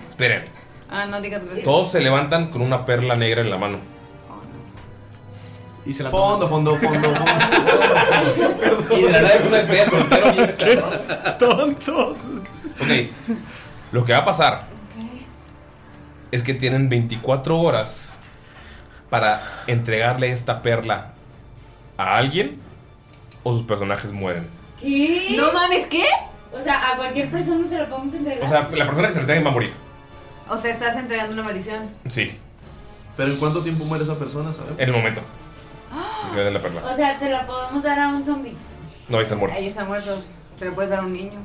Esperen. Ah, no digas gracias. Todos se levantan con una perla negra en la mano. Y se la Fondo, fondo, fondo, Y de la nada es una despedida de soltero bien cabrón. Tontos. Ok. Lo que va a pasar es que tienen 24 horas para entregarle esta perla a alguien o sus personajes mueren. ¿Qué? No mames, ¿qué? O sea, a cualquier persona se lo podemos entregar. O sea, la persona que se la entreguen va a morir. O sea, estás entregando una maldición. Sí, Pero ¿en cuánto tiempo muere esa persona, sabes? en el momento. Que le den la perla. O sea, se la podemos dar a un zombie. No, ahí están muertos. Ahí están muertos. Se lo puedes dar a un niño.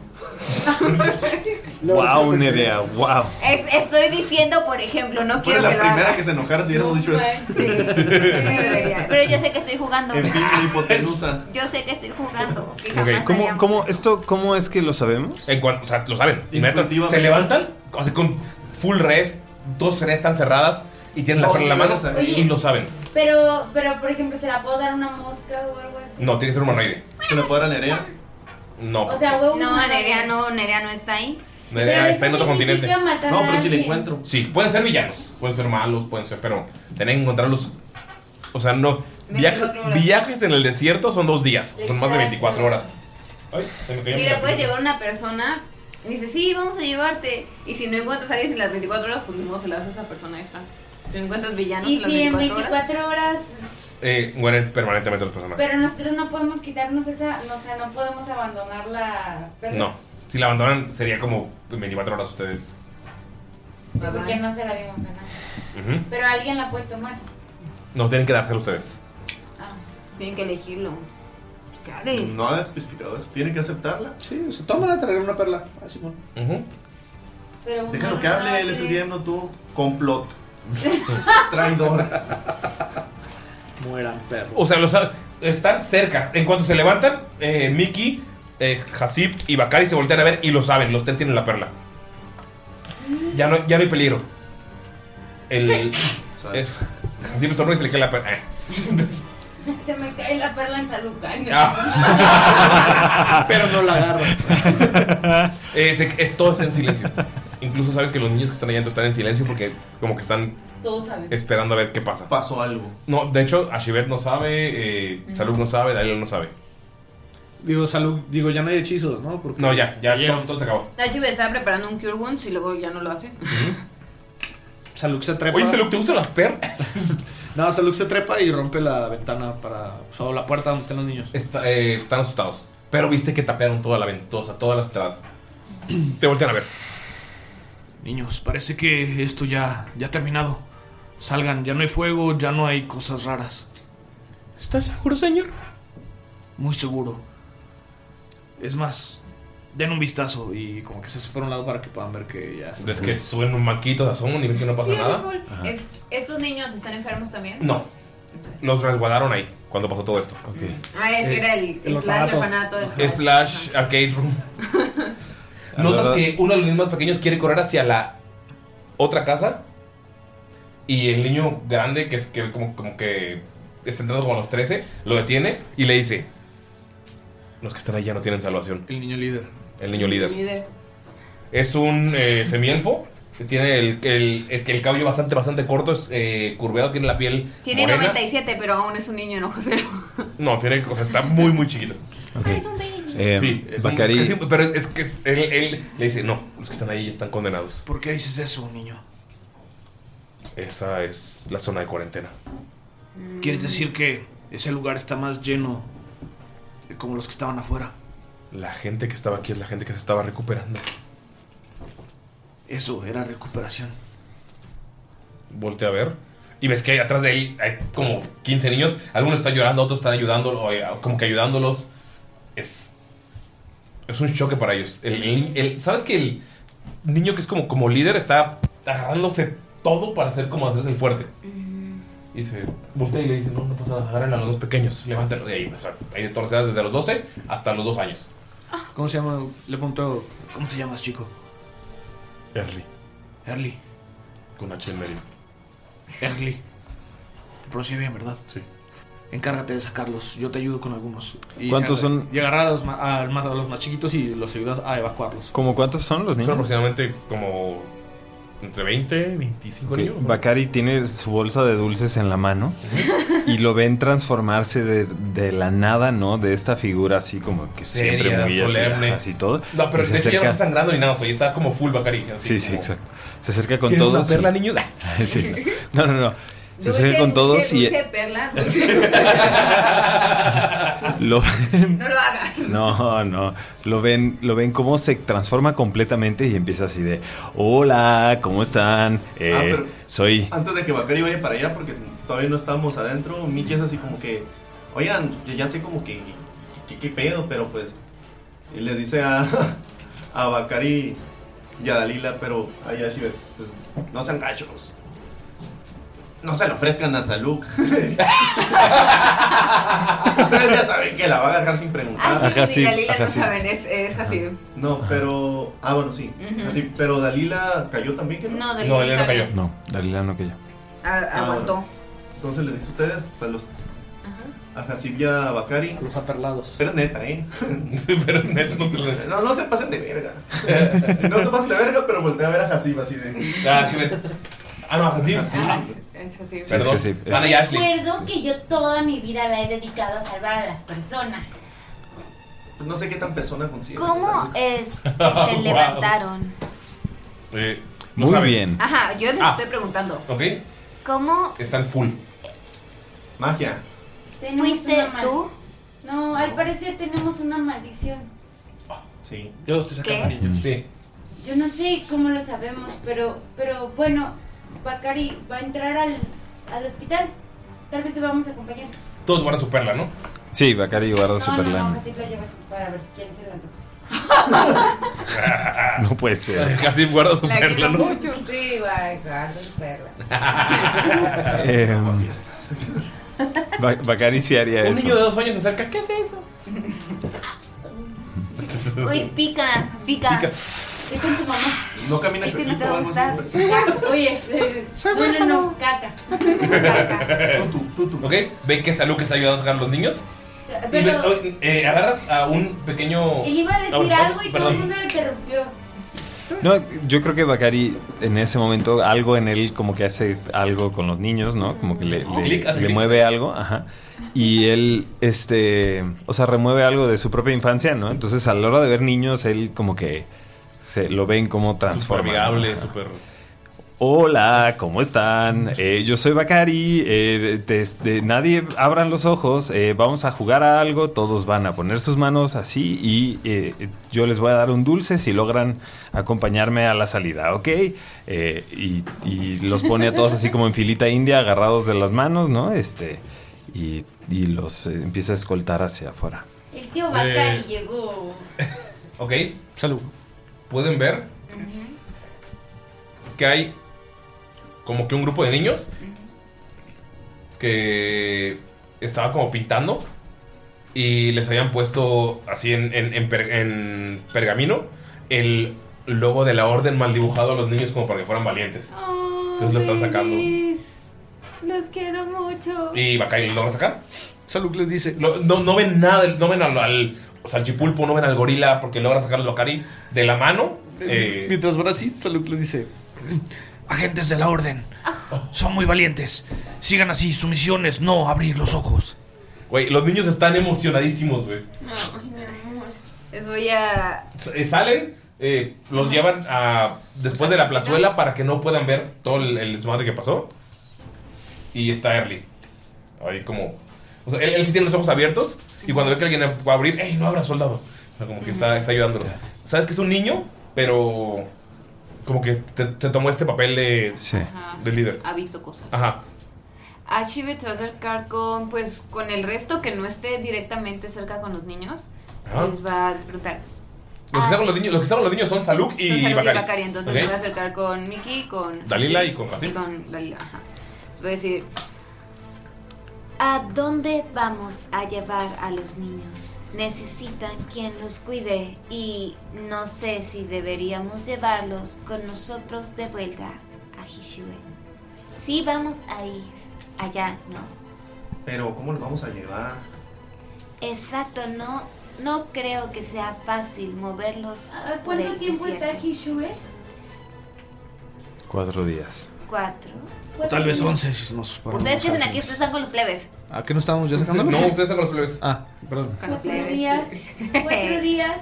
Wow, una idea, wow. Es- estoy diciendo, por ejemplo, no quiero la que lo primera haga. que se enojara si hubiéramos dicho eso. Pero yo sé que estoy jugando. En fin, la hipotenusa. Yo sé que estoy jugando. que Ok, jamás ¿Cómo, haría- cómo, esto, ¿Cómo es que lo sabemos? En cuanto, o sea, lo saben. Inmediatamente se levantan o sea, con full res, dos res están cerradas y tienen la Dos perla en la mano perlas y lo saben. Pero, pero por ejemplo, se la puedo dar a una mosca o algo así. No, tiene que ser humanoide. Se la puedo dar a Nerea. No. O sea, huevo No, humano. Nerea no, Nerea no está ahí. Nerea Pero está en eso otro continente. significa matar No, pero a si la alguien. encuentro. Sí, pueden ser villanos, pueden ser malos, pueden ser, pero tienen que encontrarlos. O sea, no. viaje- 24 horas. viajes en el desierto son dos días, son más de Exacto. 24 horas. Ay, se me cayó mi Mira, puedes lapicero. llevar a una persona. y Dice, sí, vamos a llevarte. Y si no encuentras a alguien en las 24 horas, pues no se las das a esa persona esa. Si no encuentras villanos Y en las si en 24 horas. 24 horas, Eh, mueren permanentemente las personas. pero nosotros no podemos quitarnos esa, no, o sea, no podemos abandonar la... pero- No. Si la abandonan, sería como 24 horas ustedes. Sí, porque no se la dimos a nadie. Ujú. Pero alguien la puede tomar. No tienen que dárselo ustedes. Tienen que elegirlo. No ha especificado eso. Tiene que aceptarla. Sí, se toma, traer una perla. Ah, Simón. Pero Déjalo que hable, él es el DM, no tú. Complot. Traidor. Mueran, perro. O sea, los a- están cerca. En cuanto se levantan, eh, Mickey, eh, Hasib y Bakari se voltean a ver y lo saben. Los tres tienen la perla. Ya no, ya no hay peligro. El. Es, Hasib estornuda y se le cae la perla. Se me cae la perla en salud. Ay, no. Pero no la agarra. Eh, todo está en silencio. Incluso saben que los niños que están allá adentro están en silencio porque, como que están Todos saben. esperando a ver qué pasa. Pasó algo. No, de hecho, Ashibet no sabe, eh, Salud no sabe, Dalila no sabe. Digo, salud, digo, ya no hay hechizos, ¿no? Porque No, ya, ya, todo, todo se acabó. Nachi estaba preparando un Cure Wounds y luego ya no lo hace. Saluk se trepa. Oye, Saluk, ¿te gustan las perlas? no, Saluk se trepa y rompe la ventana para. O sea, o la puerta donde están los niños. Está- eh, están asustados. Pero viste que tapearon toda la ventosa, todas las entradas. Te voltean a ver. Niños, parece que esto ya, ya ha terminado. Salgan, ya no hay fuego, ya no hay cosas raras. ¿Estás seguro, señor? Muy seguro. Es más, den un vistazo y como que se hace para un lado para que puedan ver que ya Ves que suben un banquito de asomo y ven que no pasa nada. Beautiful. Es- ¿Estos niños están enfermos también? No. Los resguardaron ahí cuando pasó todo esto. Ah, es que Eh, era el, el slash orfanato. orfanato. slash- Slash Arcade Room. Notas que uno de los niños más pequeños quiere correr hacia la otra casa. Y el niño grande, que es que como, como que está entrando como a los 13, lo detiene y le dice: Los que están allá no tienen salvación. El niño líder. El niño líder. Es un eh, semielfo. que Tiene el, el, el- el cabello bastante, bastante corto, es, eh, curveado, tiene la piel. Tiene morena. 97, pero aún es un niño enojosero. No, tiene, o sea, está muy, muy chiquito. Eh, sí, es un- Bacari- es que sí, pero es, es que es- él, él le dice, no, los que están ahí ya están condenados. ¿Por qué dices eso, niño? Esa es la zona de cuarentena. ¿Quieres Mm. decir que ese lugar está más lleno de como los que estaban afuera? La gente que estaba aquí es la gente que se estaba recuperando. Eso era recuperación. Voltea a ver. Y ves que hay atrás de él hay como 15 niños. Algunos están llorando, otros están ayudándolo, eh, como que ayudándolos. Es. Es un choque para ellos. El- el- el- ¿Sabes que el niño que es como, como líder está agarrándose todo para hacer como hacerse el fuerte? Y se voltea y le dice: No, no pasa nada, agarren a los dos pequeños, levántalos. Y ahí, o sea, hay de todas las edades, desde los 12 hasta los 2 años. ¿Cómo se llama? Le pregunto, ¿cómo te llamas, chico? Early. Early. Con H en medio. Early. Te pronuncié bien, ¿verdad? Sí. Encárgate de sacarlos, yo te ayudo con algunos. ¿Cuántos saca- son? Y agarrar a los, ma- al más, a los más chiquitos y los ayudas a evacuarlos. ¿Cómo cuántos son los Son niños? aproximadamente como entre 20, 25 Ok, niños. ¿no? Bakari tiene su bolsa de dulces en la mano y lo ven transformarse de, de la nada, ¿no? De esta figura así como que siempre Seria, muy así, solemne. ajá, así todo. No, pero Y de se hecho ya no acerca- está sangrando ni nada, o sea, ya está como full Bacari. Sí, sí, exacto. Se acerca con ¿Quieres una todos. perla, niños? Sí, No, no, no. no. Se Dulce, acerca con dulce, todos y dulce, perla, dulce. lo ven. no lo hagas. No, no. Lo ven, lo ven cómo se transforma completamente y empieza así de Hola, ¿cómo Ah, están? Eh, Ah, pero- soy. Antes de que Bakari vaya para allá, porque todavía no estábamos adentro, Miki es así como que, oigan, yo ya sé como que, que- qué pedo, pero pues, y le dice a, a Bakari y a Dalila, pero a Yashibet, pues, no sean gachos. No se lo ofrezcan a Saluk. Ustedes ya saben que la va a agarrar sin preguntar. Ajá, sí. Galila no saben, es, es así. No, pero. Ah, bueno, sí. Ujú. Así, pero Dalila cayó también, que No, Dalila No, Dalila no cayó. No, Dalila no cayó. A- Ah, Aguantó. bueno. Entonces le dice a ustedes, pues los. a Hasib y a Bakari. Los aperlados. Pero es neta, ¿eh? pero es neta, no se lo... No, no se pasen de verga. No se pasen de verga, pero voltea a ver a Hasib así de. Ah, sí, ve- ah, no, Hasib. Ah, Es así. Perdón. Hasib, eh. Ana y Ashley. Recuerdo que yo toda mi vida la he dedicado a salvar a las personas. Pues No sé qué tan persona consigue. ¿Cómo es que se levantaron? Muy bien. Ajá, yo les Ah. estoy preguntando. Eh, Ok, ¿Cómo están full. Magia. fuiste tú? No, al parecer tenemos una maldición. Sí. Yo estoy sacando ¿Qué? niños. Sí. Yo no sé cómo lo sabemos, pero, pero bueno, Bakari va a entrar al, al hospital. Tal vez te vamos a acompañar. Todos guardan su perla, ¿no? Sí, Bacari guarda su no, no, no, perla. así lo llevas para ver si quién se la toca. No puede ser. Casi guarda su perla, ¿no? Sí, güey, guarda su perla. Eh, Ba- Bacari sí haría Un niño de eso. dos años se acerca. ¿Qué es eso? Uy, pica, pica. Pica. Es con su mamá. No camina Este no te va a gustar. eh, Oye, soy no, no, huérfano. no, caca. Ok, ven que Salud que está ayudando a sacar a los niños. Y Pero ve- eh, agarras a un pequeño. él iba a decir Ah, bueno, algo y todo el perdón. mundo le interrumpió. No, yo creo que Bacari en ese momento algo en él como que hace algo con los niños, ¿no? Como que le, le- Oh, Clic, hace le clic. mueve algo, ajá. Y él, este, o sea, remueve algo de su propia infancia, ¿no? Entonces a la hora de ver niños, él como que se lo ven como Súper transformado. amigable, súper. Hola, ¿cómo están? Eh, yo soy Bakari. eh, desde- nadie abran los ojos. eh, vamos a jugar a algo. Todos van a poner sus manos así y eh, yo les voy a dar un dulce si logran acompañarme a la salida, ¿ok? Eh, y, y los pone a todos así como en filita india, agarrados de las manos, ¿no? Este y, y los eh, empieza a escoltar hacia afuera. El tío Bakari Eh. llegó. Ok. Salud. Pueden ver que hay como que un grupo de niños que estaba como pintando y les habían puesto así en, en- en per- en pergamino el logo de la orden mal dibujado a los niños como para que fueran valientes. Entonces lo están sacando. Babies, Los quiero mucho. Y Bakari lo va a sacar. Saluk les dice. no, no ven nada, del- no ven al, al salchipulpo, no ven al gorila porque logra sacar al Bakari de la mano. Eh, Mientras van así, Saluk les dice: Agentes de la orden, son muy valientes. Sigan así, su misión es no abrir los ojos. Güey, los niños están emocionadísimos, güey. Ay, mi amor. Les voy a. S- eh, Salen, eh, los llevan a después de la plazuela para que no puedan ver todo el, el desmadre que pasó. Y está Early. Ahí como... O sea, él, él sí tiene los ojos abiertos y cuando ve que alguien va a abrir, ¡ey, no abra, soldado! O sea, como que está, está ayudándolos. Sabes que es un niño, pero... Como que te, te tomó este papel de, de líder. Ha visto cosas. Ajá. Archibald se va a acercar con, pues, con el resto que no esté directamente cerca con los niños. Ajá. Les va a preguntar. Los que, están con los niños, los que están con los niños Ah, son Saluk Son y, Salud Bakari. Entonces ¿Ok? me voy a acercar con Mickey, con. Dalila y con Hasib. Y con Dalila, ajá. Voy a decir. ¿A dónde vamos a llevar a los niños? Necesitan quien los cuide y no sé si deberíamos llevarlos con nosotros de vuelta a Hishue. Sí, vamos ahí. Allá, no. Pero, ¿cómo lo vamos a llevar? Exacto, no, no creo que sea fácil moverlos. por ¿Cuánto el tiempo está desierto. Hishue? Cuatro días. Cuatro. O tal vez once si nos Ustedes que hacen aquí, ustedes están con los plebes. ¿A qué no estábamos ya sacando? No, ustedes están con los plebes. Ah, perdón. Con los Cuatro plebes. días. Cuatro días.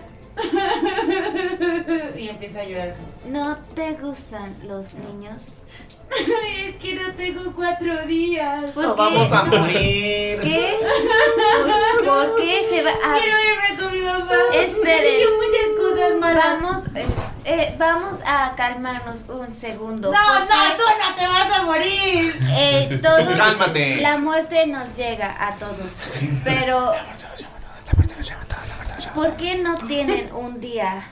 y empieza a llorar. ¿No te gustan los niños? es que no tengo cuatro días. ¿Por No qué? vamos a morir. ¿Qué? ¿Por, por qué se va a.? Quiero irme con mi papá. Esperen. Dijo muchas cosas malas. Vamos, eh, eh, vamos a calmarnos un segundo. No, no, porque, tú no te vas a morir. eh, todo- Tú cálmate. La muerte nos llega a todos. Pero. ¿Por qué no tienen un día?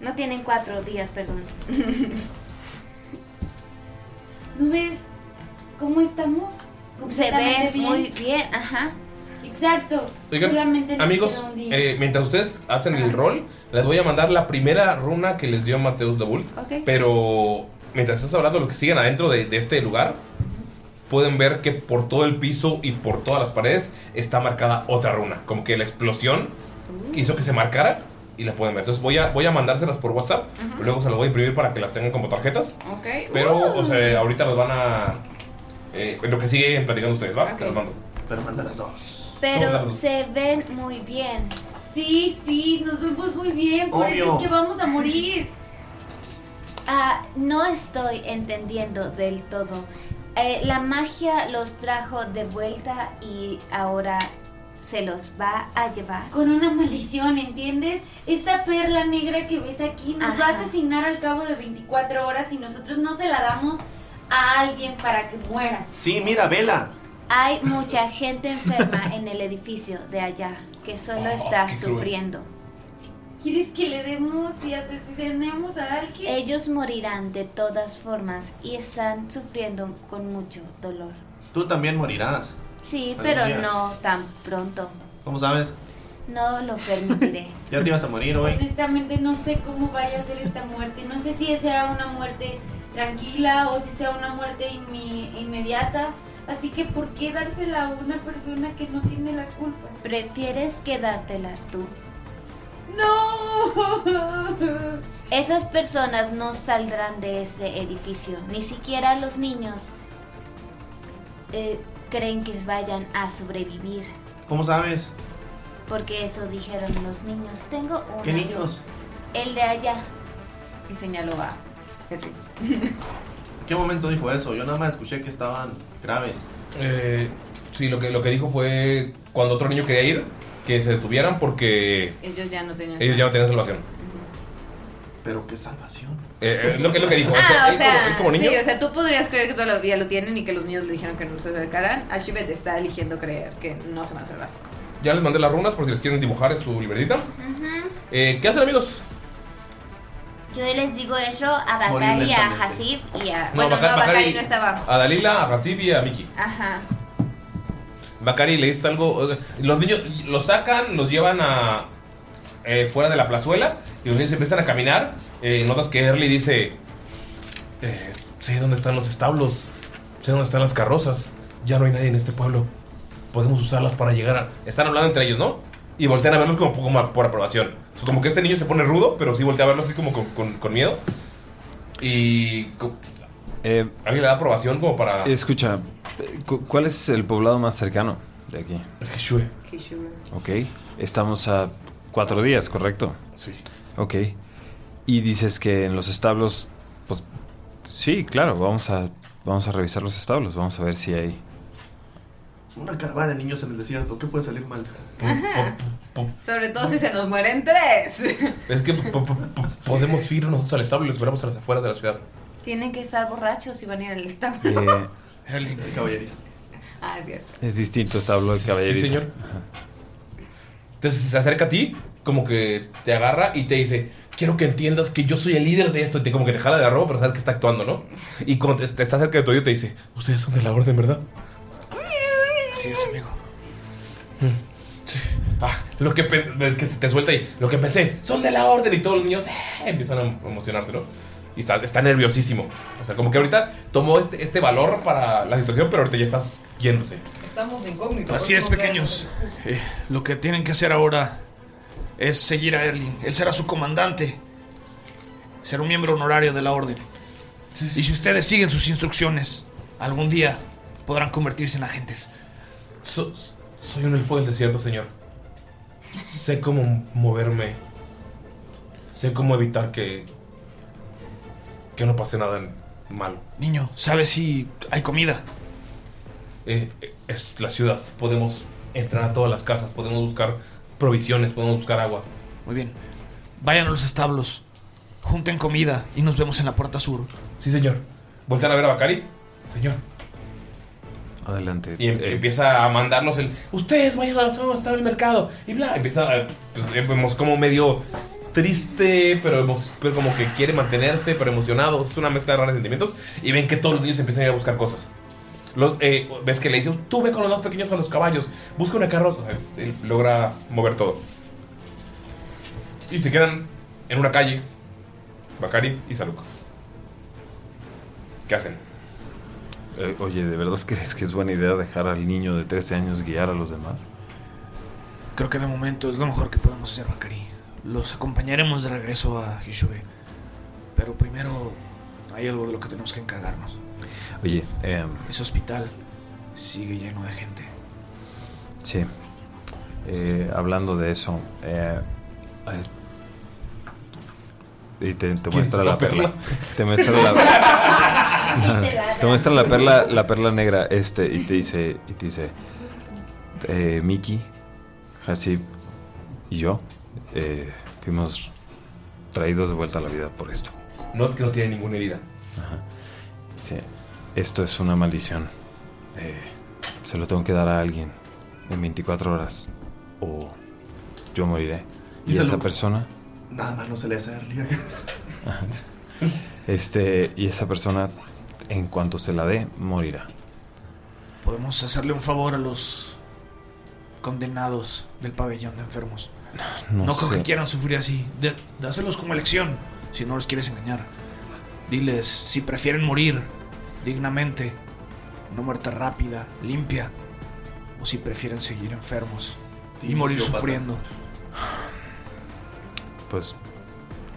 No tienen cuatro días, perdón. ¿No ves cómo estamos? Se Completamente ve muy bien, ajá. Exacto. Oigan, Solamente nos amigos, queda un día. eh, mientras ustedes hacen el rol, les voy a mandar la primera runa que les dio Mateus Labul. Ok. Pero mientras estás hablando, los que siguen adentro de, de este lugar, pueden ver que por todo el piso y por todas las paredes está marcada otra runa. Como que la explosión Uh. hizo que se marcara y la pueden ver. Entonces voy a, voy a mandárselas por WhatsApp. Ajá. Luego se las voy a imprimir para que las tengan como tarjetas. Ok. Pero, Uh. o sea, ahorita las van a. eh, en lo que sigue platicando ustedes, ¿va? Ok. Te las mando. Pero manda las dos. Pero se ven muy bien. Sí, sí, nos vemos muy bien. Por eso Obvio. es que vamos a morir. Ah, no estoy entendiendo del todo. Eh, la magia los trajo de vuelta y ahora se los va a llevar. Con una maldición, ¿entiendes? Esta perla negra que ves aquí nos va a asesinar al cabo de 24 horas y nosotros no se la damos a alguien para que muera. Sí, mira, vela. Hay mucha gente enferma en el edificio de allá que solo está Oh, qué cruel. sufriendo. ¿Quieres que le demos y asesinemos a alguien? Ellos morirán de todas formas y están sufriendo con mucho dolor. Tú también morirás. Sí, Algún pero día. no tan pronto. ¿Cómo sabes? No lo permitiré. Ya te ibas a morir hoy. Honestamente no sé cómo vaya a ser esta muerte. No sé si sea una muerte tranquila o si sea una muerte inmi- inmediata. Así que ¿por qué dársela a una persona que no tiene la culpa? ¿Prefieres quedártela tú? ¡No! Esas personas no saldrán de ese edificio. Ni siquiera los niños eh, creen que vayan a sobrevivir. ¿Cómo sabes? Porque eso dijeron los niños. Tengo uno. ¿Qué niños? El de allá. Y señaló a. ¿En qué momento dijo eso? Yo nada más escuché que estaban graves. Eh, sí, lo que, lo que dijo fue cuando otro niño quería ir, que se detuvieran porque Ellos ya no tenían. ellos ya no tenían salvación. Pero qué salvación. Eh, eh, lo, que- lo que dijo. o sea, Ah, él o como- sea, él como niño- sí, o sea, tú podrías creer que todavía lo tienen y que los niños le dijeron que no se acercaran. Archibald está eligiendo creer que no se van a salvar. Ya les mandé las runas por si les quieren dibujar en su libretita. Eh, ¿Qué hacen, amigos? Yo les digo eso a Morir Bakari, a lentamente. Hasib y a. No, bueno, Bakari- no, Bakari Bakari- no estaba. A Dalila, a Hasib y a Miki. Ajá. Bakari le dices algo. o sea, Los niños los sacan, los llevan a. eh, fuera de la plazuela y los niños empiezan a caminar. Eh, notas que Early dice: eh, Sé dónde están los establos, sé dónde están las carrozas. Ya no hay nadie en este pueblo. Podemos usarlas para llegar a. Están hablando entre ellos, ¿no? Y voltean a verlos como, como por aprobación. O sea, como que este niño se pone rudo, pero sí voltea a verlos así como con, con- con miedo. Y. co- Eh, ¿Alguien le da aprobación como para.? Escucha, eh, cu- ¿cuál es el poblado más cercano de aquí? Es Hishue. Ok, estamos a cuatro días, ¿correcto? Sí. Ok, y dices que en los establos, pues sí, claro, vamos a, vamos a revisar los establos, vamos a ver si hay... Una caravana de niños en el desierto. ¿Qué puede salir mal? Ajá. Sobre todo si se nos mueren tres. Es que po- po- po- podemos ir nosotros al establo y los esperamos a las afueras de la ciudad. Tienen que estar borrachos y van a ir al establo. Eh, El caballerizo. Ah, es cierto. es distinto establo de caballerizo. Sí, señor. Entonces se acerca a ti, como que te agarra y te dice, quiero que entiendas que yo soy el líder de esto. Y te, como que te jala de la ropa, pero sabes que está actuando, ¿no? Y cuando te, te está cerca de tu oído te dice, ustedes son de la orden, ¿verdad? Así es, amigo. Ah, lo que pe- es que se te suelta y lo que pensé, son de la orden y todos los niños "Eh", empiezan a emocionarse, ¿no? Y está, está nerviosísimo. O sea, como que ahorita tomó este, este valor para la situación, pero ahorita ya estás yéndose. Estamos de incógnito. Así es, pequeños. Eh, lo que tienen que hacer ahora es seguir a Erling. Él será su comandante. Será un miembro honorario de la orden. Y si ustedes siguen sus instrucciones, algún día podrán convertirse en agentes. So- soy un elfo del desierto, señor. Sé cómo moverme. Sé cómo evitar que. que no pase nada malo. Niño, ¿sabes si hay comida? Eh, eh, es la ciudad. Podemos entrar a todas las casas, podemos buscar provisiones, podemos buscar agua. Muy bien. Vayan a los establos, junten comida y nos vemos en la puerta sur. Sí, señor. Voltean a ver a Bakari. Señor. Adelante. Y em- empieza a mandarnos el. Ustedes vayan a la zona donde está el mercado. Y bla. Empieza a. pues, eh, vemos como medio triste, pero, emo- pero como que quiere mantenerse, pero emocionado. Es una mezcla de raros sentimientos. Y ven que todos los niños empiezan a ir a buscar cosas. Los- eh, ves que le dicen, tú ve con los más pequeños con los caballos, busca una carroza. Él logra mover todo. Y se quedan en una calle, Bakari y Saluka. ¿Qué hacen? Eh, Oye, ¿de verdad crees que es buena idea dejar al niño de 13 años guiar a los demás? Creo que de momento es lo mejor que podemos hacer, Bakari. Los acompañaremos de regreso a Hishue. Pero primero hay algo de lo que tenemos que encargarnos. Oye, em, Ese hospital sigue lleno de gente. sí. Eh, hablando de eso, eh, eh, y te, te muestra es la la perla. perla? Te muestra la Te muestra la perla, la perla negra, este, y te dice, y te dice, eh, Miki, Hasib y yo eh, fuimos traídos de vuelta a la vida por esto. No, que no tiene ninguna herida. Ajá. Dice, esto es una maldición. Eh, se lo tengo que dar a alguien en 24 horas o yo moriré. Y Y, se esa lo- persona, Nada más no se le hace a Erlia. ajá, este, y esa persona, en cuanto se la dé, morirá. Podemos hacerle un favor a los condenados del pabellón de enfermos. No No, creo sé. que quieran sufrir así. De- dáselos como elección, si no los quieres engañar. Diles, si prefieren morir dignamente, una muerte rápida, limpia, o si prefieren seguir enfermos y Team morir sociópata. sufriendo. Pues,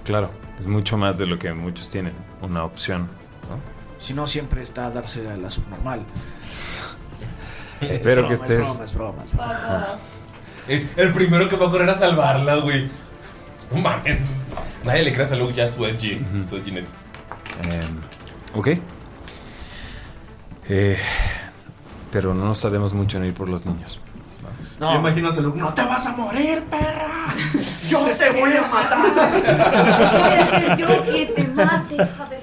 claro, es mucho más de lo que muchos tienen, una opción. ¿no? Si no, siempre está a darse a la subnormal. Espero que Es broma, es estés... broma, es broma, es broma. Ajá. El, el primero que fue a correr a salvarla, güey. No mames. Nadie le creas a Luke, ya su edgy. Su edginess. Em, ok. Eh, pero no nos tardemos mucho en ir por los niños. No. imagino a Seluk, no te vas a morir, perra. Yo te voy a matar. Voy a ser yo quien te mate,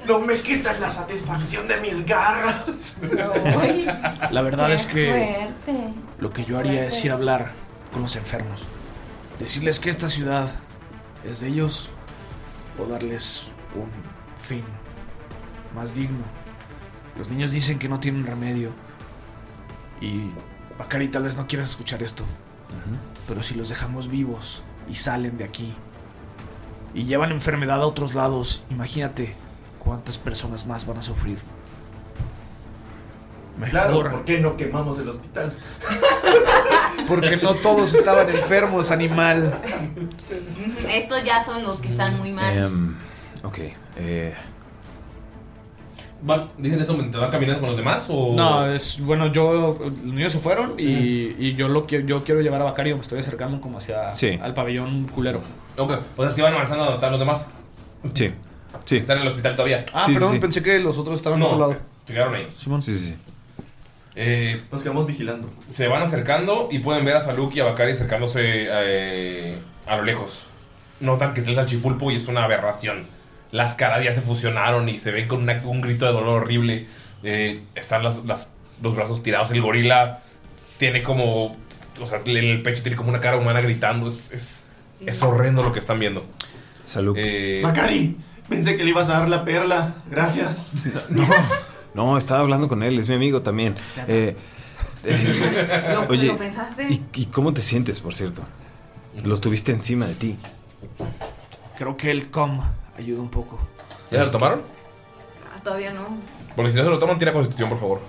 No me quitas la satisfacción de mis garras. La verdad es que Fuerte. lo que yo haría es ir a hablar con los enfermos. Decirles que esta ciudad es de ellos o darles un fin más digno. Los niños dicen que no tienen remedio. Y Bacari tal vez no quieras escuchar esto. Pero si los dejamos vivos y salen de aquí y llevan enfermedad a otros lados, imagínate cuántas personas más van a sufrir. Claro, ¿por qué no quemamos el hospital? Porque no todos estaban enfermos, animal. Estos ya son los que están muy Eh. mal. Em, ok. eh, Van- ¿Dicen esto mientras van caminando con los demás? O... No, es bueno, yo los niños se fueron y, y yo lo quiero yo quiero llevar a Bacario, me estoy acercando como hacia Sí. al pabellón culero. Ok, o sea, si van avanzando donde están los demás. Sí. Sí. Están en el hospital todavía. Ah, perdón, pensé que los otros estaban No, en otro lado. se quedaron ahí. Sí, sí, sí. Eh, Nos quedamos vigilando. Se van acercando y pueden ver a Saluk y a Bakari acercándose eh, a lo lejos. Notan que es el salchipulpo y es una aberración. Las caras ya se fusionaron y se ven con una- un grito de dolor horrible. Eh, están las- las- los brazos tirados. El gorila tiene como. O sea, en el pecho tiene como una cara humana gritando. Es, es, es horrendo lo que están viendo. Saluk. Eh, Macari, pensé que le ibas a dar la perla. Gracias. No, estaba hablando con él, es mi amigo también. Eh, eh, ¿Lo- oye, lo pensaste? ¿y, y cómo te sientes, por cierto? Los tuviste encima de ti. Creo que el com ayuda un poco. ¿Ya lo tomaron? Ah, Todavía no. Porque si no se lo toman, tira constitución, por favor.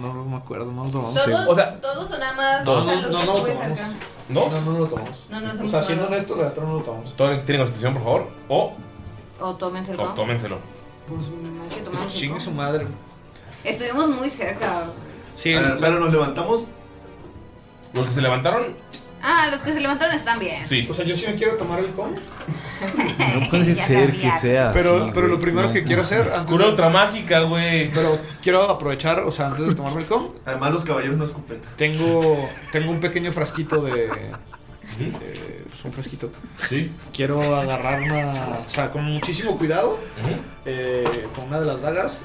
No, me acuerdo, no lo tomamos. Todos- O sea, todos o nada más. todos. Salud, No, que no tú lo ves tomamos. acá. ¿No? No, no lo tomamos. No, no lo O sea, tomamos. siendo honesto, la verdad no lo tomamos. ¿Tienen constitución, por favor? O, O tómenselo. o tómenselo. Pues no hay que tomarlo. Chingue su madre. Estuvimos muy cerca. Sí, claro, nos levantamos. Los que se levantaron Ah, los que se levantaron están bien. Sí. O sea, yo sí me quiero tomar el com. No puede ser que sea Pero, así, pero lo güey. primero No, que quiero hacer. mames. Cura ultramágica, güey. Pero quiero aprovechar, o sea, antes de tomarme el com. Además, los caballeros no escupen. Tengo, tengo un pequeño frasquito de. eh, pues un frasquito. Sí. Quiero agarrar una. O sea, con muchísimo cuidado. eh, con una de las dagas.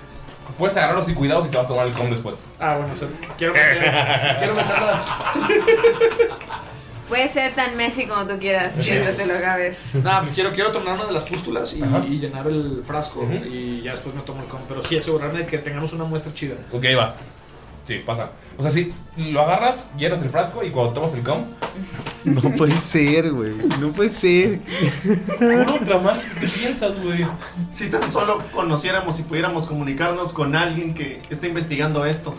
puedes agarrarlos sin cuidado si te vas a tomar el com después. Ah, bueno, o sea, quiero meter. quiero meterla. Puede ser tan Messi como tú quieras. Yes. Mientras te lo acabes. Nah, pues quiero, quiero tomar una de las pústulas y, y llenar el frasco. Y ya después me tomo el com. Pero sí, asegurarme de que tengamos una muestra chida. Ok, va. Sí, pasa. O sea, sí, lo agarras, llenas el frasco y cuando tomas el com, No puede ser, güey. No puede ser. otra mal, ¿qué piensas, güey? Si tan solo conociéramos y pudiéramos comunicarnos con alguien que está investigando esto.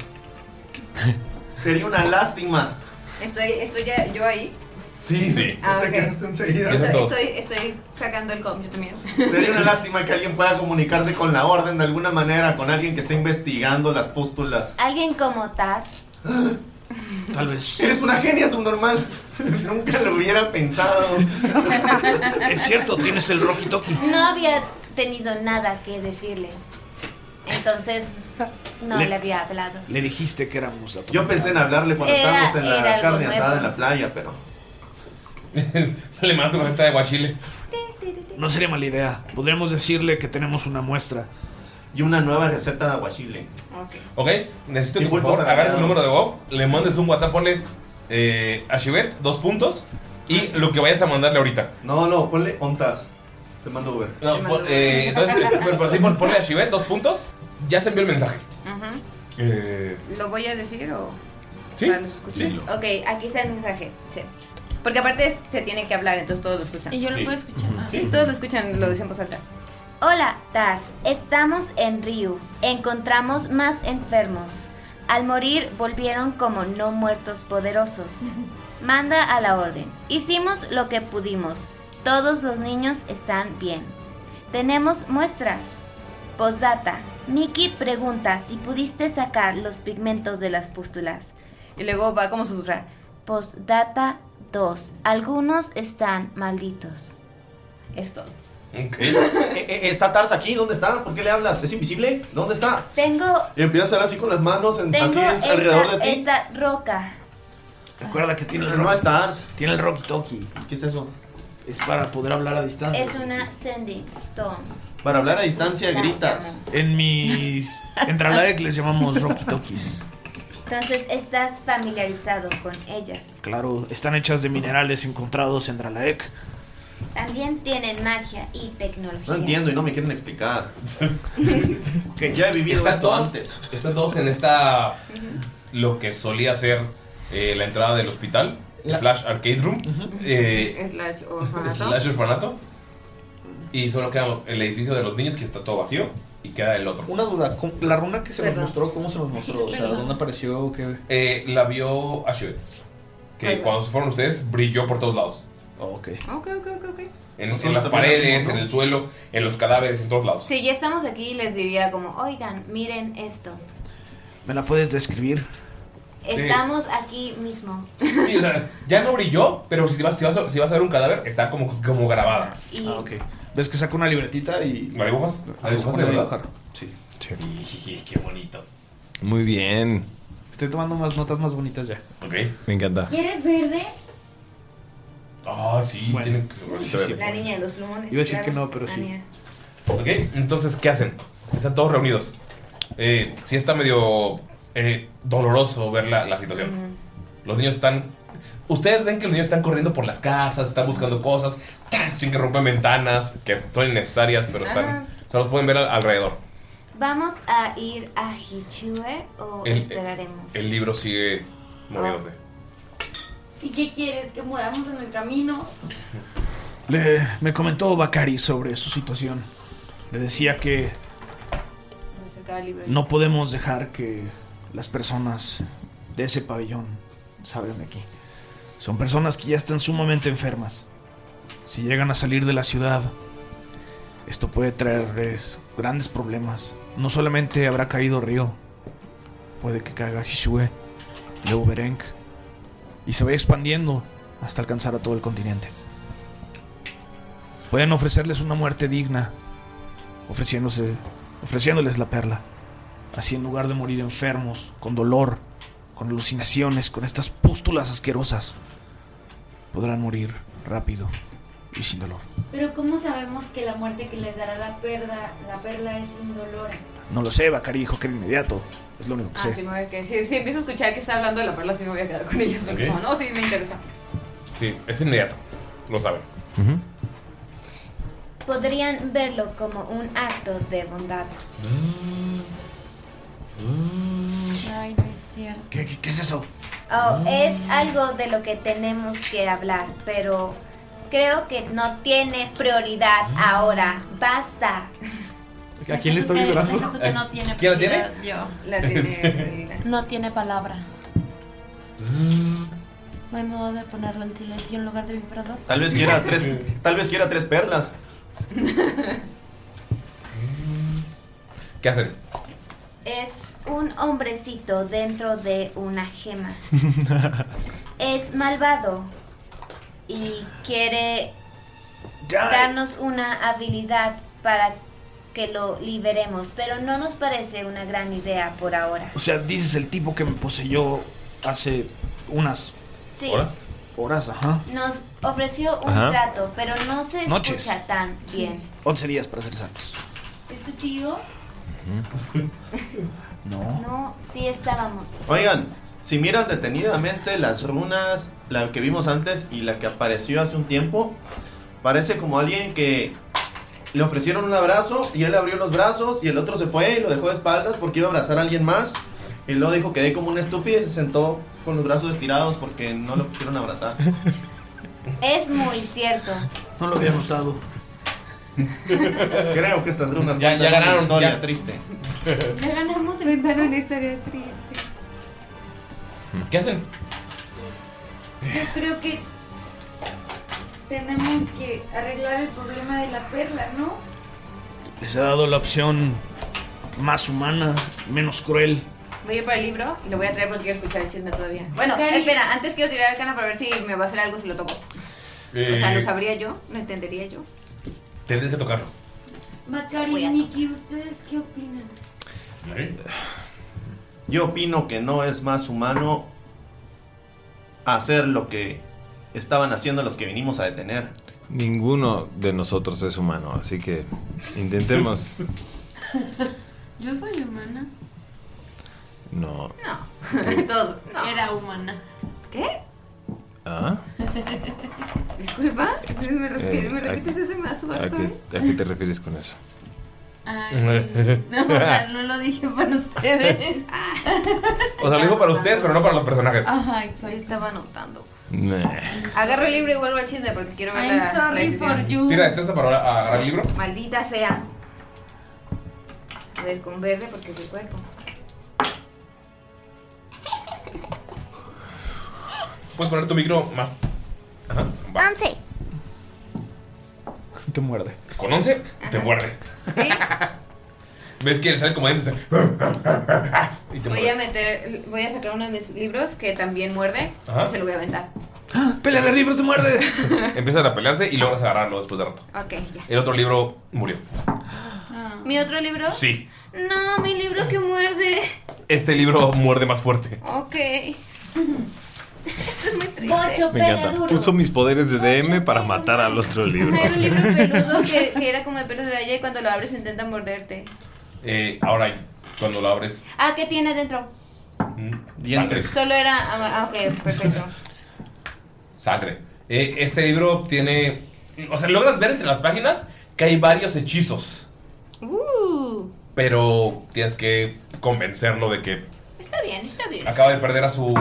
Sería una lástima. Estoy, estoy ya, yo ahí. Sí, sí. Ah, ok. enseguida. Estoy, estoy, estoy sacando el com, yo también. Sería una lástima que alguien pueda comunicarse con la orden de alguna manera, con alguien que está investigando las pústulas. Alguien como Tars. Tal vez. Eres una genia, subnormal. Nunca lo hubiera pensado. Es cierto, tienes el Rocky Toki. No había tenido nada que decirle. Entonces, no Le- le, había hablado. Le dijiste que éramos la Yo pensé en hablarle cuando Era- estábamos en era la algo carne asada nuevo. en la playa, pero. Le mando una receta de guachile. No sería mala idea. Podríamos decirle que tenemos una muestra. Y una nueva receta de aguachile. Ok, necesito Y que por pulpos favor a la agarres el mano. número de Bob, le mandes un WhatsApp, ponle eh, a Shivet, dos puntos, y lo que vayas a mandarle ahorita. No, no, ponle ontas. Te mando Uber. No, Te pon- mando- eh, entonces, eh, pero- pero sí, pon- ponle a Shivet, dos puntos, ya se envió el mensaje. Eh, ¿Lo voy a decir o.? ¿Sí? para los escuchas? Sí. Ok, aquí está el mensaje. Sí. Porque aparte es- se tiene que hablar, entonces todos lo escuchan. Y yo lo Sí. puedo escuchar. Ah. Sí, todos lo escuchan, lo decimos alta. Hola, Tars. Estamos en Ryu. Encontramos más enfermos. Al morir volvieron como no muertos poderosos. Manda a la orden. Hicimos lo que pudimos. Todos los niños están bien. Tenemos muestras. Postdata. Mickey pregunta si pudiste sacar los pigmentos de las pústulas. Y luego va como susurrar. Postdata 2. Algunos están malditos. Esto. Eh, eh, ¿Está Tars aquí? ¿Dónde está? ¿Por qué le hablas? ¿Es invisible? ¿Dónde está? Tengo, Y empiezas a hablar así con las manos, en, así tengo en- alrededor esta, de ti. esta roca. Recuerda que tiene el No Rocky- es Tars. Tiene el Rocky Toki. ¿Qué es eso? Es para poder hablar a Ah. distancia. Es una sending stone. Para hablar a distancia gritas. En mis. En Dralaek les llamamos Rocky Tokis. Entonces estás familiarizado con ellas. Claro, están hechas de minerales encontrados en Dralaek. También tienen magia y No tecnología. entiendo y no me quieren explicar. que ya he vivido Están esto todos- antes. Están todos en esta. Lo que solía ser eh, la entrada del hospital, slash arcade room, eh, Slash orfanato. slash orfanato. Y solo queda el edificio de los niños que está todo vacío y queda el otro. Una duda, ¿cómo- la runa que se nos Perdón. mostró, ¿cómo se nos mostró? O sea, Perdón. ¿dónde apareció? ¿Qué? Eh, la vio Ashivet. Que Ahí va. cuando se fueron ustedes, brilló por todos lados. ok. Ok, ok, ok, ok. En, Nosotros en las también la paredes, vimos, ¿no? en el suelo, en los cadáveres, en todos lados. Si ya estamos aquí, les diría como, oigan, miren esto. ¿Me la puedes describir? Estamos aquí mismo. Sí, o sea, ya no brilló, pero si vas, si vas, a- si vas a ver un cadáver, está como, como grabada. Y- Ah, ok. ¿Ves que saco una libretita y. ¿La dibujas? ¿La Ah, se dibujas pone de a verdad? dibujar. Sí. qué bonito. Muy bien. Estoy tomando más notas más bonitas ya. Ok. Me encanta. ¿Quieres verde? Ah, sí, tiene que sí, sí. La niña de los plumones. Iba a decir que no, pero La sí. niña. Ok, entonces, ¿qué hacen? Están todos reunidos. Eh, sí está medio eh, doloroso ver la, la situación. Los niños están... Ustedes ven que los niños están corriendo por las casas, están buscando cosas, ¡tas! Tienen que rompen ventanas, que son innecesarias, pero Ajá. están... O sea, los pueden ver al- alrededor. ¿Vamos a ir a Hichue o El- esperaremos? Ah. El libro sigue moviéndose. ¿Y qué quieres? ¿Que muramos en el camino? Le, me comentó Bakari sobre su situación. Le decía que no podemos dejar que las personas de ese pabellón salgan de aquí. Son personas que ya están sumamente enfermas. Si llegan a salir de la ciudad, esto puede traerles grandes problemas. No solamente habrá caído Río, puede que caiga Hishue, luego Berenk, y se vaya expandiendo hasta alcanzar a todo el continente. Pueden ofrecerles una muerte digna, ofreciéndose, ofreciéndoles la perla. Así en lugar de morir enfermos, con dolor, con alucinaciones, con estas pústulas asquerosas, podrán morir rápido y sin dolor. Pero ¿cómo sabemos que la muerte que les dará la perla, la perla es indolora? No lo sé, Bacari dijo que era inmediato. Es lo único que Ah, sí, sé. me voy a quedar. Si, si empiezo a escuchar que está hablando de la perla, sí me voy a quedar con ellos. porque Ok. como, no, sí, me interesa. Sí, es inmediato. Lo saben. Podrían verlo como un acto de bondad. Ay, no es cierto. ¿Qué, qué- qué es eso? Oh, es algo de lo que tenemos que hablar, pero creo que no tiene prioridad ahora. Basta. ¿A quién le estoy Eh, vibrando? deja tú que no tiene ¿Quién la tiene? prioridad, Yo. La tiene. No tiene palabra. No hay modo de ponerlo en silencio en lugar de vibrador. Tal vez quiera tres, tal vez quiera tres perlas. ¿Qué hacen? Es un hombrecito dentro de una gema. Es malvado y quiere darnos una habilidad para que lo liberemos, pero no nos parece una gran idea por ahora. O sea, dices el tipo que me poseyó hace unas Sí. horas. Horas, ajá. Nos ofreció un Ajá. trato, pero no se escucha Noches. tan bien. 11 días para ser santos. ¿Es tu tío? No. No, sí estábamos. Oigan, si miran detenidamente las runas, la que vimos antes y la que apareció hace un tiempo, parece como alguien que le ofrecieron un abrazo y él abrió los brazos y el otro se fue y lo dejó de espaldas porque iba a abrazar a alguien más. Y luego dijo quedé como un estúpido y se sentó con los brazos estirados porque no lo pusieron a abrazar. Es muy cierto. No lo había notado. Creo que estas runas ya, ganaron, una historia ya. triste. Ya ganamos el una historia triste. ¿Qué hacen? Yo creo que tenemos que arreglar el problema de la perla, ¿no? Les he dado la opción más humana, menos cruel. Voy a ir para el libro y lo voy a traer porque quiero escuchar el chisme todavía. Bueno, espera, antes quiero tirar el cana para ver si me va a hacer algo si lo toco. O sea, lo Eh, sabría yo, lo entendería yo. Tendrías que tocarlo. Macari, Nikki, ¿ustedes qué opinan? Yo opino que no es más humano hacer lo que estaban haciendo los que vinimos a detener. Ninguno de nosotros es humano, así que intentemos. Yo soy humana. No. No. Todo. Era humana. ¿Qué? ¿Ah? Disculpa, me, respi- Eh, me ¿a- repites ese más Ah, ¿A suave. qué, a qué te refieres con eso? Ay, no, o sea, no lo dije para ustedes. O sea, lo dijo para ustedes, pero no para los personajes. Ajá, exacto. estaba anotando. Agarro el libro y vuelvo al chisme porque quiero ver I'm la, la sorry decisión. for you. Tira destreza para agarrar el libro. Maldita sea. A ver, con verde porque recuerdo. Puedes poner tu micro más. Ajá. va. Once. Te muerde. Con 11 te muerde. ¿Ves que le sale como dientes? Y te Voy muerde. a meter, voy a sacar uno de mis libros que también muerde Ajá. y se lo voy a aventar. Pelea de libros, se muerde. Empiezan a pelearse y logras agarrarlo después de rato. Ok, ya. El otro libro murió. Ah. ¿Mi otro libro? Sí, No, mi libro que muerde. este libro muerde más fuerte. Ok. Esto es muy triste. Oh, Me encanta. Uso mis poderes de DM para matar al otro libro. Era un libro peludo que, que era como de pelos de raya y cuando lo abres intenta morderte. Eh, ahora, cuando lo abres, Ah, ¿qué tiene adentro? dientes. Solo era. Ah, ah, ok, perfecto. Sangre. Eh, este libro tiene. O sea, logras ver entre las páginas que hay varios hechizos. Uh, Pero tienes que convencerlo de que está bien, está bien. acaba de perder a su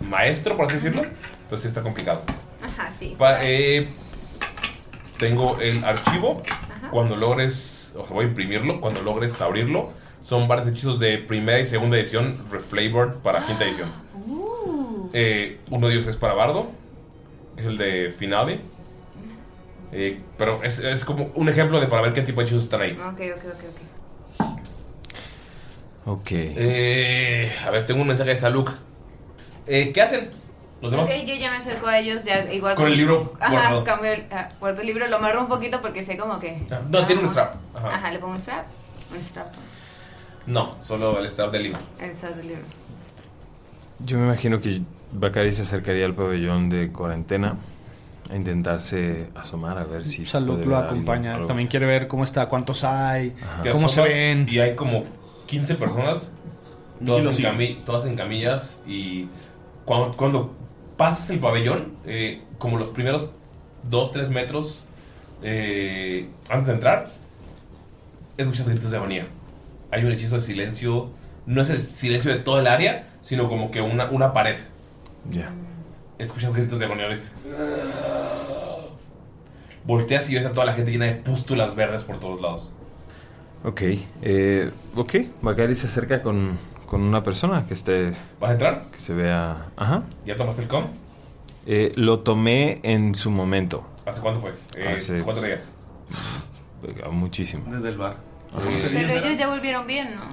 maestro, por así decirlo. Entonces sí está complicado. Ajá, sí. Pa- eh, tengo el archivo. Cuando logres, o sea, voy a imprimirlo. Cuando logres abrirlo, son varios hechizos de primera y segunda edición, reflavored para quinta edición. ¡Ah! Uh, Eh, uno de ellos es para Bardo, que es el de Finale. Eh, pero es, es como un ejemplo de para ver qué tipo de hechizos están ahí. ok, ok, ok, ok. Ok. Eh, a ver, tengo un mensaje de Saluk. Eh, ¿Qué hacen los demás? Ok, yo ya me acerco a ellos, ya igual. Con el libro Ajá, guardado. cambio el, ah, guardo el libro, lo amarro un poquito porque sé como que. No, tiene un strap. Ajá. Ajá, le pongo un strap. Un strap. No, solo el strap del libro. El strap del libro. Yo me imagino que Bacari se acercaría al pabellón de cuarentena a intentarse asomar a ver si. Salud puede lo ver a alguien, acompaña. algo También quiere ver cómo está, cuántos hay, Te cómo se asomas ven. Y hay como 15 personas, Yo todas lo en, sigo. cami- todas en camillas. Y cuando, cuando pasas el pabellón, eh, como los primeros 2-3 metros eh, antes de entrar, escuchas gritos de agonía. Hay un hechizo de silencio, no es el silencio de todo el área, sino como que una, una pared Ya. Escuchas gritos demoniales. Volteas y ves a toda la gente llena de pústulas verdes por todos lados. Ok. Eh, ok. Bacari se acerca con, con una persona que esté. ¿Vas a entrar? Que se vea. Ajá. ¿Ya tomaste el com? Eh, lo tomé en su momento. ¿Hace cuánto fue? Eh, Hace- ¿Cuánto días? Muchísimo. Desde el bar. Ajá. Pero ellos ya volvieron bien, ¿no?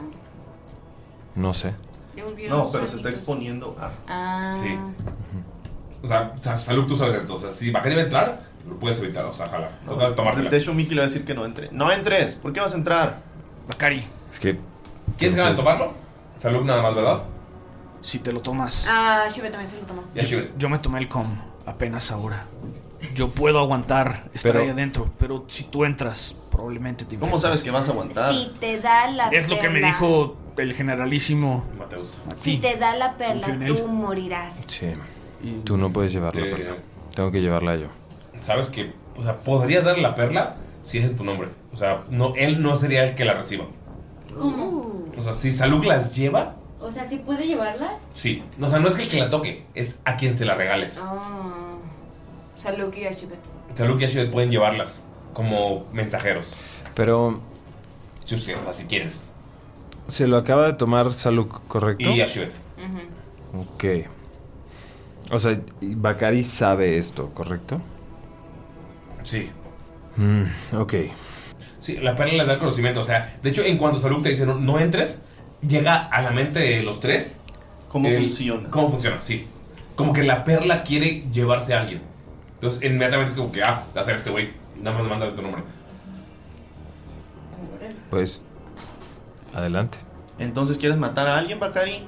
No sé. Ya volvieron. No, pero se está exponiendo a. Ah. Sí. O sea, sa- salud, tú sabes esto. O sea, si Bacari va a entrar, lo puedes evitar. O sea, jala. No, vas a tomártela. De hecho, Miki le va a decir que no entre. No entres, ¿por qué vas a entrar? Bacari. Es que. ¿Quieres ganar de tomarlo? Salud nada más, ¿verdad? Si te lo tomas. Ah, Shiva también se lo tomó. yo, yo me tomé el com apenas ahora. Yo puedo aguantar estar Pero- ahí adentro, pero si tú entras, probablemente te ¿Cómo infectas. sabes que vas a aguantar? Si te da la Es lo que me perla- dijo el generalísimo Mateus. Si te da la perla, Confío en él. tú morirás. Sí. Tú no puedes llevarla. pero Tengo que llevarla yo. Sabes que, o sea, podrías darle la perla si es en tu nombre. O sea, no, él no sería el que la reciba. ¿Cómo? O sea, si Salud las lleva, O sea, ¿sí puede llevarla? sí. O sea, no es que el que la toque, es a quien se la regales. Ah. Salud y Shiva. Salud y Ashivet pueden llevarlas como mensajeros. Pero. Sus siervas, si quieren. Se lo acaba de tomar Saluk, ¿correcto? Y Ashivet. Ok. O sea, Bakari sabe esto, ¿correcto? Sí. Mm, ok. Sí, la perla les da el conocimiento. O sea, de hecho, en cuanto Salud te dice no, no entres, llega a la mente de los tres. ¿Cómo el- funciona? ¿Cómo funciona? Sí. Como que la perla quiere llevarse a alguien. Entonces, inmediatamente es como que, ah, la hacer este güey. Nada más mándale tu nombre. Pues. Adelante. Entonces, ¿quieres matar a alguien, Bacari?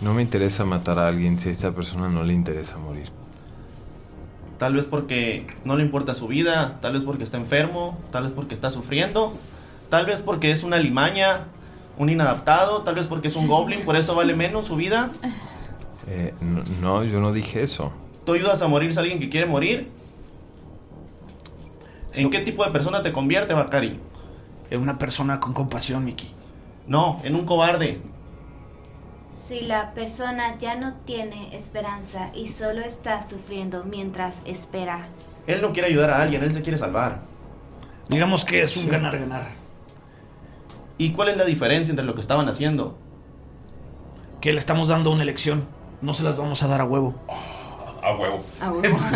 No me interesa matar a alguien si a esta persona no le interesa morir. Tal vez porque no le importa su vida, tal vez porque está enfermo, tal vez porque está sufriendo, tal vez porque es una limaña, un inadaptado, tal vez porque es un goblin, por eso vale menos su vida. Eh, no, no, yo no dije eso. ¿Tú ayudas a morirse a alguien que quiere morir? ¿En qué tipo de persona te convierte, Bakari? En una persona con compasión, Miki. No, en un cobarde. Si la persona ya no tiene esperanza y solo está sufriendo mientras espera. Él no quiere ayudar a alguien, él se quiere salvar. Digamos que es un ganar-ganar. ¿Y cuál es la diferencia entre lo que estaban haciendo? Que le estamos dando una elección. No se las vamos a dar a huevo. A huevo. A huevo.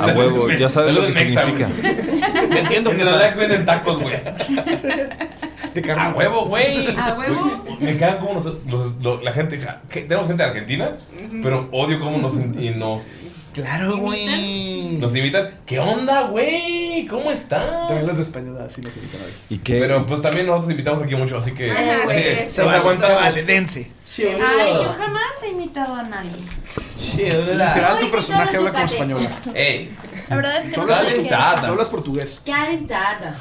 A huevo, ya sabes lo que significa. Me entiendo que la venden tacos, güey. A huevo, güey. A huevo. Me cagan como nos- los- lo- la gente. ja- que- tenemos gente de Argentina, Ujú. pero odio cómo nos. y nos claro, güey. Nos imitan. ¿Qué onda, güey? ¿Cómo estás? También las españolas así nos invitan a ¿Y qué? Pero pues también nosotros invitamos aquí mucho, así que. Ajá, güey, sí, eso. nos aguantamos. Vale, dense. Ay, yo jamás he imitado a nadie. Literal, tu personaje habla como española. Ey. La verdad es que Tú no hablas- sé qué- tú hablas portugués. Calentada.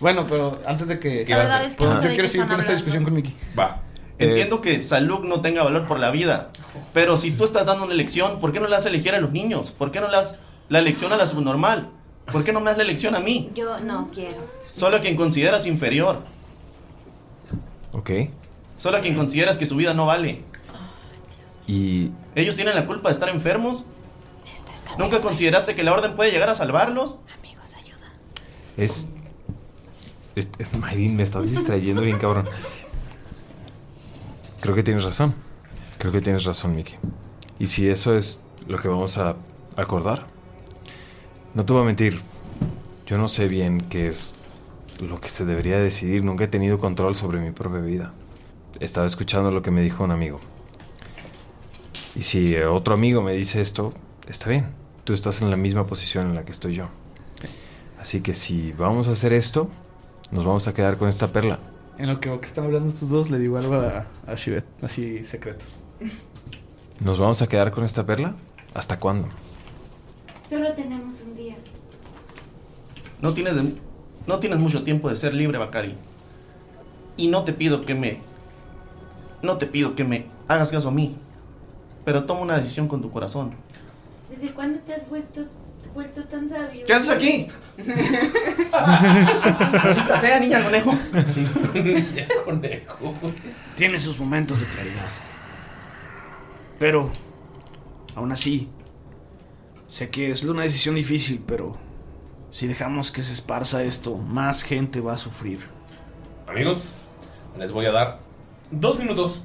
Bueno, pero antes de que. La verdad es que no Pues sé de yo quiero qué seguir están con hablando. esta discusión con Eh, Miki. Va. Entiendo que Salud no tenga valor por la vida, pero si tú estás dando una elección, ¿por qué no le das a elegir a los niños? ¿Por qué no le das la elección a la subnormal? ¿Por qué no me das la elección a mí? Yo no quiero. Solo a quien consideras inferior, Ok. solo a quien consideras que su vida no vale. Y. ¿Ellos tienen la culpa de estar enfermos? ¿Nunca consideraste que la orden puede llegar a salvarlos? Es. es- es- Mayrin, me estás distrayendo bien, cabrón. Creo que tienes razón. Creo que tienes razón, Mickey. Y si eso es lo que vamos a acordar, no te voy a mentir. Yo no sé bien qué es lo que se debería decidir. Nunca he tenido control sobre mi propia vida. Estaba escuchando lo que me dijo un amigo. Y si eh, otro amigo me dice esto, está bien. Tú estás en la misma posición en la que estoy yo. Así que si vamos a hacer esto, nos vamos a quedar con esta perla. En lo que, que están hablando estos dos, le digo algo a, a Shivet, así secreto. ¿Nos vamos a quedar con esta perla? ¿Hasta cuándo? Solo tenemos un día. No tienes, de- no tienes mucho tiempo de ser libre, Bakari. Y no te pido que me. No te pido que me hagas caso a mí. Pero toma una decisión con tu corazón. ¿Desde cuándo te has vuelto, vuelto tan sabio? ¿Qué haces aquí? Maldita sea, niña conejo. conejo. Tiene sus momentos de claridad. Pero, aún así, sé que es una decisión difícil, pero si dejamos que se esparza esto, más gente va a sufrir. Amigos, les voy a dar dos minutos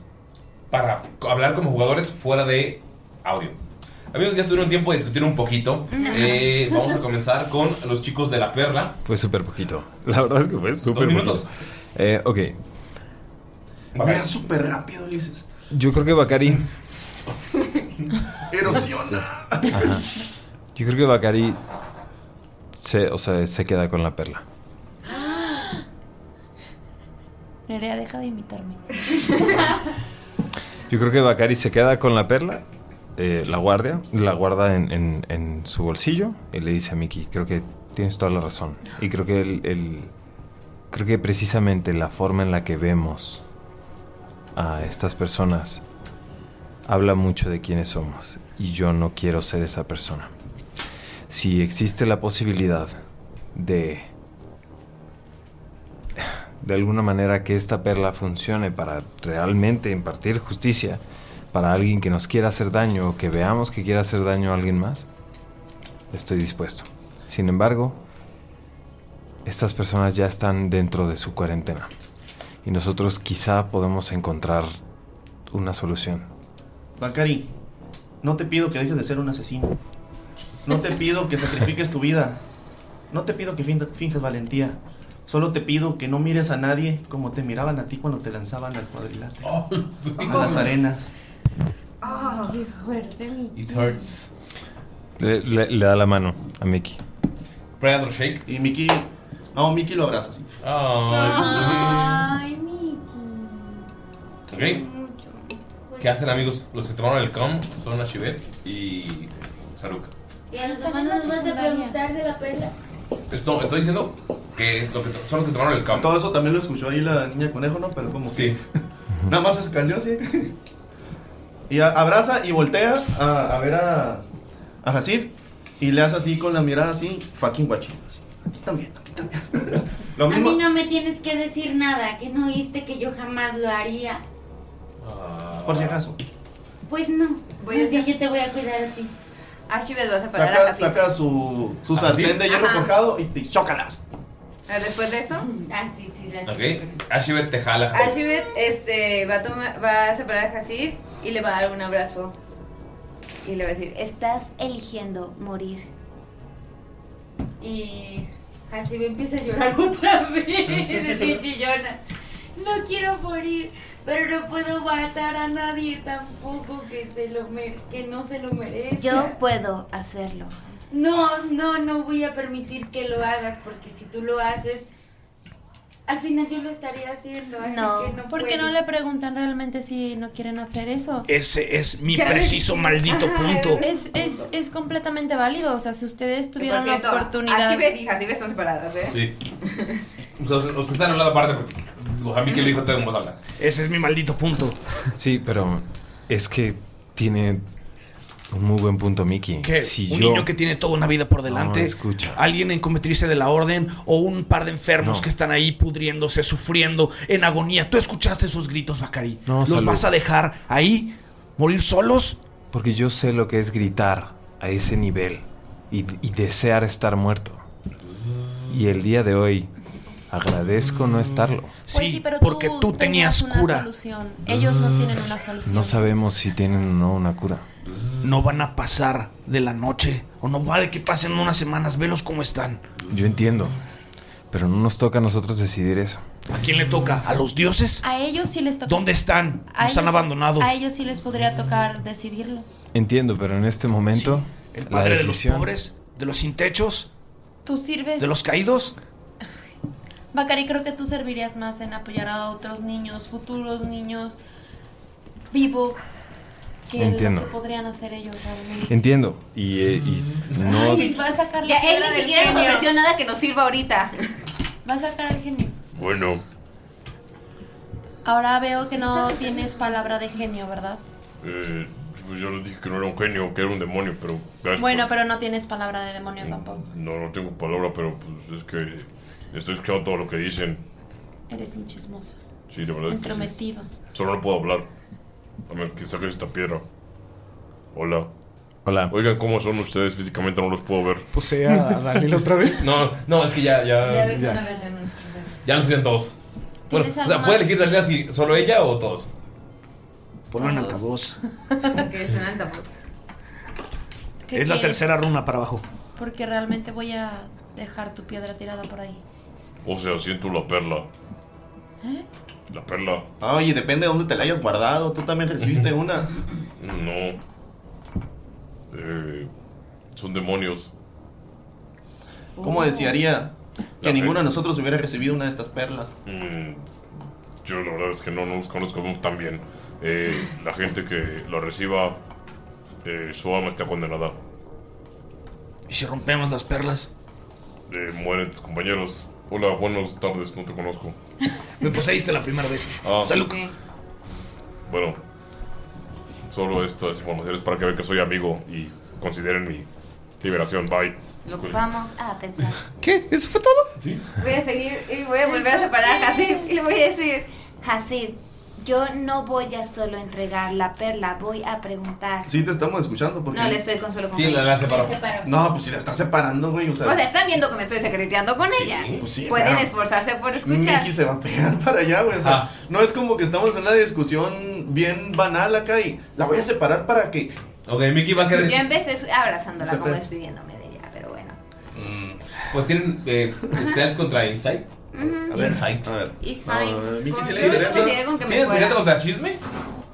para hablar como jugadores fuera de audio. Amigos, ya tuvieron tiempo de discutir un poquito. Eh, vamos a comenzar con los chicos de la perla. Fue súper poquito. La verdad es que fue súper poquito. minutos. Eh, ok. Vea súper rápido, Ulises. Yo creo que Bacari. Erosiona. Ajá. Yo creo que Bacari se, o sea, se queda con la perla. Nerea, deja de imitarme. Yo creo que Bacari se queda con la perla, eh, la guardia, la guarda en, en- en su bolsillo y le dice a Mickey, creo que tienes toda la razón. Y creo que el, el- creo que precisamente la forma en la que vemos a estas personas habla mucho de quiénes somos y yo no quiero ser esa persona. Si existe la posibilidad de de alguna manera que esta perla funcione para realmente impartir justicia para alguien que nos quiera hacer daño o que veamos que quiera hacer daño a alguien más, estoy dispuesto. Sin embargo, estas personas ya están dentro de su cuarentena y nosotros quizá podemos encontrar una solución. Bacari, no te pido que dejes de ser un asesino. No te pido que sacrifiques tu vida. No te pido que fin- finjas valentía. Solo te pido que no mires a nadie como te miraban a ti cuando te lanzaban al cuadrilátero. a las arenas. Ah, ¡Qué fuerte, mi It tío. hurts. Le, le- le da la mano a Mickey. Predator Shake. Y Mickey. No, Mickey lo abraza así. Ay, Miki. Ok. ¿Qué hacen, amigos? Los que tomaron el com son Ashibet y Saruk. Y a los demás nos vas a preguntar de la perla. No, estoy diciendo que, lo que to- son los que tomaron el com. Todo eso también lo escuchó ahí la niña conejo, ¿no? Pero como sí. Nada más se escaleó así. Y a- abraza y voltea a, a ver a, a Hasib. Y le hace así con la mirada así, fucking guachi. así, A ti también, a ti también. Lo A mí mismo. no me tienes que decir nada, que no viste que yo jamás lo haría. Por si acaso. Pues no, Voy a Más bien hacer- yo te voy a cuidar a ti. Ashibet vas a parar a Saca, Hasib. saca su, su sartén de hierro Ajá. forjado y te chócalas. Ah, Después de eso. Ah, sí, sí, Ok. Ashibet te jala. Ashibet este, va, a tomar- va a separar a Hasib y le va a dar un abrazo. Y le va a decir, "Eh, Estás eligiendo morir. Y así me empieza a llorar otra vez. Y chillona. No quiero morir, pero no puedo matar a nadie tampoco que se lo mer- que no se lo merezca. Yo puedo hacerlo. No, no, no voy a permitir que lo hagas porque si tú lo haces, al final yo lo estaría haciendo. Así que no ¿Por qué puedes. no le preguntan realmente si no quieren hacer eso? Ese es mi Ya preciso ves. maldito Ajá, punto. Es, es, es completamente válido. O sea, si ustedes tuvieran Por la cierto, oportunidad. Ashibet y Hasib están separadas, ¿eh? Sí. Pues, O sea, ustedes están hablando aparte porque a mí que lo dijo todo en voz alta. Ese es mi maldito punto. Sí, pero es que tiene un muy buen punto Mickey. ¿Qué? Si un yo- niño que tiene toda una vida por delante. No, escucha. Alguien en cometirse de la orden o un par de enfermos No. que están ahí pudriéndose, sufriendo, en agonía. ¿Tú escuchaste esos gritos, Bacari? No, ¿Los salud. vas a dejar ahí? ¿Morir solos? Porque yo sé lo que es gritar a ese nivel y, y desear estar muerto. Y el día de hoy agradezco no estarlo. Pues sí, pero porque tú, tenías, una solución. Ellos no tienen una solución. No sabemos si tienen o no una cura. No van a pasar de la noche. O no va de que pasen unas semanas. Velos cómo están. Yo entiendo. Pero no nos toca a nosotros decidir eso. ¿A quién le toca? ¿A los dioses? A ellos sí les toca. ¿Dónde están? A Nos han ellos- abandonado. A ellos sí les podría tocar decidirlo. Entiendo, pero en este momento El la padre de los decisión... pobres, de los sin techos, Tú sirves. de los caídos. Bacari, creo que tú servirías más en apoyar a otros niños, futuros niños, vivo, que Entiendo. lo que podrían hacer ellos realmente. Entiendo. Y, eh, y no... Ay, va a sacar la Ya él piedra ni del siquiera nos genio. ofreció nada que nos sirva ahorita. Va a sacar al genio. Bueno. Ahora veo que no tienes palabra de genio, ¿verdad? Eh, pues yo les dije que no era un genio, que era un demonio, pero. Pues, gracias Bueno, por- pero no tienes palabra de demonio tampoco. No, no tengo palabra, pero pues, es que estoy escuchando todo lo que dicen. Eres un chismoso. Sí, la verdad es que sí. Entrometido. Solo no puedo hablar. A menos que saques esta piedra. Hola. Hola. Oigan, ¿cómo son ustedes? Físicamente no los puedo ver. Puse Pues, eh, a Daniel otra vez. No, no, es que ya, ya. Ya ves una vez, ya no. Ya los tienen todos. Bueno, ¿Tienes o algo sea, puede más? elegir Dalila si solo ella o todos. Ponlo en altavoz. que es en altavoz. ¿Qué Es la quieres? tercera runa para abajo. Porque realmente voy a dejar tu piedra tirada por ahí. O sea, siento la perla. ¿Eh? La perla. Oye, depende de dónde te la hayas guardado. Tú también recibiste una. No. Eh, son demonios. ¿Cómo desearía que ninguno de nosotros hubiera recibido una de estas perlas? Mm, yo la verdad es que no, no los conozco tan bien. Eh, la gente que lo reciba, eh, su alma está condenada. ¿Y si rompemos las perlas? Eh, mueren tus compañeros. Hola, buenas tardes, no te conozco. Me poseíste la primera vez. Ah. Salud. Bueno, solo estas informaciones para que vean que soy amigo y consideren mi liberación. Bye. Lo vamos a pensar. ¿Qué? ¿Eso fue todo? Sí. Voy a seguir y voy a volver a separar a Hasib y le voy a decir, Hasib, yo no voy a solo entregar la perla, voy a preguntar. Sí, te estamos escuchando. Porque... No, le estoy con solo con Sí, él. la, la separó. Le separo. No, pues si la está separando, güey. O sea, O sea, están viendo que me estoy secreteando con ella. pues sí, Pueden claro. esforzarse por escuchar. Mickey se va a pegar para allá, güey. O sea, no es como que estamos en una discusión bien banal acá y la voy a separar para que. Ok, Mickey va a querer. Yo empecé abrazándola, Se como te- despidiéndome de ella, pero bueno. Mm, Pues tienen eh, Stealth contra Insight. Ujú. Insight. A ver. Insight. No, Mickey Con- sí le yo interesa. consideré con que me ¿Tienes fuera. secreto contra chisme?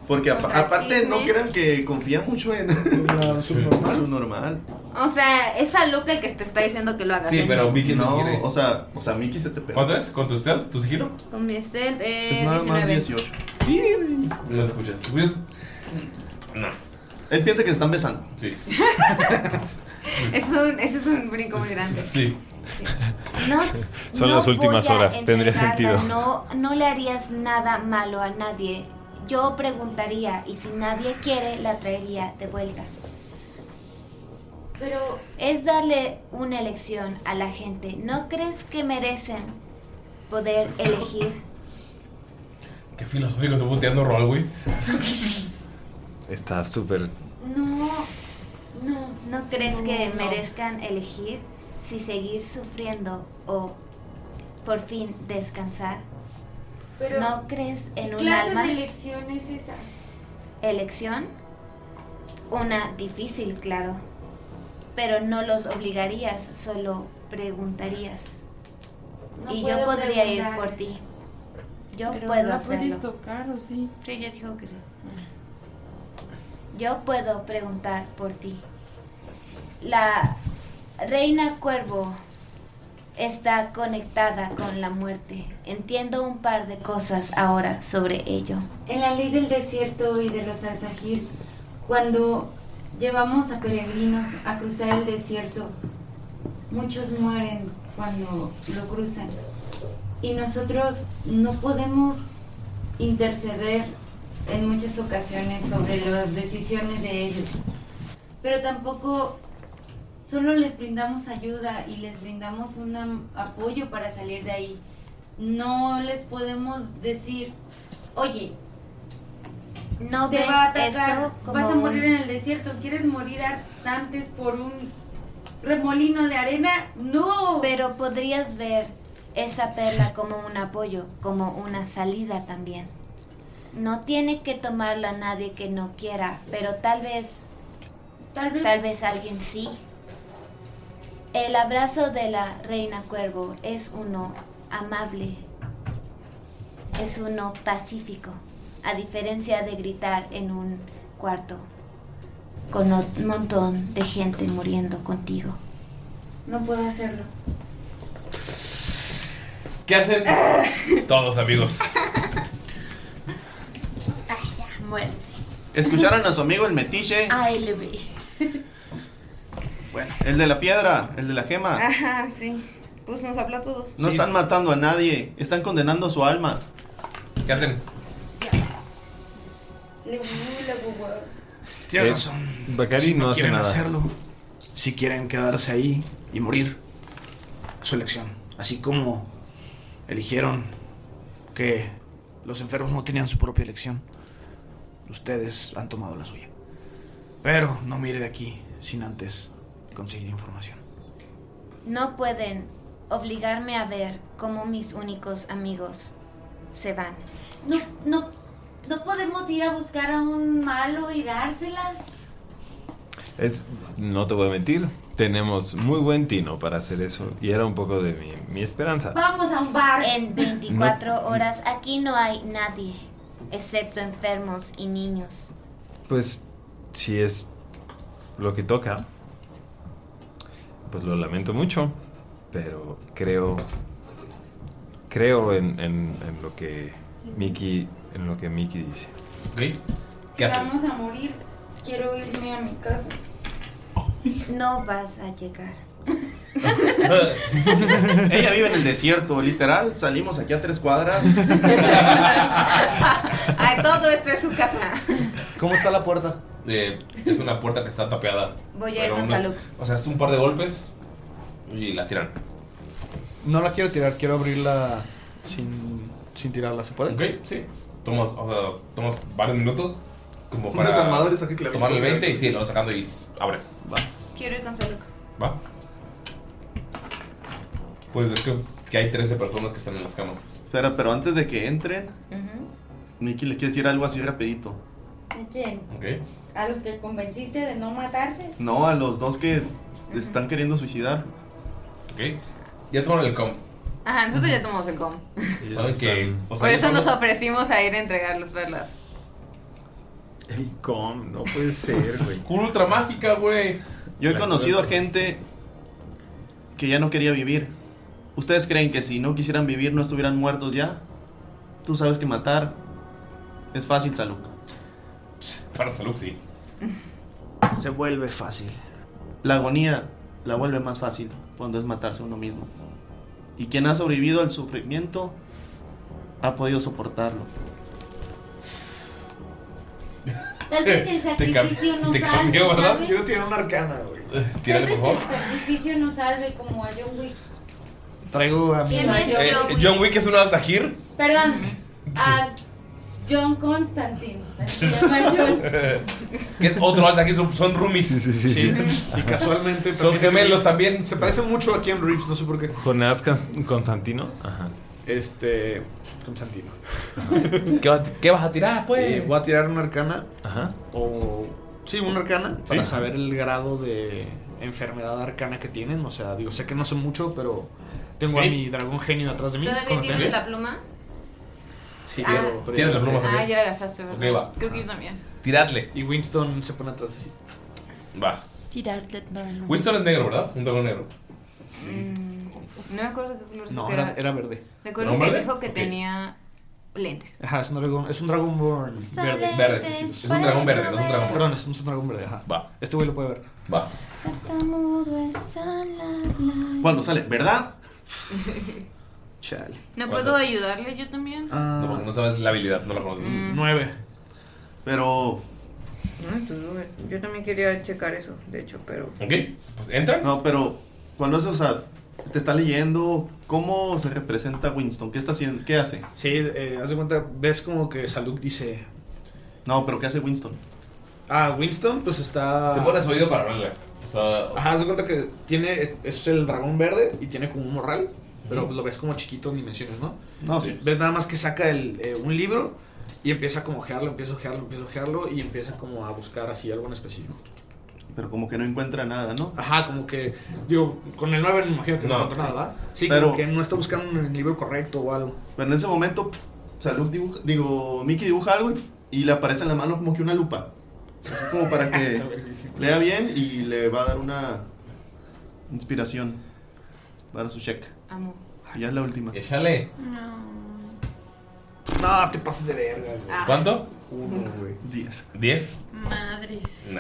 Porque apa- Contra aparte no chisme. crean que confía mucho en la subnormal. subnormal. O sea, esa loca el que te está diciendo que lo hagas. ¿eh? Mickey no O sea, o sea, Mickey se te pega. ¿Cuánto es? ¿Con tu stealth? ¿Tu sigilo? Con mi stealth, eh, Es nada más 19. 18. No escuchas. ¿Escuchas? No. Él piensa que se están besando. Sí. Es un, ese es un brinco muy grande. Sí. No, Son no las últimas voy a horas, tendría entregarla, sentido. No, no le harías nada malo a nadie. Yo preguntaría y si nadie quiere, la traería de vuelta. Pero es darle una elección a la gente. ¿No crees que merecen poder elegir? Qué filosófico se puteando rol, güey. Está súper. No, no, ¿no crees que merezcan elegir si seguir sufriendo o por fin descansar? Pero, ¿No crees en un clase alma? de elección es esa? elección, una difícil, claro, pero no los obligarías, solo preguntarías. No y yo puedo podría ir preguntar. por ti. Yo Pero puedo no la hacerlo. puedes tocar, ¿o sí? Sí, ya dijo que sí. Yo puedo preguntar por ti. La reina cuervo está conectada con la muerte. Entiendo un par de cosas ahora sobre ello. En la ley del desierto y de los arsajir, cuando llevamos a peregrinos a cruzar el desierto, muchos mueren cuando lo cruzan. Y nosotros no podemos interceder en muchas ocasiones sobre las decisiones de ellos. Pero tampoco solo les brindamos ayuda y les brindamos un am- apoyo para salir de ahí. No les podemos decir, oye, No te ves va a atacar, esto como vas a un- morir en el desierto, quieres morir antes por un remolino de arena. No. Pero podrías ver esa perla como un apoyo, como una salida también. No tiene que tomarla nadie que no quiera, pero tal vez, tal vez, alguien sí. El abrazo de la reina cuervo es uno amable, es uno pacífico, a diferencia de gritar en un cuarto con un montón de gente muriendo contigo. No puedo hacerlo. ¿Qué hacen todos, amigos? Ay, ya, muérense. Escucharon a su amigo el metiche, ALB. el de la piedra, el de la gema. Ajá, sí. Pues nos habló a todos. Ah. No están matando a nadie, están condenando su alma. ¿Qué hacen? Tienes Eh, razón. Bacari si no hace quieren nada. hacerlo, si quieren quedarse ahí y morir, es su elección. Así como eligieron que los enfermos no tenían su propia elección, ustedes han tomado la suya. Pero no mire de aquí sin antes conseguir información. No pueden obligarme a ver cómo mis únicos amigos se van. No, no, no podemos ir a buscar a un malo y dársela. Es, no te voy a mentir, tenemos muy buen tino para hacer eso y era un poco de mi, mi esperanza. Vamos a un bar. En 24 horas aquí no hay nadie, excepto enfermos y niños. Pues si es lo que toca, pues lo lamento mucho, pero creo creo en, en- en lo que Mickey en lo que Mickey dice. Si vamos a morir, quiero irme a mi casa. No vas a llegar. Ella vive en el desierto, literal. Salimos aquí a tres cuadras. Ay, todo esto es su casa. ¿Cómo está la puerta? Eh, es una puerta que está tapeada. Voy a ir Pero con unos- Saluk. O sea, es un par de golpes y la tiran. No la quiero tirar, quiero abrirla sin, sin tirarla, ¿se puede? Ok, sí. Tomas, o sea, tomas varios minutos como Un para desarmador y saque clavijo. tomar el 20 y sí, lo vas sacando y s- abres. Va. Quiero ir con Saluk. Va. Pues ves que, que hay 13 personas que están en las camas. Espera, pero antes de que entren, Mickey le quiere decir algo así rapidito. ¿A quién? Ok. ¿A los que convenciste de no matarse? No, a los dos que están queriendo suicidar. Ok. Ya tomaron el com. Ajá, nosotros ya tomamos el com. Saben que. o sea, Por ya eso nos tomaron- ofrecimos a ir a entregar las perlas. El com, no puede ser, güey. Cura ultra mágica, güey. Yo he La conocido a cueva. gente que ya no quería vivir. ¿Ustedes creen que si no quisieran vivir no estuvieran muertos ya? Tú sabes que matar es fácil, Salud. Para Salud, sí. Se vuelve fácil. La agonía la vuelve más fácil cuando es matarse uno mismo. Y quien ha sobrevivido al sufrimiento ha podido soportarlo. Tal vez el Te cam- sacrificio nos te salve. cambió, ¿verdad? ¿sabes? Quiero tirar una arcana, güey. Tírale, Tal por vez favor. el sacrificio nos salve como a John Wick. Traigo a mi. ¿Quién es Eh, John Wick? John Wick es un altajir. Perdón, a John Constantine. Así se llama John. que es otro altajir, son, son roomies. Sí, sí, sí. Y casualmente. Son gemelos también. Se parece mucho a Ken Reeves, no sé por qué. Jonás Cans- Constantino. Ajá. Este. Constantino. ¿Qué, vas a tirar, pues? Eh, voy a tirar una arcana. Ajá. O. Sí, una arcana. Sí. Para saber el grado de enfermedad arcana que tienen. O sea, digo, sé que no sé mucho, pero. Tengo Ok. a mi dragón genio atrás de mí. ¿Todavía con tienes ustedes. la pluma? Sí, Ah. pero- pero Tienes ya la gasté. pluma Ah, ya la gastaste, ¿verdad? Ok, va. Creo que yo también. Tiradle. Y Winston se pone atrás así. Va. Tirarte, no, no. Winston es negro, ¿verdad? Un dragón negro. Mm, No me acuerdo qué color No, que era, era verde. Me acuerdo que dijo que tenía lentes. Ajá, es un dragón, es un Dragonborn verde. Salen Verde, sí, sí. Es un dragón verde, no es un dragón. Perdón, es un, es un dragón verde, ajá. Va. Este güey lo puede ver. Va. Cuando sale, ¿verdad? Chale. ¿No ¿Cuánto? puedo ayudarle yo también? Ah. No, porque no sabes la habilidad, no la conoces. Mm. Nueve. Pero. No, entonces, yo también quería checar eso, de hecho, pero. Ok, pues entra. No, pero cuando es, o sea, te está leyendo, ¿cómo se representa Winston? ¿Qué está haciendo? ¿Qué hace? Sí, eh, haz de cuenta, ves como que Saluk dice. No, pero ¿qué hace Winston? Ah, Winston, pues está. Se pone a su oído para hablarle. O sea, Ajá, haz de cuenta que tiene. Es el dragón verde y tiene como un morral. Pero pues, lo ves como chiquito en dimensiones, ¿no? No, sí. Ves nada más que saca el, eh, un libro y empieza como a ojearlo, empieza a ojearlo, empieza a ojearlo y empieza como a buscar así algo en específico. Pero como que no encuentra nada, ¿no? Ajá, como que. Digo, con el 9 me imagino que no, No, encontró sí. nada, ¿verdad? Sí, Pero- como que no está buscando en el libro correcto o algo. Pero en ese momento, pf, Salud dibuja, digo, Mickey dibuja algo y, pf, y le aparece en la mano como que una lupa. Así como para que Está verguísima. lea bien y le va a dar una inspiración para su check. Amo. Y ya es la última. Échale. No. No, te pases de verga, güey. Ah. ¿Cuánto? Uno, güey. Diez. ¿Diez? Madres. Nah.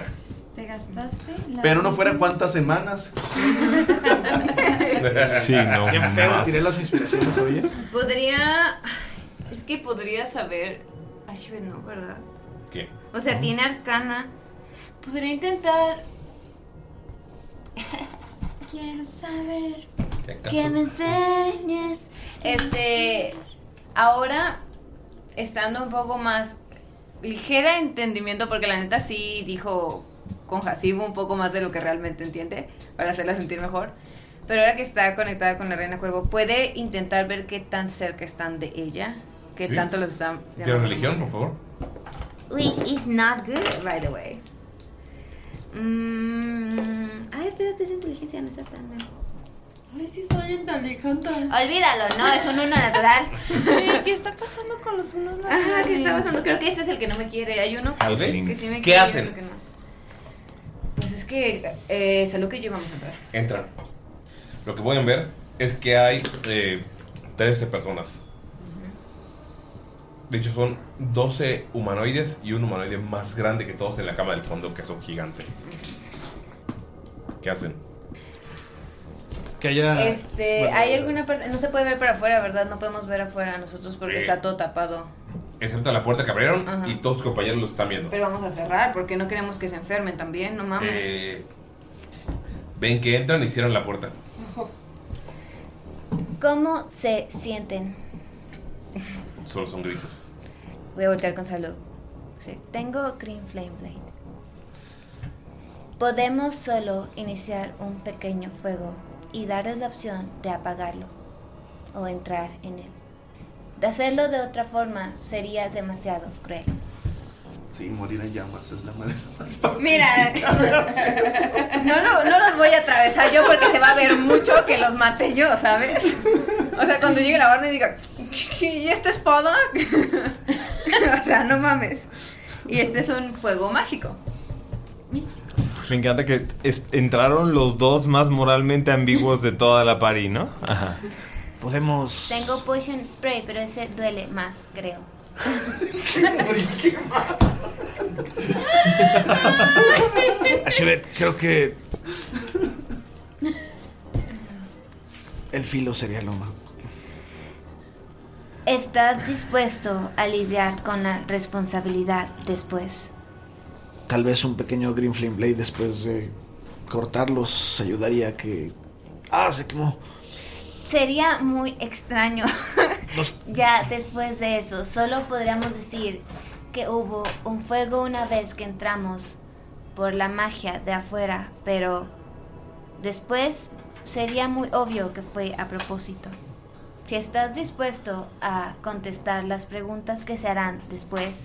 ¿Te gastaste? la Pero no vida? fuera cuántas semanas. Sí, no. Qué feo, tiré las inspiraciones, oye. Podría. Es que podría saber. Ay, güey, no, ¿verdad? ¿Qué? O sea, tiene arcana. Podría intentar. Quiero saber ¿Te que me enseñes. Este. Ahora, estando un poco más ligera de entendimiento, porque la neta sí dijo con Hasib un poco más de lo que realmente entiende para hacerla sentir mejor. Pero ahora que está conectada con la reina cuervo, puede intentar ver qué tan cerca están de ella, qué Sí. tanto los están. ¿Tiene religión, por favor? Which is not good, by the way. Mm, ay, espérate, esa inteligencia no está tan mal. Ay, sí soy inteligente. Olvídalo, no, es un uno natural. Sí, ¿qué está pasando con los unos naturales? Ajá, ¿qué está pasando? Creo que este es el que no me quiere. Hay uno Halflings. que sí me ¿Qué quiere. y hacen? uno que no. Pues es que eh, Salud que yo vamos a entrar. Entran. Lo que pueden ver es que hay eh, 13 personas. De hecho, son 12 humanoides y un humanoide más grande que todos en la cama del fondo, que es un gigante. ¿Qué hacen? Que Ah, haya. Este, bueno, hay alguna parte, no se puede ver para afuera, ¿verdad? No podemos ver afuera nosotros porque Eh. está todo tapado. Excepto la puerta que abrieron Ajá. y todos sus compañeros los están viendo. Pero vamos a cerrar porque no queremos que se enfermen también, no mames. Eh, ven que entran y cierran la puerta. ¿Cómo se sienten? Solo son gritos. Voy a voltear con salud. Sí, tengo Green Flame Blade. Podemos solo iniciar un pequeño fuego y darles la opción de apagarlo o entrar en él. De hacerlo de otra forma sería demasiado cruel. Sí, morir en llamas es la manera más fácil. Mira, no, lo- no los voy a atravesar yo porque se va a ver mucho que los mate yo, ¿sabes? O sea, cuando llegue la orden y diga, ¿y esta espada? o sea, no mames. Y este es un fuego mágico. Me encanta que es- entraron los dos más moralmente ambiguos de toda la pari, ¿no? Ajá. Podemos. Tengo Potion Spray, pero ese duele más, creo. Ashibet, creo que. El filo sería lo más. ¿Estás dispuesto a lidiar con la responsabilidad después? Tal vez un pequeño Green Flame Blade después de cortarlos ayudaría a que. ¡Ah! Se quemó. Sería muy extraño. ya después de eso, solo podríamos decir que hubo un fuego una vez que entramos por la magia de afuera, pero después sería muy obvio que fue a propósito. Si estás dispuesto a contestar las preguntas que se harán después,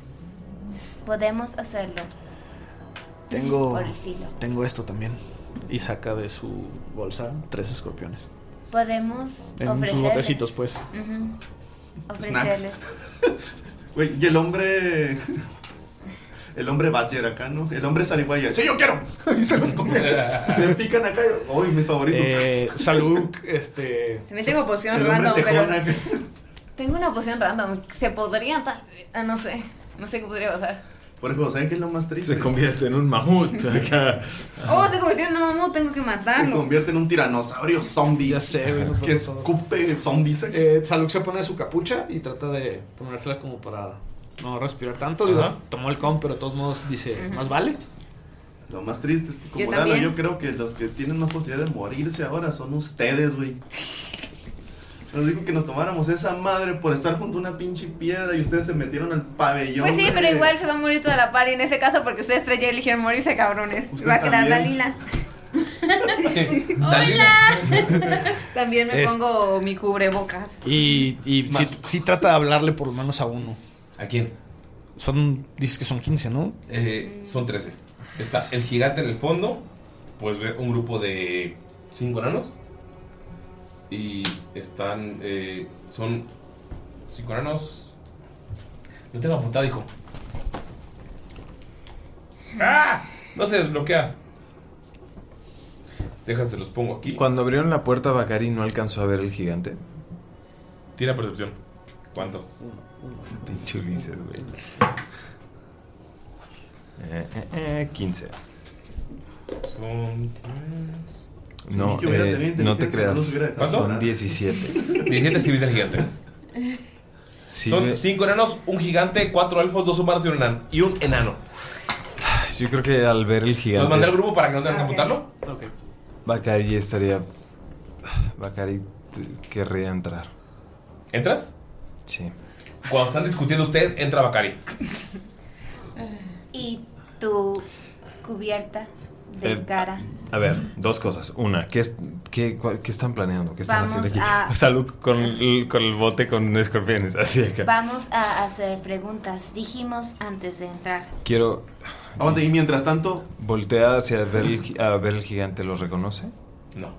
podemos hacerlo. Tengo. Por el filo. Tengo esto también. Y saca de su bolsa tres escorpiones. Podemos En sus ofrecerles. botecitos, pues. Ujú. Snacks. Ofrecerles. Güey, y el hombre. El hombre Badger acá, ¿no? El hombre zarigüeya. ¡Sí, yo quiero! Y se los come. Le pican acá. ¡Uy, mi favorito! Eh, Salud, Eh, este. También tengo poción El hombre random, tejona. pero... Tengo una poción random. Se podría... ta- Ah, no sé. No sé qué podría pasar. Por ejemplo, ¿saben qué es lo más triste? Se convierte en un mamut. acá. Oh, se convirtió en un mamut, tengo que Se matarlo. convierte en un tiranosaurio zombie. Ya sé, Que escupe zombies. Eh, Saluk se pone su capucha y trata de ponérsela como para no respirar tanto. Digo, Ajá. tomó el con, pero de todos modos dice, Ujú. más vale. Lo más triste es que, como Yo Lalo, también. yo creo que los que tienen más posibilidad de morirse ahora son ustedes, güey. Nos dijo que nos tomáramos esa madre por estar junto a una pinche piedra y ustedes se metieron al pabellón. Pues sí, güey. pero igual se va a morir toda la party en ese caso porque ustedes tres ya eligieron morirse, cabrones. Va a quedar también. Dalila. ¡Hola! También me Es- pongo mi cubrebocas. Y, y sí, sí trata de hablarle por lo menos a uno. ¿A quién? Son, dices que son 15, ¿no? Eh, son 13. Está el gigante en el fondo. Puedes ver un grupo de 5 enanos. Y están. eh, son 5 enanos. Lo tengo apuntado, hijo. ¡Ah! No se desbloquea. Déjase, los pongo aquí. Cuando abrieron la puerta, Bacari no alcanzó a ver el gigante. Tira percepción. ¿Cuánto? Pinche Ulises, güey. Eh, eh, eh, 15. Son. Si No, yo hubiera eh, tenido no te inteligencia, creas. no los hubiera dejado. Son 17. 17 si viste el gigante. Sí, Son ve- 5 enanos, un gigante, 4 elfos, 2 humanos y un enano. Y un enano. Yo creo que al ver el gigante. Los mandé al grupo para que no tengan que apuntarlo. Bacari estaría. Bacari te- querría entrar. ¿Entras? Sí. Cuando están discutiendo ustedes, entra Bakari. Y tú cubierta de Eh, cara. A ver, dos cosas. Una, ¿qué, es- qué, cua- qué están planeando? ¿Qué están Vamos haciendo aquí? a- Salud con, el- con el bote con escorpiones. Así acá. Vamos a hacer preguntas, dijimos antes de entrar. Quiero. ¿A dónde? Y mientras tanto. Voltea hacia ver el, gi- a ver el gigante, ¿lo reconoce? No.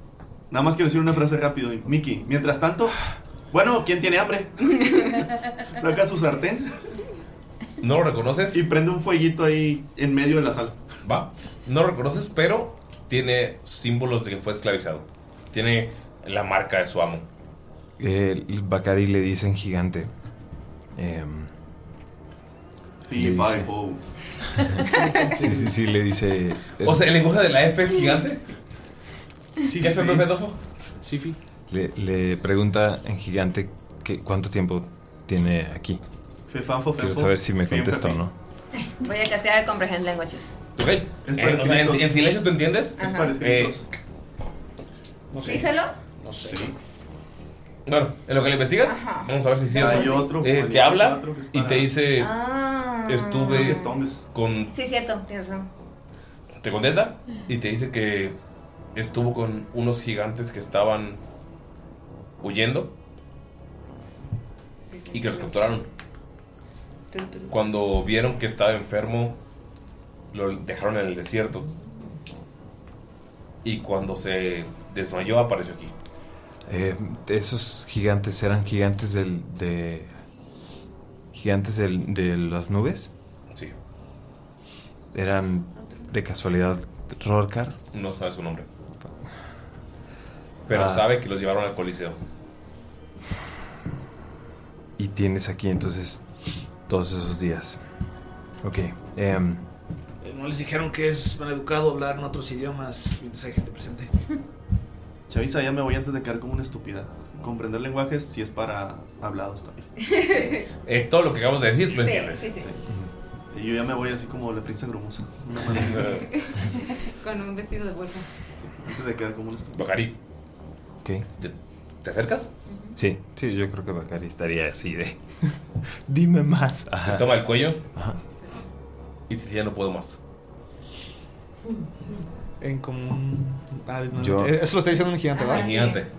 Nada más quiero decir una frase rápido. Miki, mientras tanto. Bueno, ¿quién tiene hambre? Saca su sartén. No lo reconoces. Y prende un fueguito ahí en medio de la sala. Va. No lo reconoces, pero tiene símbolos de que fue esclavizado. Tiene la marca de su amo. Eh, El Bacari le dicen gigante. Em, Y le dice- FIFO. Sí, sí, sí, le dice. O sea, el lenguaje de la F es gigante. Sí, ¿Qué hace sí. el profe Adolfo? Sí, fi. Le, le pregunta en gigante que, cuánto tiempo tiene aquí. Fefanfo, Quiero fefo. saber si me Fem, contesta o fefi. no. Voy a casear Comprehend Languages. Ok. Es Eh, para o sea, en, escritos. en silencio tú entiendes. Es para Eh, Sí. Díselo. No sé. Bueno, en lo que le investigas, Ajá. vamos a ver si es cierto. Hay otro, Eh, hay te habla otro que es y te para- dice: Ah. Estuve con. Sí, cierto, tienes razón. Te contesta y te dice que estuvo con unos gigantes que estaban huyendo y que los capturaron. Cuando vieron que estaba enfermo, lo dejaron en el desierto. Y cuando se desmayó, apareció aquí. Eh, esos gigantes eran gigantes del, de. Gigantes del- de las nubes. Sí. Eran de casualidad Rorcar. No sabe su nombre. Pero Ah. sabe que los llevaron al coliseo. Y tienes aquí entonces todos esos días. Ok. em, Eh, ¿No les dijeron que es maleducado hablar en otros idiomas mientras hay gente presente? Chavisa, ya me voy antes de quedar como una estúpida. Comprender lenguajes si es para hablados también. Eh, todo lo que acabamos de decir lo entiendes. Y yo ya me voy así como la princesa grumosa. Una mano. Con un vestido de bolsa. antes de quedar como una estúpida. Bacari. ¿Qué? ¿Te, te acercas? Sí, sí, yo creo que Bacari estaría así de. Dime más. Te Ajá. toma el cuello y te dice ya no puedo más. En común. Ah, no, Yo- eh, Eso lo está diciendo un gigante, Ah, Ajá, ¿verdad? sí. Ah, Gigante.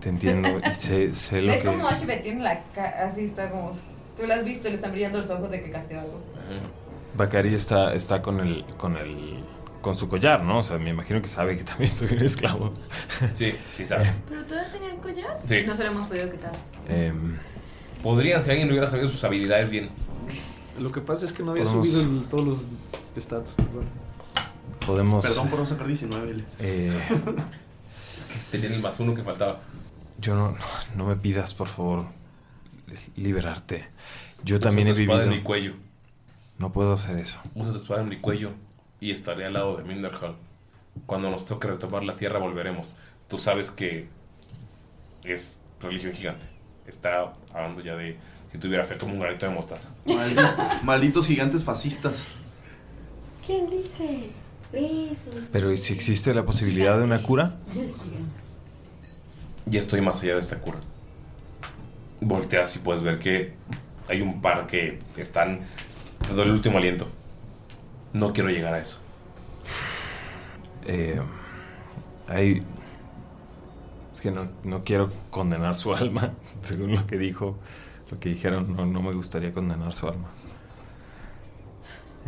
Te entiendo y sé, sé lo Es que como es. Ashbet tiene la cara así, está como. Tú la has visto, le están brillando los ojos de que casteó algo. Bacari está, está con el. con el. con su collar, ¿no? O sea, me imagino que sabe que también soy un esclavo. Eh, Sí, sí sabe. ¿Pero todavía tenía el collar? Sí. No se lo hemos podido quitar. Em. Podrían, si alguien hubiera sabido sus habilidades bien. Lo que pasa es que no había Podemos- subido el- todos los stats. Bueno. Podemos. Perdón por no sacar 19. L. eh, Tenían el más uno que faltaba. Yo no, no, no me pidas, por favor, liberarte. Yo también he Usa tu espada vivido. en mi cuello. No puedo hacer eso. Usa tu espada en mi cuello y estaré al lado de Minderhall. Cuando nos toque retomar la tierra volveremos. Tú sabes que es religión gigante. Está hablando ya de si tuviera fe como un granito de mostaza. Maldi- malditos gigantes fascistas. ¿Quién dice? Eso. Pero ¿y si existe la posibilidad de una cura? Y estoy más allá de esta cura. Volteas y puedes ver que hay un par que están dando el último aliento. No quiero llegar a eso. Eh, hay. Es que no, no quiero condenar su alma, según lo que dijo, lo que dijeron, no, no me gustaría condenar su alma.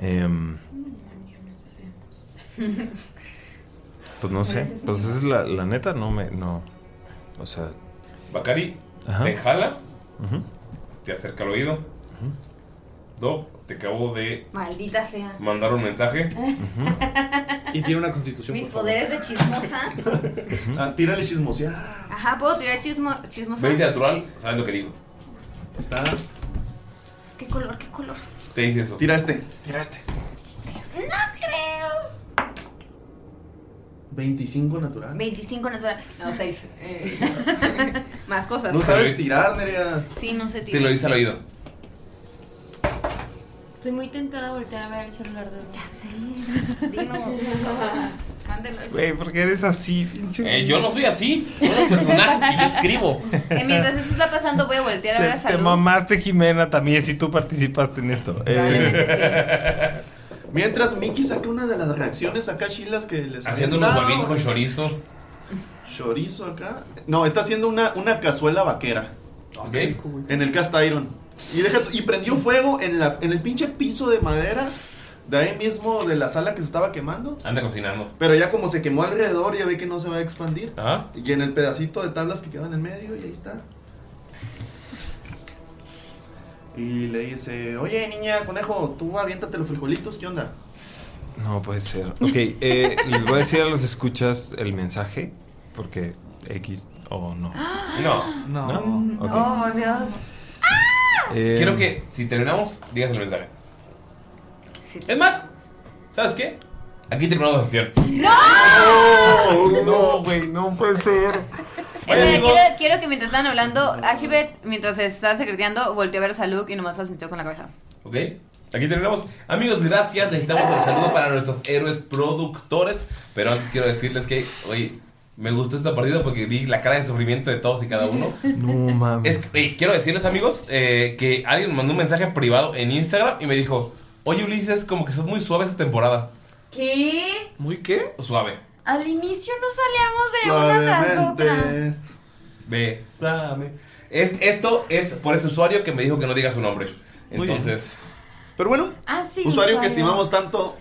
Em, pues no sé, pues es la, la neta, no me, no, o sea, Bacari Ajá. te jala, Ujú. te acerca al oído. Doc, te acabo de Maldita sea. mandar un mensaje. Y tiene una constitución. Mis poderes de chismosa. Ah, tírale chismosear. Ajá, ¿puedo tirar chismo, chismosa? 20 natural, sabes lo que digo. Está. ¿Qué color, qué color? Te dice eso. Tira este. Tira este. No creo. 25 natural. 25 natural. No, 6. Más cosas. No sabes Ah, tirar, Nerea. Sí, no sé Te lo dice al oído. Estoy muy tentada a voltear a ver el celular de Ya sé. Dinos. Mándelo. Güey, ¿por qué eres así, pinche? Eh, yo no soy así. Soy un personaje que yo escribo. Eh, mientras eso está pasando, voy a voltear a ver a Se- te Salud. mamaste, Jimena, también, si tú participaste en esto. Eh, Mientras Mickey saca una de las reacciones acá chilas que les Haciendo habían unos dado. huevitos con chorizo. Chorizo acá. No, está haciendo una, una cazuela vaquera. ¿Eh? Ok. En el cast iron. Y, deja- y prendió fuego en, la, en el pinche piso de madera de ahí mismo de la sala que se estaba quemando. Anda cocinando. Pero ya como se quemó alrededor, ya ve que no se va a expandir. Ajá. Y en el pedacito de tablas que quedó en el medio, y ahí está. Y le dice, oye niña, conejo, tú aviéntate los frijolitos, ¿qué onda? No puede ser. Ok, eh, les voy a decir a los escuchas el mensaje, porque X o no. No. No. Ok. Oh, por Dios. Eh, Quiero que si terminamos, digas el mensaje. Sí. Es más, ¿sabes qué? Aquí terminamos la sesión. ¡No! No, güey, no puede ser. Espera, amigos. quiero, quiero que mientras estaban hablando, Ashibet, mientras se estaban secreteando, volteó a ver a Saluk y nomás lo sintió con la cabeza. Ok, aquí terminamos. Amigos, gracias. Necesitamos el saludo para nuestros héroes productores. Pero antes quiero decirles que, oye, me gustó esta partida porque vi la cara de sufrimiento de todos y cada uno. No mames. Es- eh, quiero decirles, amigos, eh, que alguien me mandó un mensaje privado en Instagram y me dijo: Oye, Ulises, como que sos muy suave esta temporada. ¿Qué? ¿Muy qué? Suave. Al inicio no salíamos de una tras otra. Besame. Es, esto es por ese usuario que me dijo que no diga su nombre. Muy bien. Entonces, Pero bueno, Ah, sí, usuario que usuario. estimamos tanto,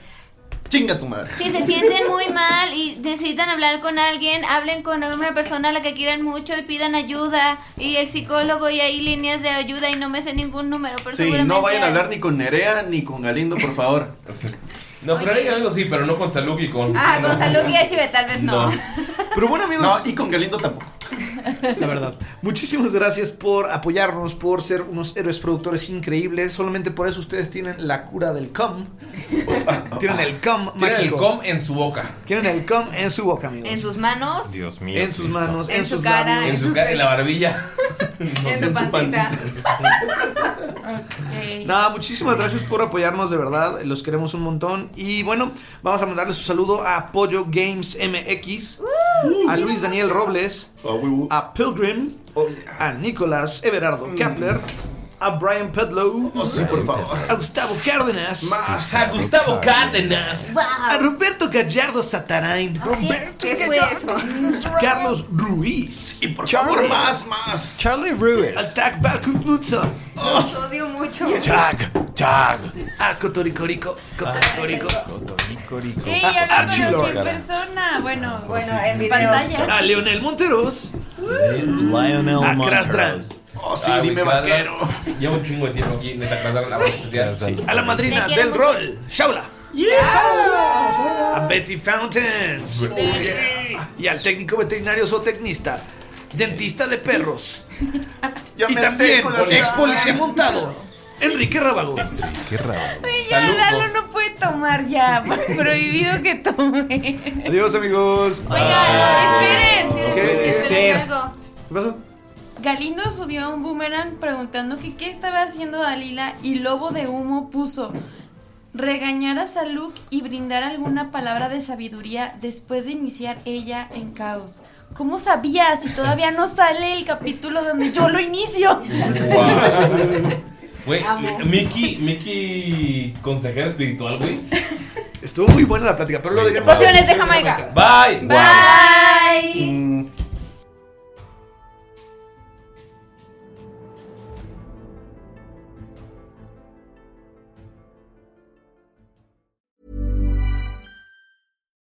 chinga tu madre. Si se sienten muy mal y necesitan hablar con alguien, hablen con una persona a la que quieran mucho y pidan ayuda. Y el psicólogo y hay líneas de ayuda y no me sé ningún número, pero Sí, seguramente... no vayan a hay. hablar ni con Nerea ni con Galindo, por favor. no, pero hay algo sí, pero no con Salud y con. Ah, con Saluk y Ashibet tal vez no. Pero bueno, amigos. y con Galindo tampoco. La verdad. Muchísimas gracias por apoyarnos, por ser unos héroes productores increíbles. Solamente por eso ustedes tienen la cura del com. tienen el com Oh, Tienen el mágico. com en su boca. Tienen el com en su boca, amigos. En sus manos, Dios mío, En sus Cristo. manos, en, En su sus cara, labios. En su cara, en la barbilla. en su pancita. Ok. Nada, muchísimas gracias por apoyarnos, de verdad. Los queremos un montón. Y bueno, vamos a mandarles un saludo a Apoyo Games MX, a Luis Daniel Robles, Ah, a Pilgrim, Oh, a Nicolás Mm. Everardo Kepler, a Brian Pedlow, Oh, a Gustavo Cárdenas, Más a Gustavo Cárdenas. a Roberto Gallardo Satarain, ¿Qué fue eso? Carlos Ruiz, y por favor, más, más. Charlie Ruiz, Attack Balkan Knudsen. Oh. Los odio mucho. Chag, chag. A Ah, Cotoricorico, Cotoricorico. ¡Ey, A ya lo Archie conocí en Lord. persona! Bueno, bueno, en video. pantalla. A Leonel Monteros. Lionel a Monteros. Crastran. Ah, Oh, sí, dime vaquero. Llevo Ah, un chingo de tiempo aquí, neta, Crastran, la voz especial. A la madrina Te quiero del mucho. rol, Shaula. Yeah. A Betty Fountains. Oh, Y al técnico veterinario zootecnista. Dentista de perros. y también tengo la ex policía montado. Enrique Rábago. Qué raro. Ay, ya Lalo no puede tomar ya. Prohibido que tome. Adiós, amigos. Ah, Esperen. puede ser. Algo. ¿Qué pasó? Galindo subió un boomerang preguntando que qué estaba haciendo Dalila y Lobo de Humo puso regañar a Saluk y brindar alguna palabra de sabiduría después de iniciar ella en caos. ¿Cómo sabía si todavía no sale el capítulo donde yo lo inicio? Güey, Mickey, Mickey, consejero espiritual, güey. Estuvo muy buena la plática, pero lo diré Pociones de Jamaica. Bye. Bye.